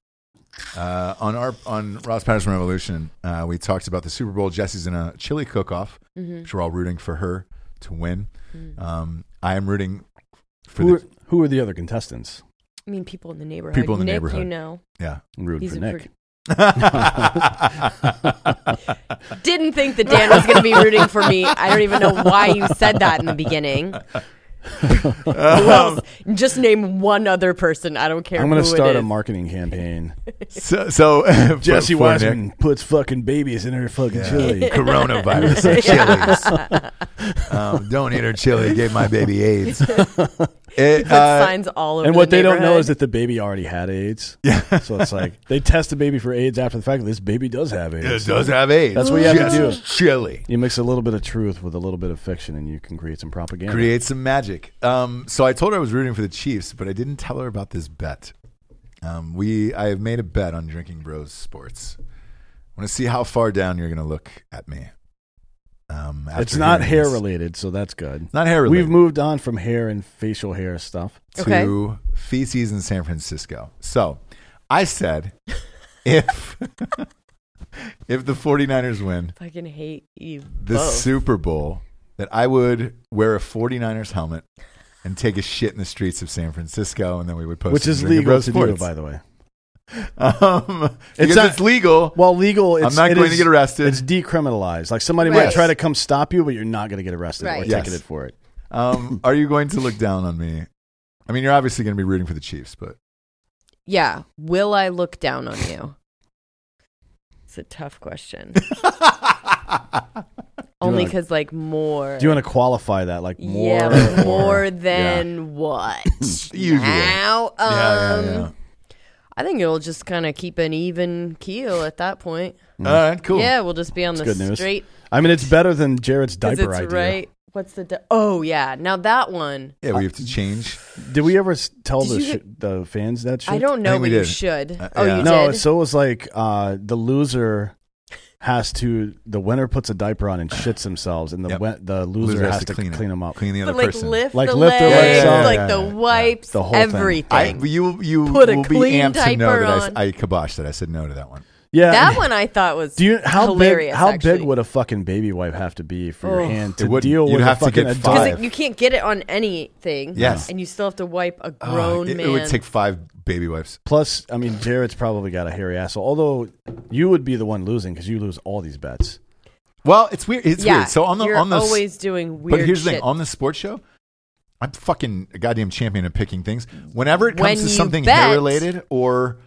Speaker 2: Uh, on our on Ross Patterson Revolution, uh, we talked about the Super Bowl. Jesse's in a chili cook-off,
Speaker 4: Mhm.
Speaker 2: which we're all rooting for her to win.
Speaker 4: Mm-hmm.
Speaker 2: Um, I am rooting for
Speaker 3: who
Speaker 2: the
Speaker 3: are, who are the other contestants?
Speaker 4: I mean, people in the neighborhood.
Speaker 2: People in the
Speaker 4: Nick,
Speaker 2: neighborhood.
Speaker 4: You know,
Speaker 2: yeah.
Speaker 3: I'm rooting
Speaker 4: He's
Speaker 3: for
Speaker 4: a
Speaker 3: Nick.
Speaker 4: [laughs]
Speaker 3: [laughs]
Speaker 4: pretty- didn't think that Dan was going to be rooting for me. I don't even know why you said that in the beginning.
Speaker 2: [laughs] Um,
Speaker 4: Who else? Just name one other person. I don't care.
Speaker 3: Um, I'm going to
Speaker 4: who it
Speaker 3: start
Speaker 4: [laughs]
Speaker 3: a
Speaker 4: is.
Speaker 3: marketing [laughs] campaign.
Speaker 2: So, [laughs] so
Speaker 3: Jesse
Speaker 2: for- for Nick.
Speaker 3: Wiseman puts fucking babies in her [laughs] fucking chili.
Speaker 2: [laughs] Coronavirus
Speaker 4: [laughs]
Speaker 2: and chilies. um, don't eat her chili. Gave my baby
Speaker 4: [laughs]
Speaker 2: AIDS. It,
Speaker 4: Put
Speaker 2: uh,
Speaker 4: signs all over.
Speaker 3: And what
Speaker 4: the
Speaker 3: they don't know
Speaker 4: neighborhood.
Speaker 3: is that the baby already had AIDS. Yeah. So it's like they test the baby for AIDS after the fact. This baby does have
Speaker 2: it
Speaker 3: AIDS.
Speaker 2: does have AIDS.
Speaker 3: That's what you have to
Speaker 2: Just Chili.
Speaker 3: You mix a little bit of truth with a little bit of fiction, and you can create some propaganda.
Speaker 2: create some magic. Um, so I told her I was rooting for the Chiefs, but I didn't tell her about this bet. Um, we I have made a bet on Drinking Bros Sports. I want to see how far down you're going to look at me. Um, after
Speaker 3: It's not
Speaker 2: hearing
Speaker 3: hair
Speaker 2: this.
Speaker 3: related, so that's good.
Speaker 2: Not hair related.
Speaker 3: We've moved on from hair and facial hair stuff.
Speaker 2: to feces in San Francisco. So I said, if [laughs] if the 49ers win
Speaker 4: Fucking hate you.
Speaker 2: the
Speaker 4: both.
Speaker 2: Super Bowl, that I would wear a 49ers helmet. And take a shit in the streets of San Francisco, and then we would post.
Speaker 3: Which
Speaker 2: it on
Speaker 3: is
Speaker 2: Drinking
Speaker 3: legal
Speaker 2: Bros
Speaker 3: to do,
Speaker 2: Sports. [laughs]
Speaker 3: by the way.
Speaker 2: Um, because
Speaker 3: not-
Speaker 2: it's legal.
Speaker 3: Well, legal. It's,
Speaker 2: not
Speaker 3: it
Speaker 2: going to
Speaker 3: is-
Speaker 2: get arrested.
Speaker 3: It's decriminalized. Like somebody might
Speaker 2: Right.
Speaker 3: try to come stop you, but you're not going to get arrested or
Speaker 4: Right.
Speaker 2: Yes.
Speaker 3: ticketed for it.
Speaker 2: Um, are you going to look down on me? I mean, you're obviously going to be rooting for the Chiefs, but [laughs]
Speaker 4: Yeah. Will I look down on you? It's a tough
Speaker 3: [laughs]
Speaker 4: question. Only
Speaker 3: wanna-
Speaker 4: because, like, more.
Speaker 3: Do you want to qualify that? Like more,
Speaker 4: yeah, but
Speaker 3: or-
Speaker 4: more than
Speaker 3: [laughs]
Speaker 4: what?
Speaker 2: Usually.
Speaker 4: Now, um,
Speaker 2: yeah, yeah, yeah.
Speaker 4: I think it'll just kind of keep an even keel at that point.
Speaker 3: Mm.
Speaker 2: All right, cool.
Speaker 4: Yeah, we'll just be on
Speaker 3: That's
Speaker 4: the
Speaker 3: good news.
Speaker 4: straight
Speaker 3: I mean, it's better than Jared's
Speaker 4: because
Speaker 3: diaper
Speaker 4: it's
Speaker 3: idea.
Speaker 4: right. What's the? Di- oh yeah, now that one.
Speaker 2: Yeah, we have to change.
Speaker 3: Did we ever s- tell
Speaker 4: Did
Speaker 3: the
Speaker 4: you
Speaker 3: sh- the fans that shit?
Speaker 4: I don't
Speaker 2: I
Speaker 4: know,
Speaker 2: think we
Speaker 4: but Oh, you
Speaker 2: did.
Speaker 4: should.
Speaker 2: Uh,
Speaker 4: oh,
Speaker 2: yeah.
Speaker 4: you
Speaker 3: No,
Speaker 4: did.
Speaker 3: so it was like uh, the loser has to the winner puts a
Speaker 2: [sighs]
Speaker 3: diaper on and shits themselves, and the
Speaker 2: Yep.
Speaker 3: win- the loser, has, to, clean,
Speaker 2: it.
Speaker 3: them up.
Speaker 2: Clean the other
Speaker 4: but like
Speaker 2: person.
Speaker 4: lift
Speaker 3: Like,
Speaker 4: the
Speaker 3: lift the
Speaker 2: legs
Speaker 4: legs,
Speaker 2: up.
Speaker 4: like
Speaker 2: Yeah,
Speaker 4: the
Speaker 2: yeah, yeah.
Speaker 4: wipes,
Speaker 3: The whole thing.
Speaker 4: everything.
Speaker 2: I, you you
Speaker 4: Put a
Speaker 2: will be
Speaker 4: clean
Speaker 2: amped to know
Speaker 4: diaper
Speaker 2: that
Speaker 4: on.
Speaker 2: I, I kiboshed that I said no to that one.
Speaker 3: Yeah,
Speaker 4: that one I thought was
Speaker 3: Do you how
Speaker 4: hilarious.
Speaker 3: big? How
Speaker 4: actually.
Speaker 3: big would a fucking baby wipe have to be for your
Speaker 4: Ugh.
Speaker 3: hand
Speaker 2: It
Speaker 3: to
Speaker 2: wouldn't.
Speaker 3: deal
Speaker 2: You'd
Speaker 3: with
Speaker 2: have
Speaker 3: a
Speaker 2: to
Speaker 3: fucking
Speaker 2: get
Speaker 3: adult?
Speaker 2: five.
Speaker 4: Because you can't get it on anything.
Speaker 2: Yes.
Speaker 4: And you still have to wipe a
Speaker 2: Oh,
Speaker 4: grown
Speaker 2: it,
Speaker 4: man.
Speaker 2: it would take five baby wipes.
Speaker 3: Plus, I mean, Jared's probably got a hairy asshole. Although you would be the one losing because you lose all these bets.
Speaker 2: Well, it's weird. It's
Speaker 4: yeah,
Speaker 2: weird. So on the
Speaker 4: you're
Speaker 2: on the s-
Speaker 4: always doing weird.
Speaker 2: But here's the
Speaker 4: shit.
Speaker 2: thing: on the sports show, I'm fucking a goddamn champion of picking things. Whenever it comes
Speaker 4: When
Speaker 2: to
Speaker 4: you
Speaker 2: something
Speaker 4: bet-
Speaker 2: hair related or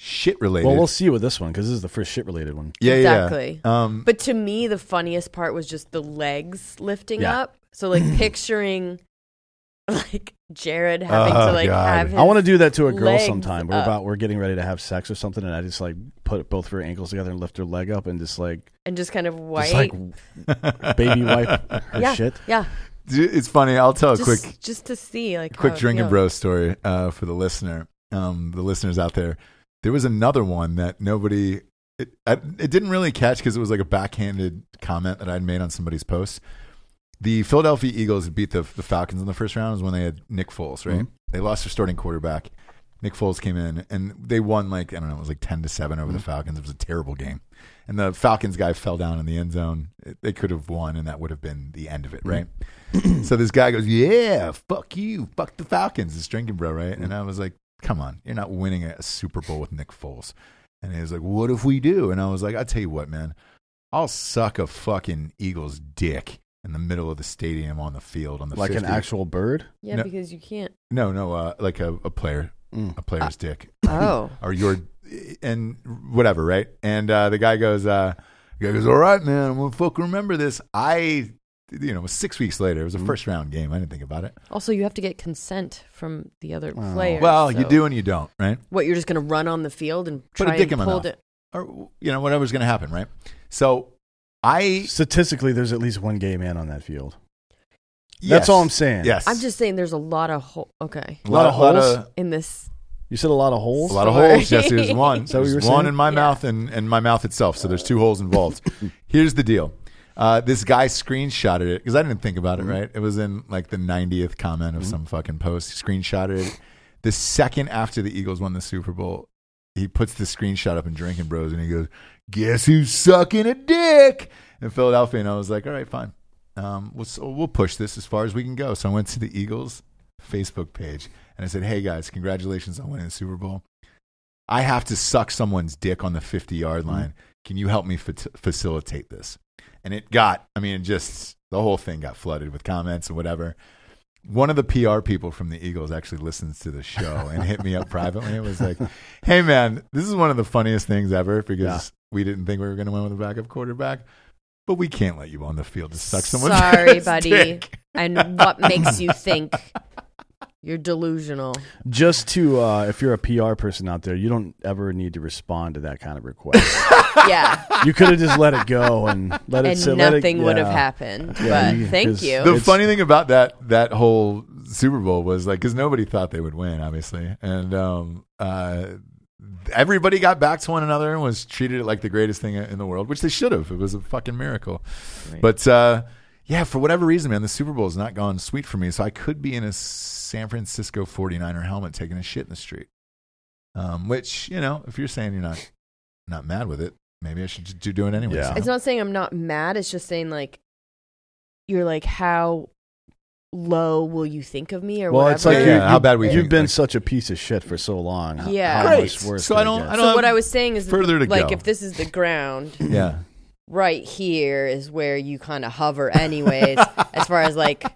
Speaker 2: shit related,
Speaker 3: Well, we'll see with this one because this is the first shit related one.
Speaker 2: yeah, yeah, yeah.
Speaker 4: Exactly.
Speaker 2: Um,
Speaker 4: But to me, the funniest part was just the legs lifting
Speaker 3: Yeah.
Speaker 4: up.
Speaker 2: [clears throat]
Speaker 4: So like picturing, like Jared having
Speaker 2: Oh,
Speaker 4: to like
Speaker 2: God.
Speaker 4: have. His,
Speaker 3: I want to do that to a girl
Speaker 4: legs
Speaker 3: sometime. We're
Speaker 4: up.
Speaker 3: about we're getting ready to have sex or something, and I just like put both of her ankles together and lift her leg up and just like
Speaker 4: and just kind of
Speaker 3: just
Speaker 4: white.
Speaker 3: like [laughs]
Speaker 4: [laughs]
Speaker 3: baby wipe her
Speaker 4: yeah,
Speaker 3: shit.
Speaker 4: yeah.
Speaker 2: [laughs] dude, it's funny. I'll tell a
Speaker 4: Just, uh,
Speaker 2: quick
Speaker 4: just to see like oh,
Speaker 2: quick
Speaker 4: how it
Speaker 2: drinking
Speaker 4: feels.
Speaker 2: bro story uh, for the listener, um, the listeners out there. There was another one that nobody. It, I, it didn't really catch because it was like a backhanded comment that I'd made on somebody's post. The Philadelphia Eagles had beat the, the Falcons in the first round. Is when they had Nick Foles, right? They lost their starting quarterback. Nick Foles came in and they won like I don't know, it was like ten to seven over the Falcons. It was a terrible game, and the Falcons guy fell down in the end zone. It- they could have won, and that would have been the end of it, right? so this guy goes, "Yeah, fuck you, fuck the Falcons." This drinking bro, right? And I was like, "Come on, you're not winning a Super Bowl with Nick Foles." And he was like, "What if we do?" And I was like, "I tell you what, man, I'll suck a fucking Eagles dick." In the middle of the stadium, on the field, on the
Speaker 3: Like an
Speaker 2: 50.
Speaker 3: actual bird.
Speaker 4: Yeah,
Speaker 2: No.
Speaker 4: because
Speaker 2: [clears throat]
Speaker 4: you can't.
Speaker 2: no, no, uh, like a, a player,
Speaker 3: Mm.
Speaker 2: a player's dick
Speaker 4: Oh,
Speaker 2: or your and whatever, right? And uh, the guy goes, uh, the guy goes, all right, man, I'm gonna fucking remember this. I, you know, six weeks later, it
Speaker 3: Mm-hmm.
Speaker 2: was a first round game. I didn't think about it.
Speaker 4: also you have to get consent from the other
Speaker 3: Wow.
Speaker 4: player.
Speaker 2: Oh. Well, you
Speaker 4: so-
Speaker 2: do and you don't, right?
Speaker 4: What you're just gonna run on the field and
Speaker 2: Put a
Speaker 4: try
Speaker 2: dick in
Speaker 4: and
Speaker 2: my
Speaker 4: pull
Speaker 2: mouth.
Speaker 4: it.
Speaker 2: Or you know, whatever's gonna happen, right? So I,
Speaker 3: Mm. Statistically, there's at least one gay man on that field.
Speaker 2: yes.
Speaker 3: all I'm saying.
Speaker 2: Yes,
Speaker 4: I'm just saying, there's a lot of ho- okay
Speaker 2: a lot, of
Speaker 3: lot of
Speaker 2: holes.
Speaker 4: in this.
Speaker 3: You said a lot of holes.
Speaker 2: A lot of
Speaker 4: Story.
Speaker 2: holes. Yes, there's one.
Speaker 3: [laughs] So you
Speaker 2: there's
Speaker 3: were
Speaker 2: one
Speaker 3: saying?
Speaker 2: in my
Speaker 4: Yeah.
Speaker 2: mouth and, and my mouth itself. So there's two holes
Speaker 3: [laughs]
Speaker 2: involved. Here's the deal. Uh, this guy screenshotted it because I didn't think about it.
Speaker 3: Mm-hmm.
Speaker 2: Right, it was in like the 90th comment of some fucking post. He screenshotted it. The second after the Eagles won the Super Bowl, he puts the screenshot up in Drinking Bros and he goes, "Guess who's sucking a dick?" in Philadelphia. And I was like, "All right, fine. Um, we'll, so we'll push this as far as we can go." So I went to the Eagles Facebook page and I said, "Hey guys, congratulations on winning the Super Bowl. I have to suck someone's dick on the 50 yard line. Can you help me fa- facilitate this? And it got, I mean, just the whole thing got flooded with comments and whatever. One of the PR people from the Eagles actually listens to the show and hit me up privately and was like, hey, man, this is one of the funniest things ever because we didn't think we were going to win with a backup quarterback, but we can't let you on the field to suck someone's [laughs]
Speaker 4: Sorry,
Speaker 2: dick."
Speaker 4: buddy.
Speaker 2: [laughs]
Speaker 4: And what makes you think you're delusional?
Speaker 3: Just to, uh, if you're a PR person out there, you don't ever need to respond to that kind of request.
Speaker 4: Yeah,
Speaker 3: you could have just let it go and let it
Speaker 4: and
Speaker 3: sit. let it-
Speaker 4: nothing would have
Speaker 3: yeah.
Speaker 4: happened.
Speaker 3: Yeah,
Speaker 4: but
Speaker 3: you-
Speaker 4: thank
Speaker 3: 'cause
Speaker 4: you.
Speaker 3: [laughs]
Speaker 2: the
Speaker 3: It's-
Speaker 2: funny thing about that that whole Super Bowl was like because nobody thought they would win, obviously, and um, uh, everybody got back to one another and was treated it like the greatest thing in the world, which they should have. It was a fucking miracle, but uh, yeah, for whatever reason, man, the Super Bowl has not gone sweet for me. So I could be in a San Francisco 49er helmet taking a shit in the street, um, which you know, if you're saying you're not not mad with it, maybe I should just do, do it anyway.
Speaker 3: Yeah.
Speaker 4: It's not saying I'm not mad. It's just saying like you're like how low will you think of me or
Speaker 3: Well,
Speaker 4: whatever.
Speaker 3: it's like
Speaker 2: Yeah,
Speaker 3: you,
Speaker 2: yeah, how
Speaker 3: you-
Speaker 2: bad we
Speaker 3: you've
Speaker 2: think,
Speaker 3: been
Speaker 2: like-
Speaker 3: such a piece of shit for so long. H-
Speaker 4: Yeah.
Speaker 3: how
Speaker 2: Great.
Speaker 3: much worse
Speaker 2: So
Speaker 3: can
Speaker 2: I
Speaker 3: it
Speaker 2: don't-
Speaker 3: get?
Speaker 2: I don't-
Speaker 4: so what I was saying is
Speaker 2: Further to
Speaker 4: like
Speaker 2: go.
Speaker 4: if this is the ground
Speaker 2: yeah.
Speaker 4: right here is where you kind of hover
Speaker 3: [laughs]
Speaker 4: anyways as far as like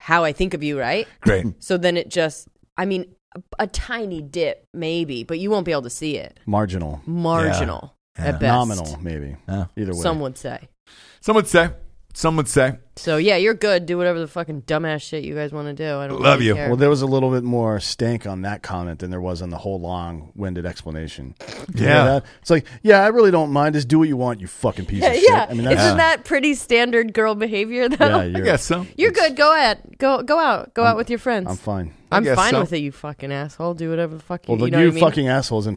Speaker 4: how I think of you, right?
Speaker 2: [laughs] great.
Speaker 4: So then it just I mean a, a tiny dip maybe, but you won't be able to see it.
Speaker 3: marginal,
Speaker 4: Marginal
Speaker 2: Yeah.
Speaker 4: at best.
Speaker 3: nominal, maybe.
Speaker 2: Yeah.
Speaker 3: Either way,
Speaker 4: Some would say.
Speaker 2: Some would say. Some would say.
Speaker 4: So yeah, you're good. Do whatever the fucking dumbass shit you guys want to do. I don't
Speaker 2: Love
Speaker 4: really
Speaker 2: you.
Speaker 4: care.
Speaker 3: Well, there was a little bit more stank on that comment than there was on the whole long-winded explanation. Did you hear
Speaker 2: Yeah.
Speaker 3: that? it's like, yeah, I really don't mind. Just do what you want, you
Speaker 4: [laughs]
Speaker 3: fucking piece
Speaker 4: yeah,
Speaker 3: of shit.
Speaker 4: yeah.
Speaker 3: I mean,
Speaker 4: Isn't
Speaker 3: that's
Speaker 4: that pretty standard girl behavior though? [laughs]
Speaker 3: yeah, you're,
Speaker 2: I guess so.
Speaker 4: You're good. Go ahead. Go go out. Go out with your friends.
Speaker 3: I'm fine.
Speaker 2: I
Speaker 4: I'm
Speaker 2: guess
Speaker 4: fine
Speaker 2: so.
Speaker 4: with it, you fucking asshole. Do whatever the fuck you,
Speaker 3: Well, the
Speaker 4: you know
Speaker 3: you
Speaker 4: what I mean?
Speaker 3: fucking assholes in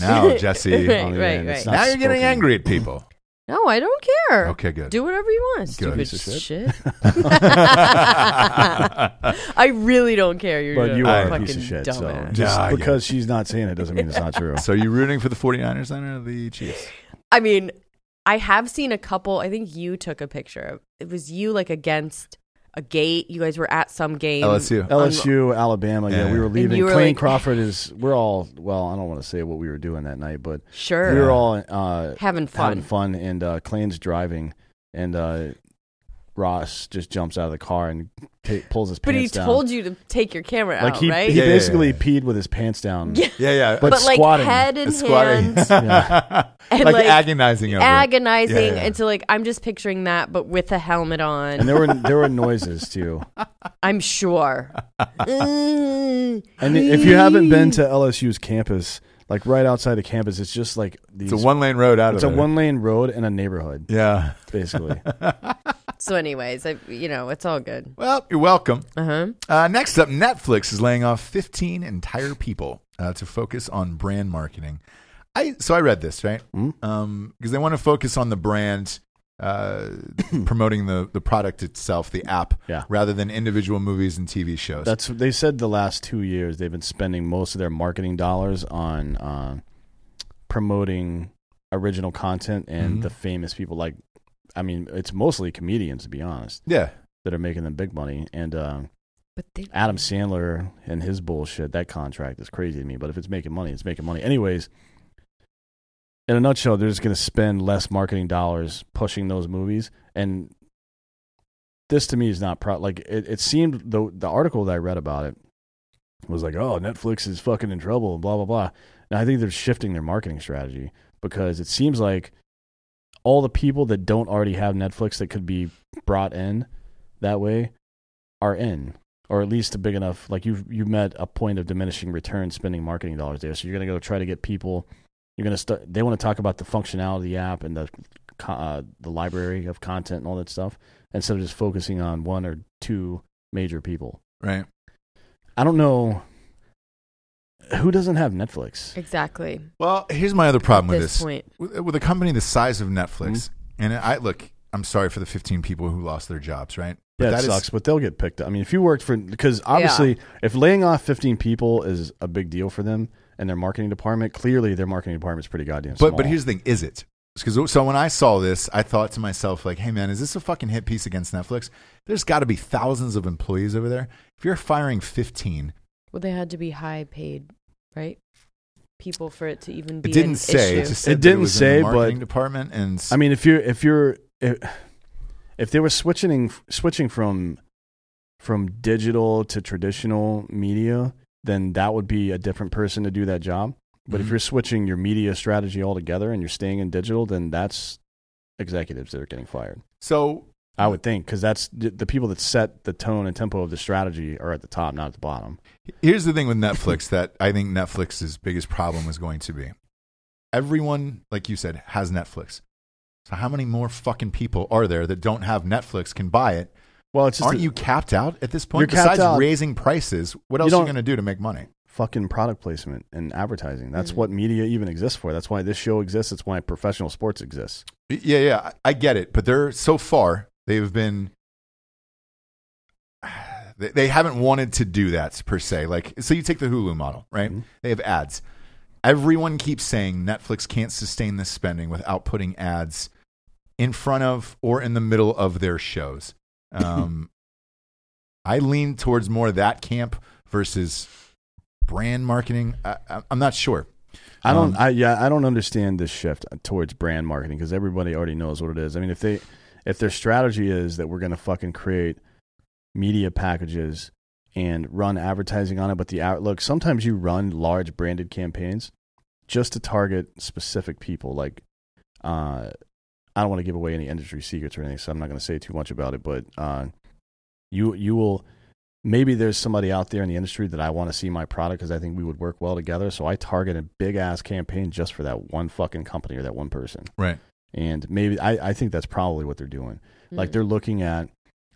Speaker 4: [laughs]
Speaker 3: [laughs]
Speaker 2: Now, Jesse.
Speaker 4: Right,
Speaker 3: on the
Speaker 4: right,
Speaker 3: end. It's
Speaker 4: right.
Speaker 3: not
Speaker 2: Now you're getting
Speaker 3: spoken.
Speaker 2: angry at
Speaker 4: [laughs]
Speaker 2: people.
Speaker 4: No, I don't care.
Speaker 2: Okay, good.
Speaker 4: Do whatever you want,
Speaker 2: Good.
Speaker 4: stupid
Speaker 2: Piece
Speaker 3: of shit.
Speaker 4: shit.
Speaker 3: [laughs]
Speaker 4: I really don't care. You're
Speaker 3: But
Speaker 4: a
Speaker 3: you
Speaker 2: I-
Speaker 3: are a
Speaker 4: fucking
Speaker 3: piece of shit. So
Speaker 4: dumbass.
Speaker 3: just
Speaker 2: Nah, I get
Speaker 3: because she's not saying it doesn't mean it's
Speaker 4: [laughs]
Speaker 3: not
Speaker 2: [laughs]
Speaker 3: true.
Speaker 2: so you're rooting for the 49ers then or the Chiefs?
Speaker 4: I mean, I have seen a couple. I think you took a picture. of It was you like against a gate. You guys were at some game. Um,
Speaker 2: LSU.
Speaker 3: LSU, Alabama. Yeah,
Speaker 2: Yeah.
Speaker 3: we were
Speaker 2: And
Speaker 3: leaving.
Speaker 4: you were
Speaker 3: Clayne
Speaker 4: like-
Speaker 3: Crawford is. We're all well. I don't want to say what we were doing that night, but
Speaker 4: Sure,
Speaker 3: we were all uh,
Speaker 4: having
Speaker 3: having
Speaker 4: fun.
Speaker 3: fun, and uh, Clayne's driving, and uh, Ross just jumps out of the car and ta pulls his
Speaker 4: But he
Speaker 3: pants down.
Speaker 4: told you to take your camera
Speaker 3: uh, like
Speaker 4: out,
Speaker 3: he
Speaker 4: right?
Speaker 3: he
Speaker 2: Yeah, yeah,
Speaker 3: basically
Speaker 2: yeah.
Speaker 3: peed with his pants down.
Speaker 4: Yeah.
Speaker 2: Yeah, yeah.
Speaker 3: But
Speaker 4: but like
Speaker 3: squatting.
Speaker 4: head in
Speaker 2: squatting. [laughs]
Speaker 3: [laughs]
Speaker 4: hand, [laughs] And,
Speaker 2: like,
Speaker 4: like,
Speaker 2: agonizing over it.
Speaker 4: agonizing.
Speaker 2: Yeah, yeah.
Speaker 4: And so, like, I'm just picturing that, but with a helmet on.
Speaker 3: And there were there were noises
Speaker 4: [laughs]
Speaker 3: too.
Speaker 2: [laughs]
Speaker 4: I'm sure. Uh, Mm.
Speaker 3: And if you haven't been to LSU's campus, like right outside of campus, it's just like these.
Speaker 2: It's a one lane road out
Speaker 3: it's a
Speaker 2: of it.
Speaker 3: one lane road and a neighborhood,
Speaker 2: Yeah. [laughs]
Speaker 3: basically.
Speaker 4: [laughs] so, anyways, I, you know, it's all good.
Speaker 2: Well, you're welcome.
Speaker 4: Uh huh.
Speaker 2: Uh, next up, Netflix is laying off 15 entire people uh, to focus on brand marketing. I so I read this right
Speaker 3: Hmm?
Speaker 2: because they want to focus on the brand,
Speaker 3: [coughs]
Speaker 2: uh, promoting the the product itself, the app,
Speaker 3: Yeah.
Speaker 2: rather than individual movies and TV shows.
Speaker 3: That's they said the last two years they've been spending most of their marketing dollars on uh, promoting original content and
Speaker 2: Mhm.
Speaker 3: the famous people. Like, I mean, it's mostly comedians to be honest
Speaker 2: yeah,
Speaker 3: that are making them big money. And uh,
Speaker 4: But they,
Speaker 3: Adam Sandler and his bullshit that contract is crazy to me. But if it's making money, it's making money. Anyways, in a nutshell, they're just going to spend less marketing dollars pushing those movies and. This to me is not pro. Like it, it seemed the the article that I read about it was like, oh, Netflix is fucking in trouble and blah, blah, blah. And I think they're shifting their marketing strategy because it seems like all the people that don't already have Netflix that could be brought in that way are in, or at least a big enough, like you've, you've met a point of diminishing return spending marketing dollars there. So you're going to go try to get people, you're going to start, they want to talk about the functionality of the app and the, co- uh, the library of content and all that stuff instead of just focusing on one or two major people.
Speaker 2: right.
Speaker 3: I don't know who doesn't have Netflix.
Speaker 4: exactly.
Speaker 2: Well, here's my other problem with
Speaker 4: this
Speaker 2: this:
Speaker 4: point.
Speaker 2: With, with a company the size of
Speaker 3: Mm-hmm.
Speaker 2: Netflix, and I look, I'm sorry for the 15 people who lost their jobs, right?
Speaker 3: Yeah,
Speaker 2: that
Speaker 3: it
Speaker 2: is-
Speaker 3: sucks, but they'll get picked up. I mean, if you worked for because obviously, if laying off fifteen people is a big deal for them and their marketing department, clearly their marketing department's pretty goddamn small.
Speaker 2: But but here's the thing: is it? Because so when I saw this, I thought to myself, like, hey man, is this a fucking hit piece against Netflix? There's got to be thousands of employees over there. If you're firing 15,
Speaker 4: Well, they had to be high paid, right? People for it to even be
Speaker 2: it didn't
Speaker 4: an
Speaker 2: say.
Speaker 4: issue.
Speaker 2: It just said
Speaker 3: It
Speaker 2: that
Speaker 3: didn't
Speaker 2: was
Speaker 3: say,
Speaker 2: in
Speaker 3: but-
Speaker 2: the marketing department and s-
Speaker 3: I mean, if you're if you're if, if they were switching switching from from digital to traditional media, then that would be a different person to do that job. But if
Speaker 2: Mhm.
Speaker 3: you're switching your media strategy altogether and you're staying in digital, then that's executives that are getting fired.
Speaker 2: so
Speaker 3: I would think because that's the the people that set the tone and tempo of the strategy are at the top, not at the bottom.
Speaker 2: here's the thing with Netflix that I think Netflix's biggest problem is going to be: everyone, like you said, has Netflix. So how many more fucking people are there that don't have Netflix can buy it?
Speaker 3: Well, it's just
Speaker 2: Aren't
Speaker 3: a
Speaker 2: you capped out at this point?
Speaker 3: You're capped
Speaker 2: Besides
Speaker 3: out.
Speaker 2: raising prices, what
Speaker 3: You
Speaker 2: else are you
Speaker 3: don't-
Speaker 2: going to do to make money?
Speaker 3: fucking product placement and advertising. That's
Speaker 2: Mm-hmm.
Speaker 3: what media even exists for. That's why this show exists. That's why professional sports exists.
Speaker 2: Yeah, yeah, I I get it, but they're so far they've been [sighs] they- they haven't wanted to do that per se. Like, so you take the Hulu model, right?
Speaker 3: Mm-hmm.
Speaker 2: They have ads. Everyone keeps saying Netflix can't sustain this spending without putting ads in front of or in the middle of their
Speaker 3: [laughs]
Speaker 2: shows. Um, I lean towards more that camp versus brand marketing. I, I- I'm not sure.
Speaker 3: I don't.
Speaker 2: Um,
Speaker 3: I yeah. I don't understand this shift towards brand marketing because everybody already knows what it is. I mean, if they if their strategy is that we're going to fucking create media packages and run advertising on it, but the out look sometimes you run large branded campaigns just to target specific people. Like, uh, I don't want to give away any industry secrets or anything, so I'm not going to say too much about it. But uh, you you will maybe there's somebody out there in the industry that I want to see my product because I think we would work well together. So I target a big ass campaign just for that one fucking company or that one person.
Speaker 2: Right.
Speaker 4: Mm. Hmm.
Speaker 3: And maybe I, I think that's probably what they're doing. Like they're looking at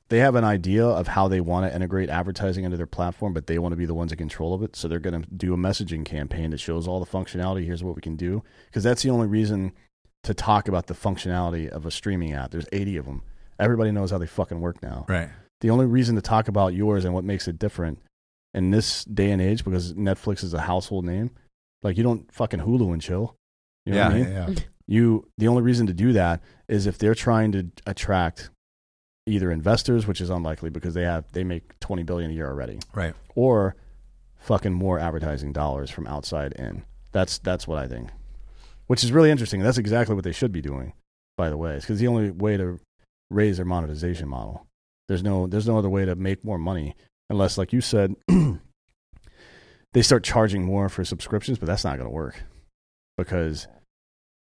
Speaker 3: they have an idea of how they want to integrate advertising into their platform, but they want to be the ones in control of it. So they're going to do a messaging campaign that shows all the functionality. Here's what we can do. Because that's the only reason to talk about the functionality of a streaming app. There's 80 of them. Everybody knows how they fucking work now.
Speaker 2: Right.
Speaker 3: The only reason to talk about yours and what makes it different in this day and age, because Netflix is a household name, like you don't fucking Hulu and chill. You know
Speaker 2: yeah,
Speaker 3: what I mean?
Speaker 2: yeah. yeah.
Speaker 3: you the only reason to do that is if they're trying to attract either investors which is unlikely because they have they make 20 billion a year already
Speaker 2: Right.
Speaker 3: or fucking more advertising dollars from outside in that's that's what i think which is really interesting that's exactly what they should be doing by the way because the only way to raise their monetization model there's no there's no other way to make more money unless like you said [clears throat] they start charging more for subscriptions but that's not going to work because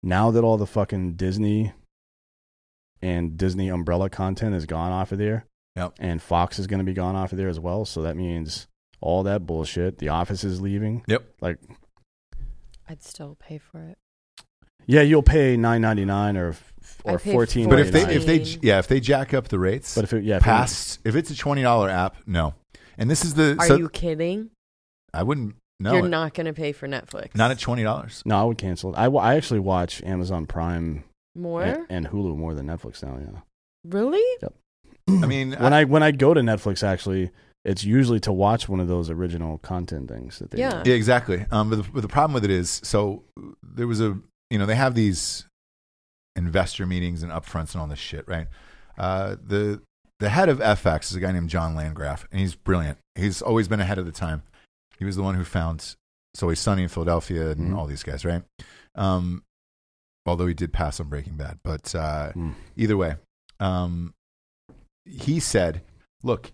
Speaker 3: now that all the fucking Disney and Disney umbrella content is gone off of there,
Speaker 2: Yep.
Speaker 3: and Fox is going to be gone off of there as well. So that means all that bullshit. The Office is leaving.
Speaker 2: Yep.
Speaker 3: Like,
Speaker 4: I'd still pay for it.
Speaker 3: yeah, you'll pay nine ninety nine or
Speaker 4: I
Speaker 3: or
Speaker 4: pay
Speaker 3: fourteen.
Speaker 2: But if they
Speaker 4: $49.
Speaker 2: if they yeah if they jack up the rates,
Speaker 3: but if it, yeah, if it-
Speaker 2: past if it's a twenty dollar app, no. And this is the
Speaker 4: Are
Speaker 2: so
Speaker 4: you kidding?
Speaker 2: I wouldn't no
Speaker 4: You're not going to pay for Netflix.
Speaker 2: not at twenty dollars.
Speaker 3: no, I would cancel it. I, wa- I actually watch Amazon Prime
Speaker 4: more.
Speaker 3: and, and Hulu more than Netflix now. Yeah.
Speaker 4: really?
Speaker 2: I mean,
Speaker 3: when I, when I go to Netflix, actually, it's usually to watch one of those original content things that they
Speaker 4: Yeah.
Speaker 3: make.
Speaker 2: Yeah, exactly. Um, but, the, but the problem with it is, so there was a, you know, they have these investor meetings and upfronts and all this shit, right? Uh, the the head of FX is a guy named John Landgraf, and he's brilliant. He's always been ahead of the time. He was the one who found It's Always Sunny in Philadelphia and
Speaker 3: Mhm.
Speaker 2: all these guys, right? Um, although he did pass on Breaking Bad, but uh,
Speaker 3: Mm.
Speaker 2: either way, um, he said, "Look,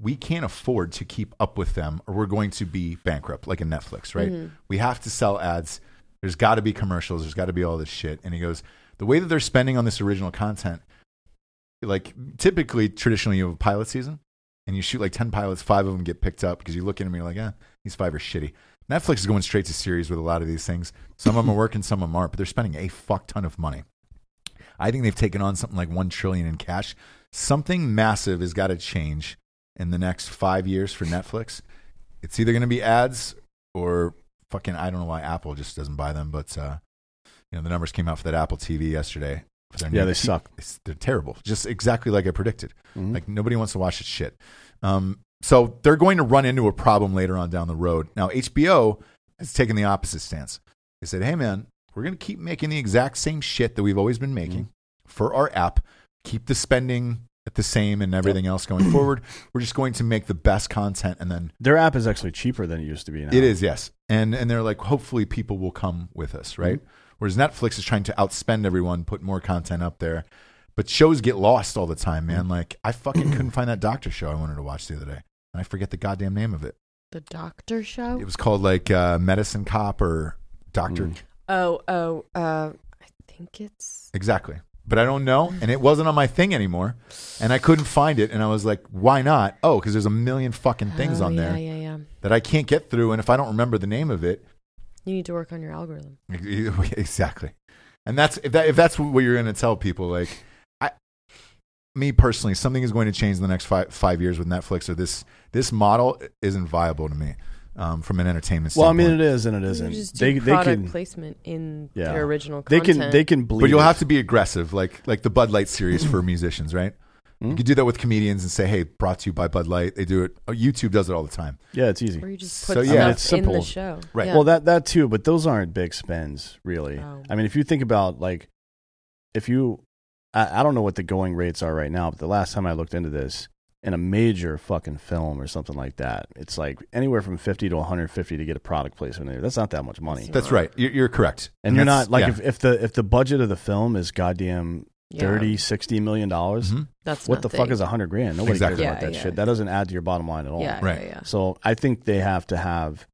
Speaker 2: we can't afford to keep up with them, or we're going to be bankrupt, like a Netflix, right?
Speaker 4: Mm-hmm.
Speaker 2: We have to sell ads. There's got to be commercials. There's got to be all this shit." And he goes, "The way that they're spending on this original content, like typically, traditionally, you have a pilot season." And you shoot like 10 pilots, five of them get picked up because you look at them and you're like, eh, these five are shitty. Netflix is going straight to series with a lot of these things. Some of them are working, some of them aren't, but they're spending a fuck ton of money. I think they've taken on something like one trillion in cash. Something massive has got to change in the next five years for Netflix. It's either going to be ads or fucking I don't know why Apple just doesn't buy them, but uh, you know the numbers came out for that Apple TV yesterday. For their
Speaker 3: Yeah,
Speaker 2: new
Speaker 3: they
Speaker 2: T-
Speaker 3: suck.
Speaker 2: it's- they're terrible, just exactly like I predicted.
Speaker 3: Mhm.
Speaker 2: Like nobody wants to watch this shit. Um, so they're going to run into a problem later on down the road. Now HBO has taken the opposite stance. They said, "Hey man, we're going to keep making the exact same shit that we've always been making
Speaker 3: Mm-hmm.
Speaker 2: for our app. Keep the spending at the same and everything else going forward. We're just going to make the best content, and then
Speaker 3: Their app is actually cheaper than it used to be now.
Speaker 2: it is yes. And and they're like, hopefully people will come with us, right? Whereas Netflix is trying to outspend everyone, put more content up there." But shows get lost all the time, man. Like I fucking couldn't find that doctor show I wanted to watch the other day, and I forget the goddamn name of it.
Speaker 4: The Doctor Show?
Speaker 2: It was called like uh, Medicine Cop or Doctor
Speaker 3: Mm.
Speaker 4: oh, oh, uh, I think it's.
Speaker 2: Exactly. But I don't know. And it wasn't on my thing anymore. And I couldn't find it. And I was like, why not? Oh, because there's a million fucking things
Speaker 4: Oh,
Speaker 2: on
Speaker 4: yeah,
Speaker 2: there
Speaker 4: Yeah, yeah,
Speaker 2: that I can't get through. And if I don't remember the name of it,
Speaker 4: You need to work on your algorithm.
Speaker 2: [laughs] exactly. And that's if, that, if that's what you're going to tell people, like, I, me personally, something is going to change in the next five, five years with Netflix or this, this model isn't viable to me um, from an entertainment
Speaker 3: Well, I
Speaker 2: standpoint.
Speaker 3: mean, it is and it
Speaker 4: You
Speaker 3: isn't.
Speaker 4: just
Speaker 3: they
Speaker 4: do
Speaker 3: they
Speaker 4: product
Speaker 3: can
Speaker 4: placement in
Speaker 3: Yeah.
Speaker 4: their original
Speaker 3: they
Speaker 4: content.
Speaker 3: can they can bleed.
Speaker 2: But you'll
Speaker 3: it.
Speaker 2: have to be aggressive, like like the Bud Light series
Speaker 3: [clears throat]
Speaker 2: for musicians, right? You
Speaker 3: Hmm?
Speaker 2: could do that with comedians and say, "Hey, brought to you by Bud Light." They do it. oh, YouTube does it all the time,
Speaker 3: Yeah, it's easy.
Speaker 4: Or you just
Speaker 2: So,
Speaker 4: put
Speaker 2: yeah. I
Speaker 4: stuff
Speaker 2: mean,
Speaker 3: it's
Speaker 4: in the
Speaker 3: simple.
Speaker 4: show.
Speaker 2: Right.
Speaker 4: Yeah. Oh.
Speaker 3: Well, that that too, but those aren't big spends, really.
Speaker 4: No.
Speaker 3: I mean, if you think about like, if you, I, I don't know what the going rates are right now, but the last time I looked into this, in a major fucking film or something like that, it's like anywhere from fifty to one hundred fifty to get a product placement in there. That's not that much money,
Speaker 4: That's
Speaker 2: That's right. You're, you're correct,
Speaker 3: and you're
Speaker 2: that's-
Speaker 3: not like
Speaker 2: yeah.
Speaker 3: if, if the if the budget of the film is goddamn
Speaker 4: Yeah.
Speaker 3: thirty sixty million dollars.
Speaker 2: Mhm.
Speaker 4: That's
Speaker 3: What the fuck
Speaker 4: nothing.
Speaker 3: is a hundred grand? Nobody
Speaker 2: Exactly.
Speaker 3: cares about
Speaker 4: Yeah,
Speaker 3: that
Speaker 4: yeah.
Speaker 3: shit. That doesn't add to your bottom line at all.
Speaker 4: Yeah,
Speaker 2: Right.
Speaker 4: yeah, yeah.
Speaker 3: So I think they have to have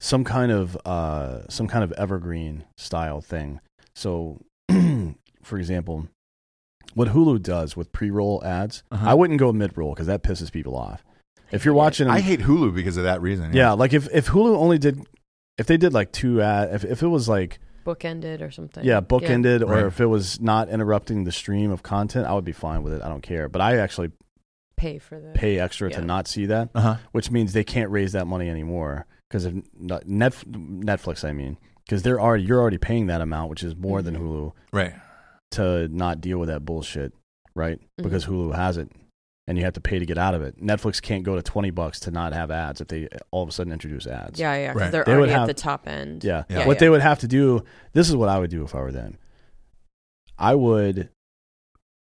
Speaker 3: some kind of uh, some kind of evergreen style thing. So, [clears throat] for example, what Hulu does with pre-roll ads,
Speaker 2: Uh-huh.
Speaker 3: I wouldn't go mid-roll because that pisses people off. If you're
Speaker 4: hate it.
Speaker 3: watching,
Speaker 2: I hate Hulu because of that reason.
Speaker 3: yeah, like if if Hulu only did, if they did like two ad, if if it was like
Speaker 4: bookended or something.
Speaker 3: yeah bookended or
Speaker 2: Right.
Speaker 3: if it was not interrupting the stream of content, I would be fine with it. I don't care. But I actually
Speaker 4: pay for the
Speaker 3: pay extra to
Speaker 4: Yeah.
Speaker 3: not see that,
Speaker 2: Uh huh.
Speaker 3: which means they can't raise that money anymore because if not- Netf- Netflix, I mean, because they're already you're already paying that amount, which is more than
Speaker 4: Mhm.
Speaker 3: Hulu
Speaker 2: Right.
Speaker 3: to not deal with that bullshit, right?
Speaker 4: Mhm.
Speaker 3: Because Hulu has it, and you have to pay to get out of it. Netflix can't go to twenty bucks to not have ads if they all of a sudden introduce ads.
Speaker 4: Yeah, yeah, because
Speaker 2: Right.
Speaker 4: they're
Speaker 3: They would
Speaker 4: already
Speaker 3: have-
Speaker 4: at the top end.
Speaker 3: Yeah.
Speaker 2: Yeah.
Speaker 3: What they would have to do, this is what I would do if I were them. I would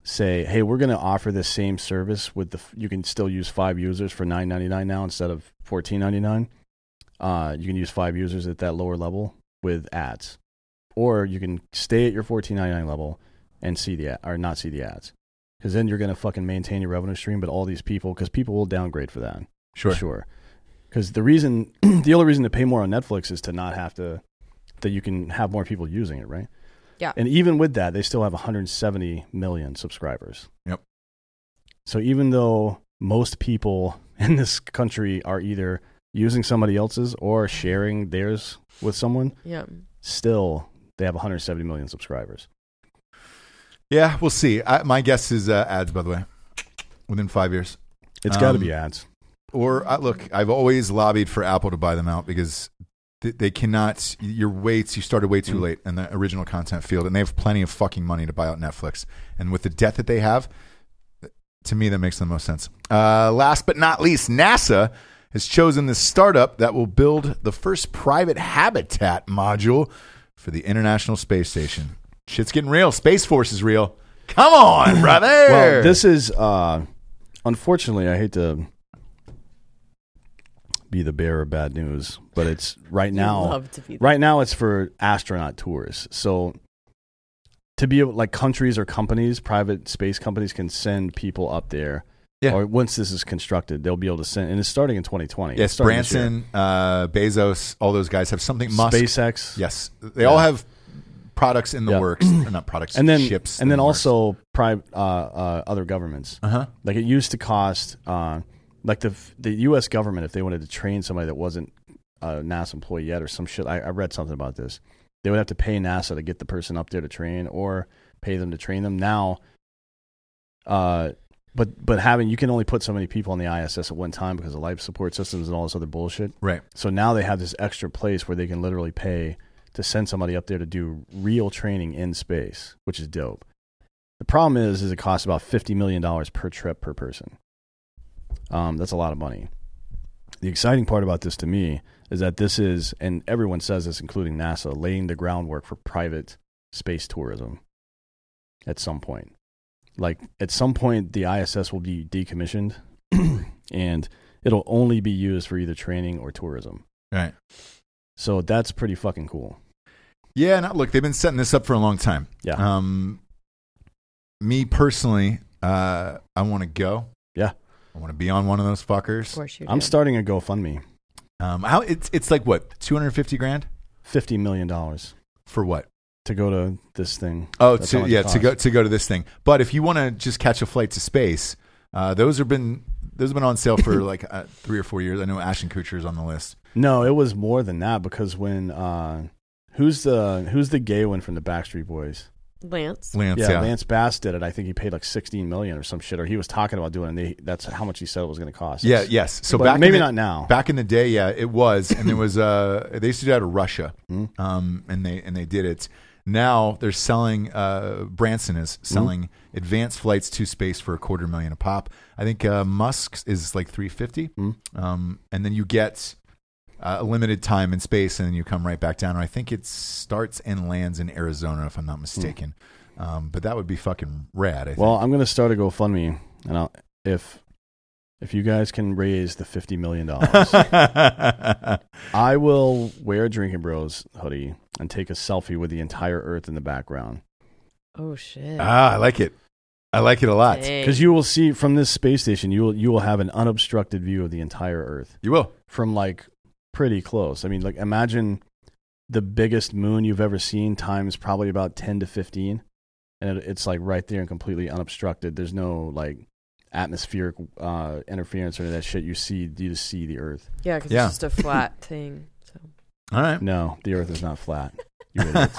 Speaker 3: say, "Hey, we're going to offer this same service with the f- you can still use 5 users for 9.99 now instead of 14.99. Uh, you can use 5 users at that lower level with ads. Or you can stay at your 14.99 level and see the ad, or not see the ads. Cuz then you're going to fucking maintain your revenue stream, but all these people cuz people will downgrade for that
Speaker 2: Sure.
Speaker 3: sure. Because the reason, [clears throat] the only reason to pay more on Netflix is to not have to, that you can have more people using it, right?
Speaker 4: Yeah.
Speaker 3: And even with that, they still have 170 million subscribers.
Speaker 2: Yep.
Speaker 3: So even though most people [laughs] in this country are either using somebody else's or sharing theirs with someone,
Speaker 4: yeah.
Speaker 3: still they have 170 million subscribers.
Speaker 2: Yeah, we'll see. I, my guess is uh, ads, by the way, within five years.
Speaker 3: It's got to
Speaker 2: Um,
Speaker 3: be ads.
Speaker 2: Or uh, look, I've always lobbied for Apple to buy them out because th- they cannot. Your waits, you started way
Speaker 3: Mm.
Speaker 2: too late in the original content field, and they have plenty of fucking money to buy out Netflix. And with the debt that they have, to me, that makes the most sense. Uh, last but not least, NASA has chosen this startup that will build the first private habitat module for the International Space Station. Shit's getting real. Space Force is real. Come on, brother.
Speaker 3: [clears throat] Well, this is uh, unfortunately, I hate to be the bearer of bad news, but it's right now.
Speaker 4: love to be
Speaker 3: Right now, it's for astronaut tours. So to be able, like countries or companies, private space companies can send people up there.
Speaker 2: Yeah.
Speaker 3: Or once this is constructed, they'll be able to send, and it's starting in 2020. It's
Speaker 2: Yes,
Speaker 3: starting this
Speaker 2: Branson, uh, Bezos, all those guys have something.
Speaker 3: year.
Speaker 2: Musk.
Speaker 3: SpaceX,
Speaker 2: Yes, they all have products in the
Speaker 3: Yeah.
Speaker 2: works, or not products,
Speaker 3: and then
Speaker 2: ships,
Speaker 3: and then also private uh, uh, other governments.
Speaker 2: uh huh,
Speaker 3: Like it used to cost, uh, like the the U.S. government, if they wanted to train somebody that wasn't a NASA employee yet or some shit. I, I read something about this. They would have to pay NASA to get the person up there to train, or pay them to train them. Now, uh, but but having you can only put so many people on the ISS at one time because of life support systems and all this other bullshit.
Speaker 2: right,
Speaker 3: So now they have this extra place where they can literally pay to send somebody up there to do real training in space, which is dope. The problem is, is it costs about fifty million dollars per trip per person. Um, that's a lot of money. The exciting part about this to me is that this is, and everyone says this, including NASA, laying the groundwork for private space tourism. At some point, like at some point, the ISS will be decommissioned, [clears throat] and it'll only be used for either training or tourism.
Speaker 2: right.
Speaker 3: So that's pretty fucking cool.
Speaker 2: Yeah, and look, they've been setting this up for a long time.
Speaker 3: Yeah.
Speaker 2: Um, me personally, uh, I want to go.
Speaker 3: Yeah.
Speaker 2: I want to be on one of those
Speaker 4: Of
Speaker 2: fuckers.
Speaker 4: course you
Speaker 3: I'm
Speaker 4: do.
Speaker 3: starting a GoFundMe.
Speaker 2: Um, how it's it's like what two hundred fifty grand
Speaker 3: Fifty million dollars
Speaker 2: for what?
Speaker 3: to go to this thing.
Speaker 2: Oh,
Speaker 3: That's how
Speaker 2: to,
Speaker 3: much it
Speaker 2: yeah, to go
Speaker 3: costs.
Speaker 2: to go to this thing. But if you want to just catch a flight to space, uh, those have been those have been on sale
Speaker 3: [laughs]
Speaker 2: for like uh, three or four years. I know Ashton Kutcher is on the list.
Speaker 3: No, it was more than that because when uh, who's the who's the gay one from the Backstreet Boys?
Speaker 4: Lance.
Speaker 2: Lance,
Speaker 3: yeah,
Speaker 2: yeah,
Speaker 3: Lance Bass did it. I think he paid like sixteen million or some shit, or he was talking about doing. it. And they, that's how much he said it was going to cost.
Speaker 2: yeah,
Speaker 3: It's-
Speaker 2: yes. So
Speaker 3: but
Speaker 2: back
Speaker 3: maybe
Speaker 2: in the,
Speaker 3: not now.
Speaker 2: Back in the day, yeah, it was, and there was uh, they used to do that to Russia,
Speaker 3: [laughs] Mhm.
Speaker 2: um, and they and they did it. Now they're selling. Uh, Branson is
Speaker 3: Hmm.
Speaker 2: selling advanced flights to space for a quarter million a pop. I think uh, Musk is like three
Speaker 3: Mhm.
Speaker 2: um, and then you get uh, a limited time in space, and then you come right back down. Or I think it starts and lands in Arizona, if I'm not mistaken. Um, but that would be fucking rad. I think.
Speaker 3: Well, I'm going to start a GoFundMe, and I'll, if if you guys can raise the fifty million dollars.
Speaker 2: [laughs]
Speaker 4: [laughs]
Speaker 3: I will wear a Drinking Bros hoodie and take a selfie with the entire Earth in the background.
Speaker 4: Oh shit.
Speaker 2: ah, I like it. I like it a lot.
Speaker 4: Dang.
Speaker 3: Because you will see from this space station, you will you will have an unobstructed view of the entire Earth
Speaker 2: You will.
Speaker 3: from like pretty close. I mean, like imagine the biggest moon you've ever seen times probably about ten to fifteen, and it, it's like right there and completely unobstructed. There's no like atmospheric uh, interference or any of that shit. You see, you just see the Earth.
Speaker 4: yeah, because
Speaker 2: Yeah.
Speaker 4: it's just a flat thing. So
Speaker 2: All right.
Speaker 3: No, the Earth is not flat. You idiots.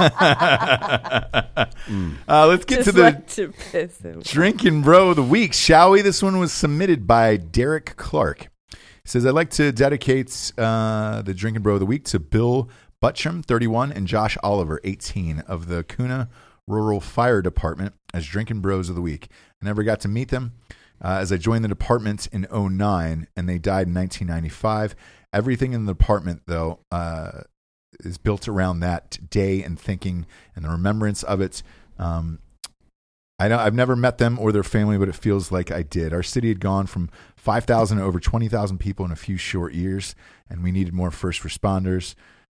Speaker 3: Mm.
Speaker 2: [laughs] Uh, let's get
Speaker 4: Just
Speaker 2: to the
Speaker 4: like to piss him.
Speaker 2: [laughs] Drinking Bro of the Week, shall we? This one was submitted by Derek Clark. He says, I'd like to dedicate uh, the Drinking Bro of the Week to Bill Butcham, 31, and Josh Oliver, 18, of the Kuna Rural Fire Department as Drinking Bros of the Week. I never got to meet them uh, as I joined the department in 09, and they died in 1995. Everything in the department, though, uh, is built around that day and thinking and the remembrance of it. Um, I know I've never met them or their family, but it feels like I did. Our city had gone from 5,000 to over 20,000 people in a few short years, and we needed more first responders.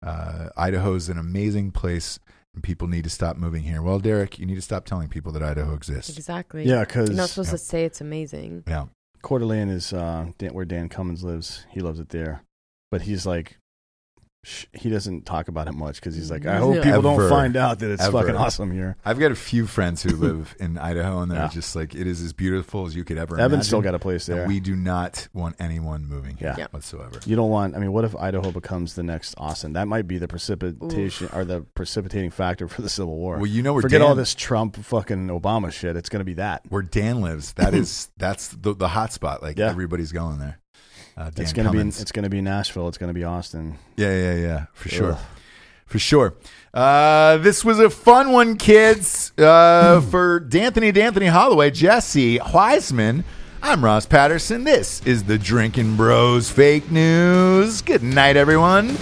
Speaker 2: Uh, Idaho's an amazing place, and people need to stop moving here. Well, Derek, you need to stop telling people that Idaho exists.
Speaker 4: Exactly.
Speaker 3: Yeah, because
Speaker 4: You're not supposed to say it's amazing.
Speaker 2: Yeah.
Speaker 3: Coeur d'Alene is uh, Dan, where Dan Cummins lives. He loves it there, but he's like, sh- he doesn't talk about it much because he's like, I hope
Speaker 4: No.
Speaker 3: people
Speaker 2: Ever.
Speaker 3: don't find out that it's
Speaker 2: Ever.
Speaker 3: fucking awesome here.
Speaker 2: I've got a few friends who live in Idaho, and they're
Speaker 3: Yeah.
Speaker 2: just like, it is as beautiful as you could ever imagine.
Speaker 3: Evan's still got a place
Speaker 2: and
Speaker 3: there.
Speaker 2: we do not want anyone moving here
Speaker 3: Yeah.
Speaker 4: Yeah.
Speaker 2: whatsoever.
Speaker 3: you don't want. I mean, what if Idaho becomes the next Austin? That might be the precipitation or the precipitating factor for the Civil War.
Speaker 2: Well, you know where
Speaker 3: Forget
Speaker 2: Dan-
Speaker 3: all this Trump fucking Obama shit. It's gonna be that.
Speaker 2: where Dan lives, that
Speaker 3: [clears throat]
Speaker 2: is that's the the hot spot. Like
Speaker 3: Yeah.
Speaker 2: everybody's going there. Uh, Dan
Speaker 3: it's gonna
Speaker 2: Cummins.
Speaker 3: be. It's gonna be Nashville. It's gonna be Austin.
Speaker 2: yeah, yeah, yeah, for sure,
Speaker 3: Ugh.
Speaker 2: for sure. Uh, this was a fun one, kids.
Speaker 3: [clears throat]
Speaker 2: Uh, for D'Anthony, D'Anthony Holloway, Jesse Weisman. I'm Ross Patterson. This is the Drinking Bros Fake News. Good night, everyone.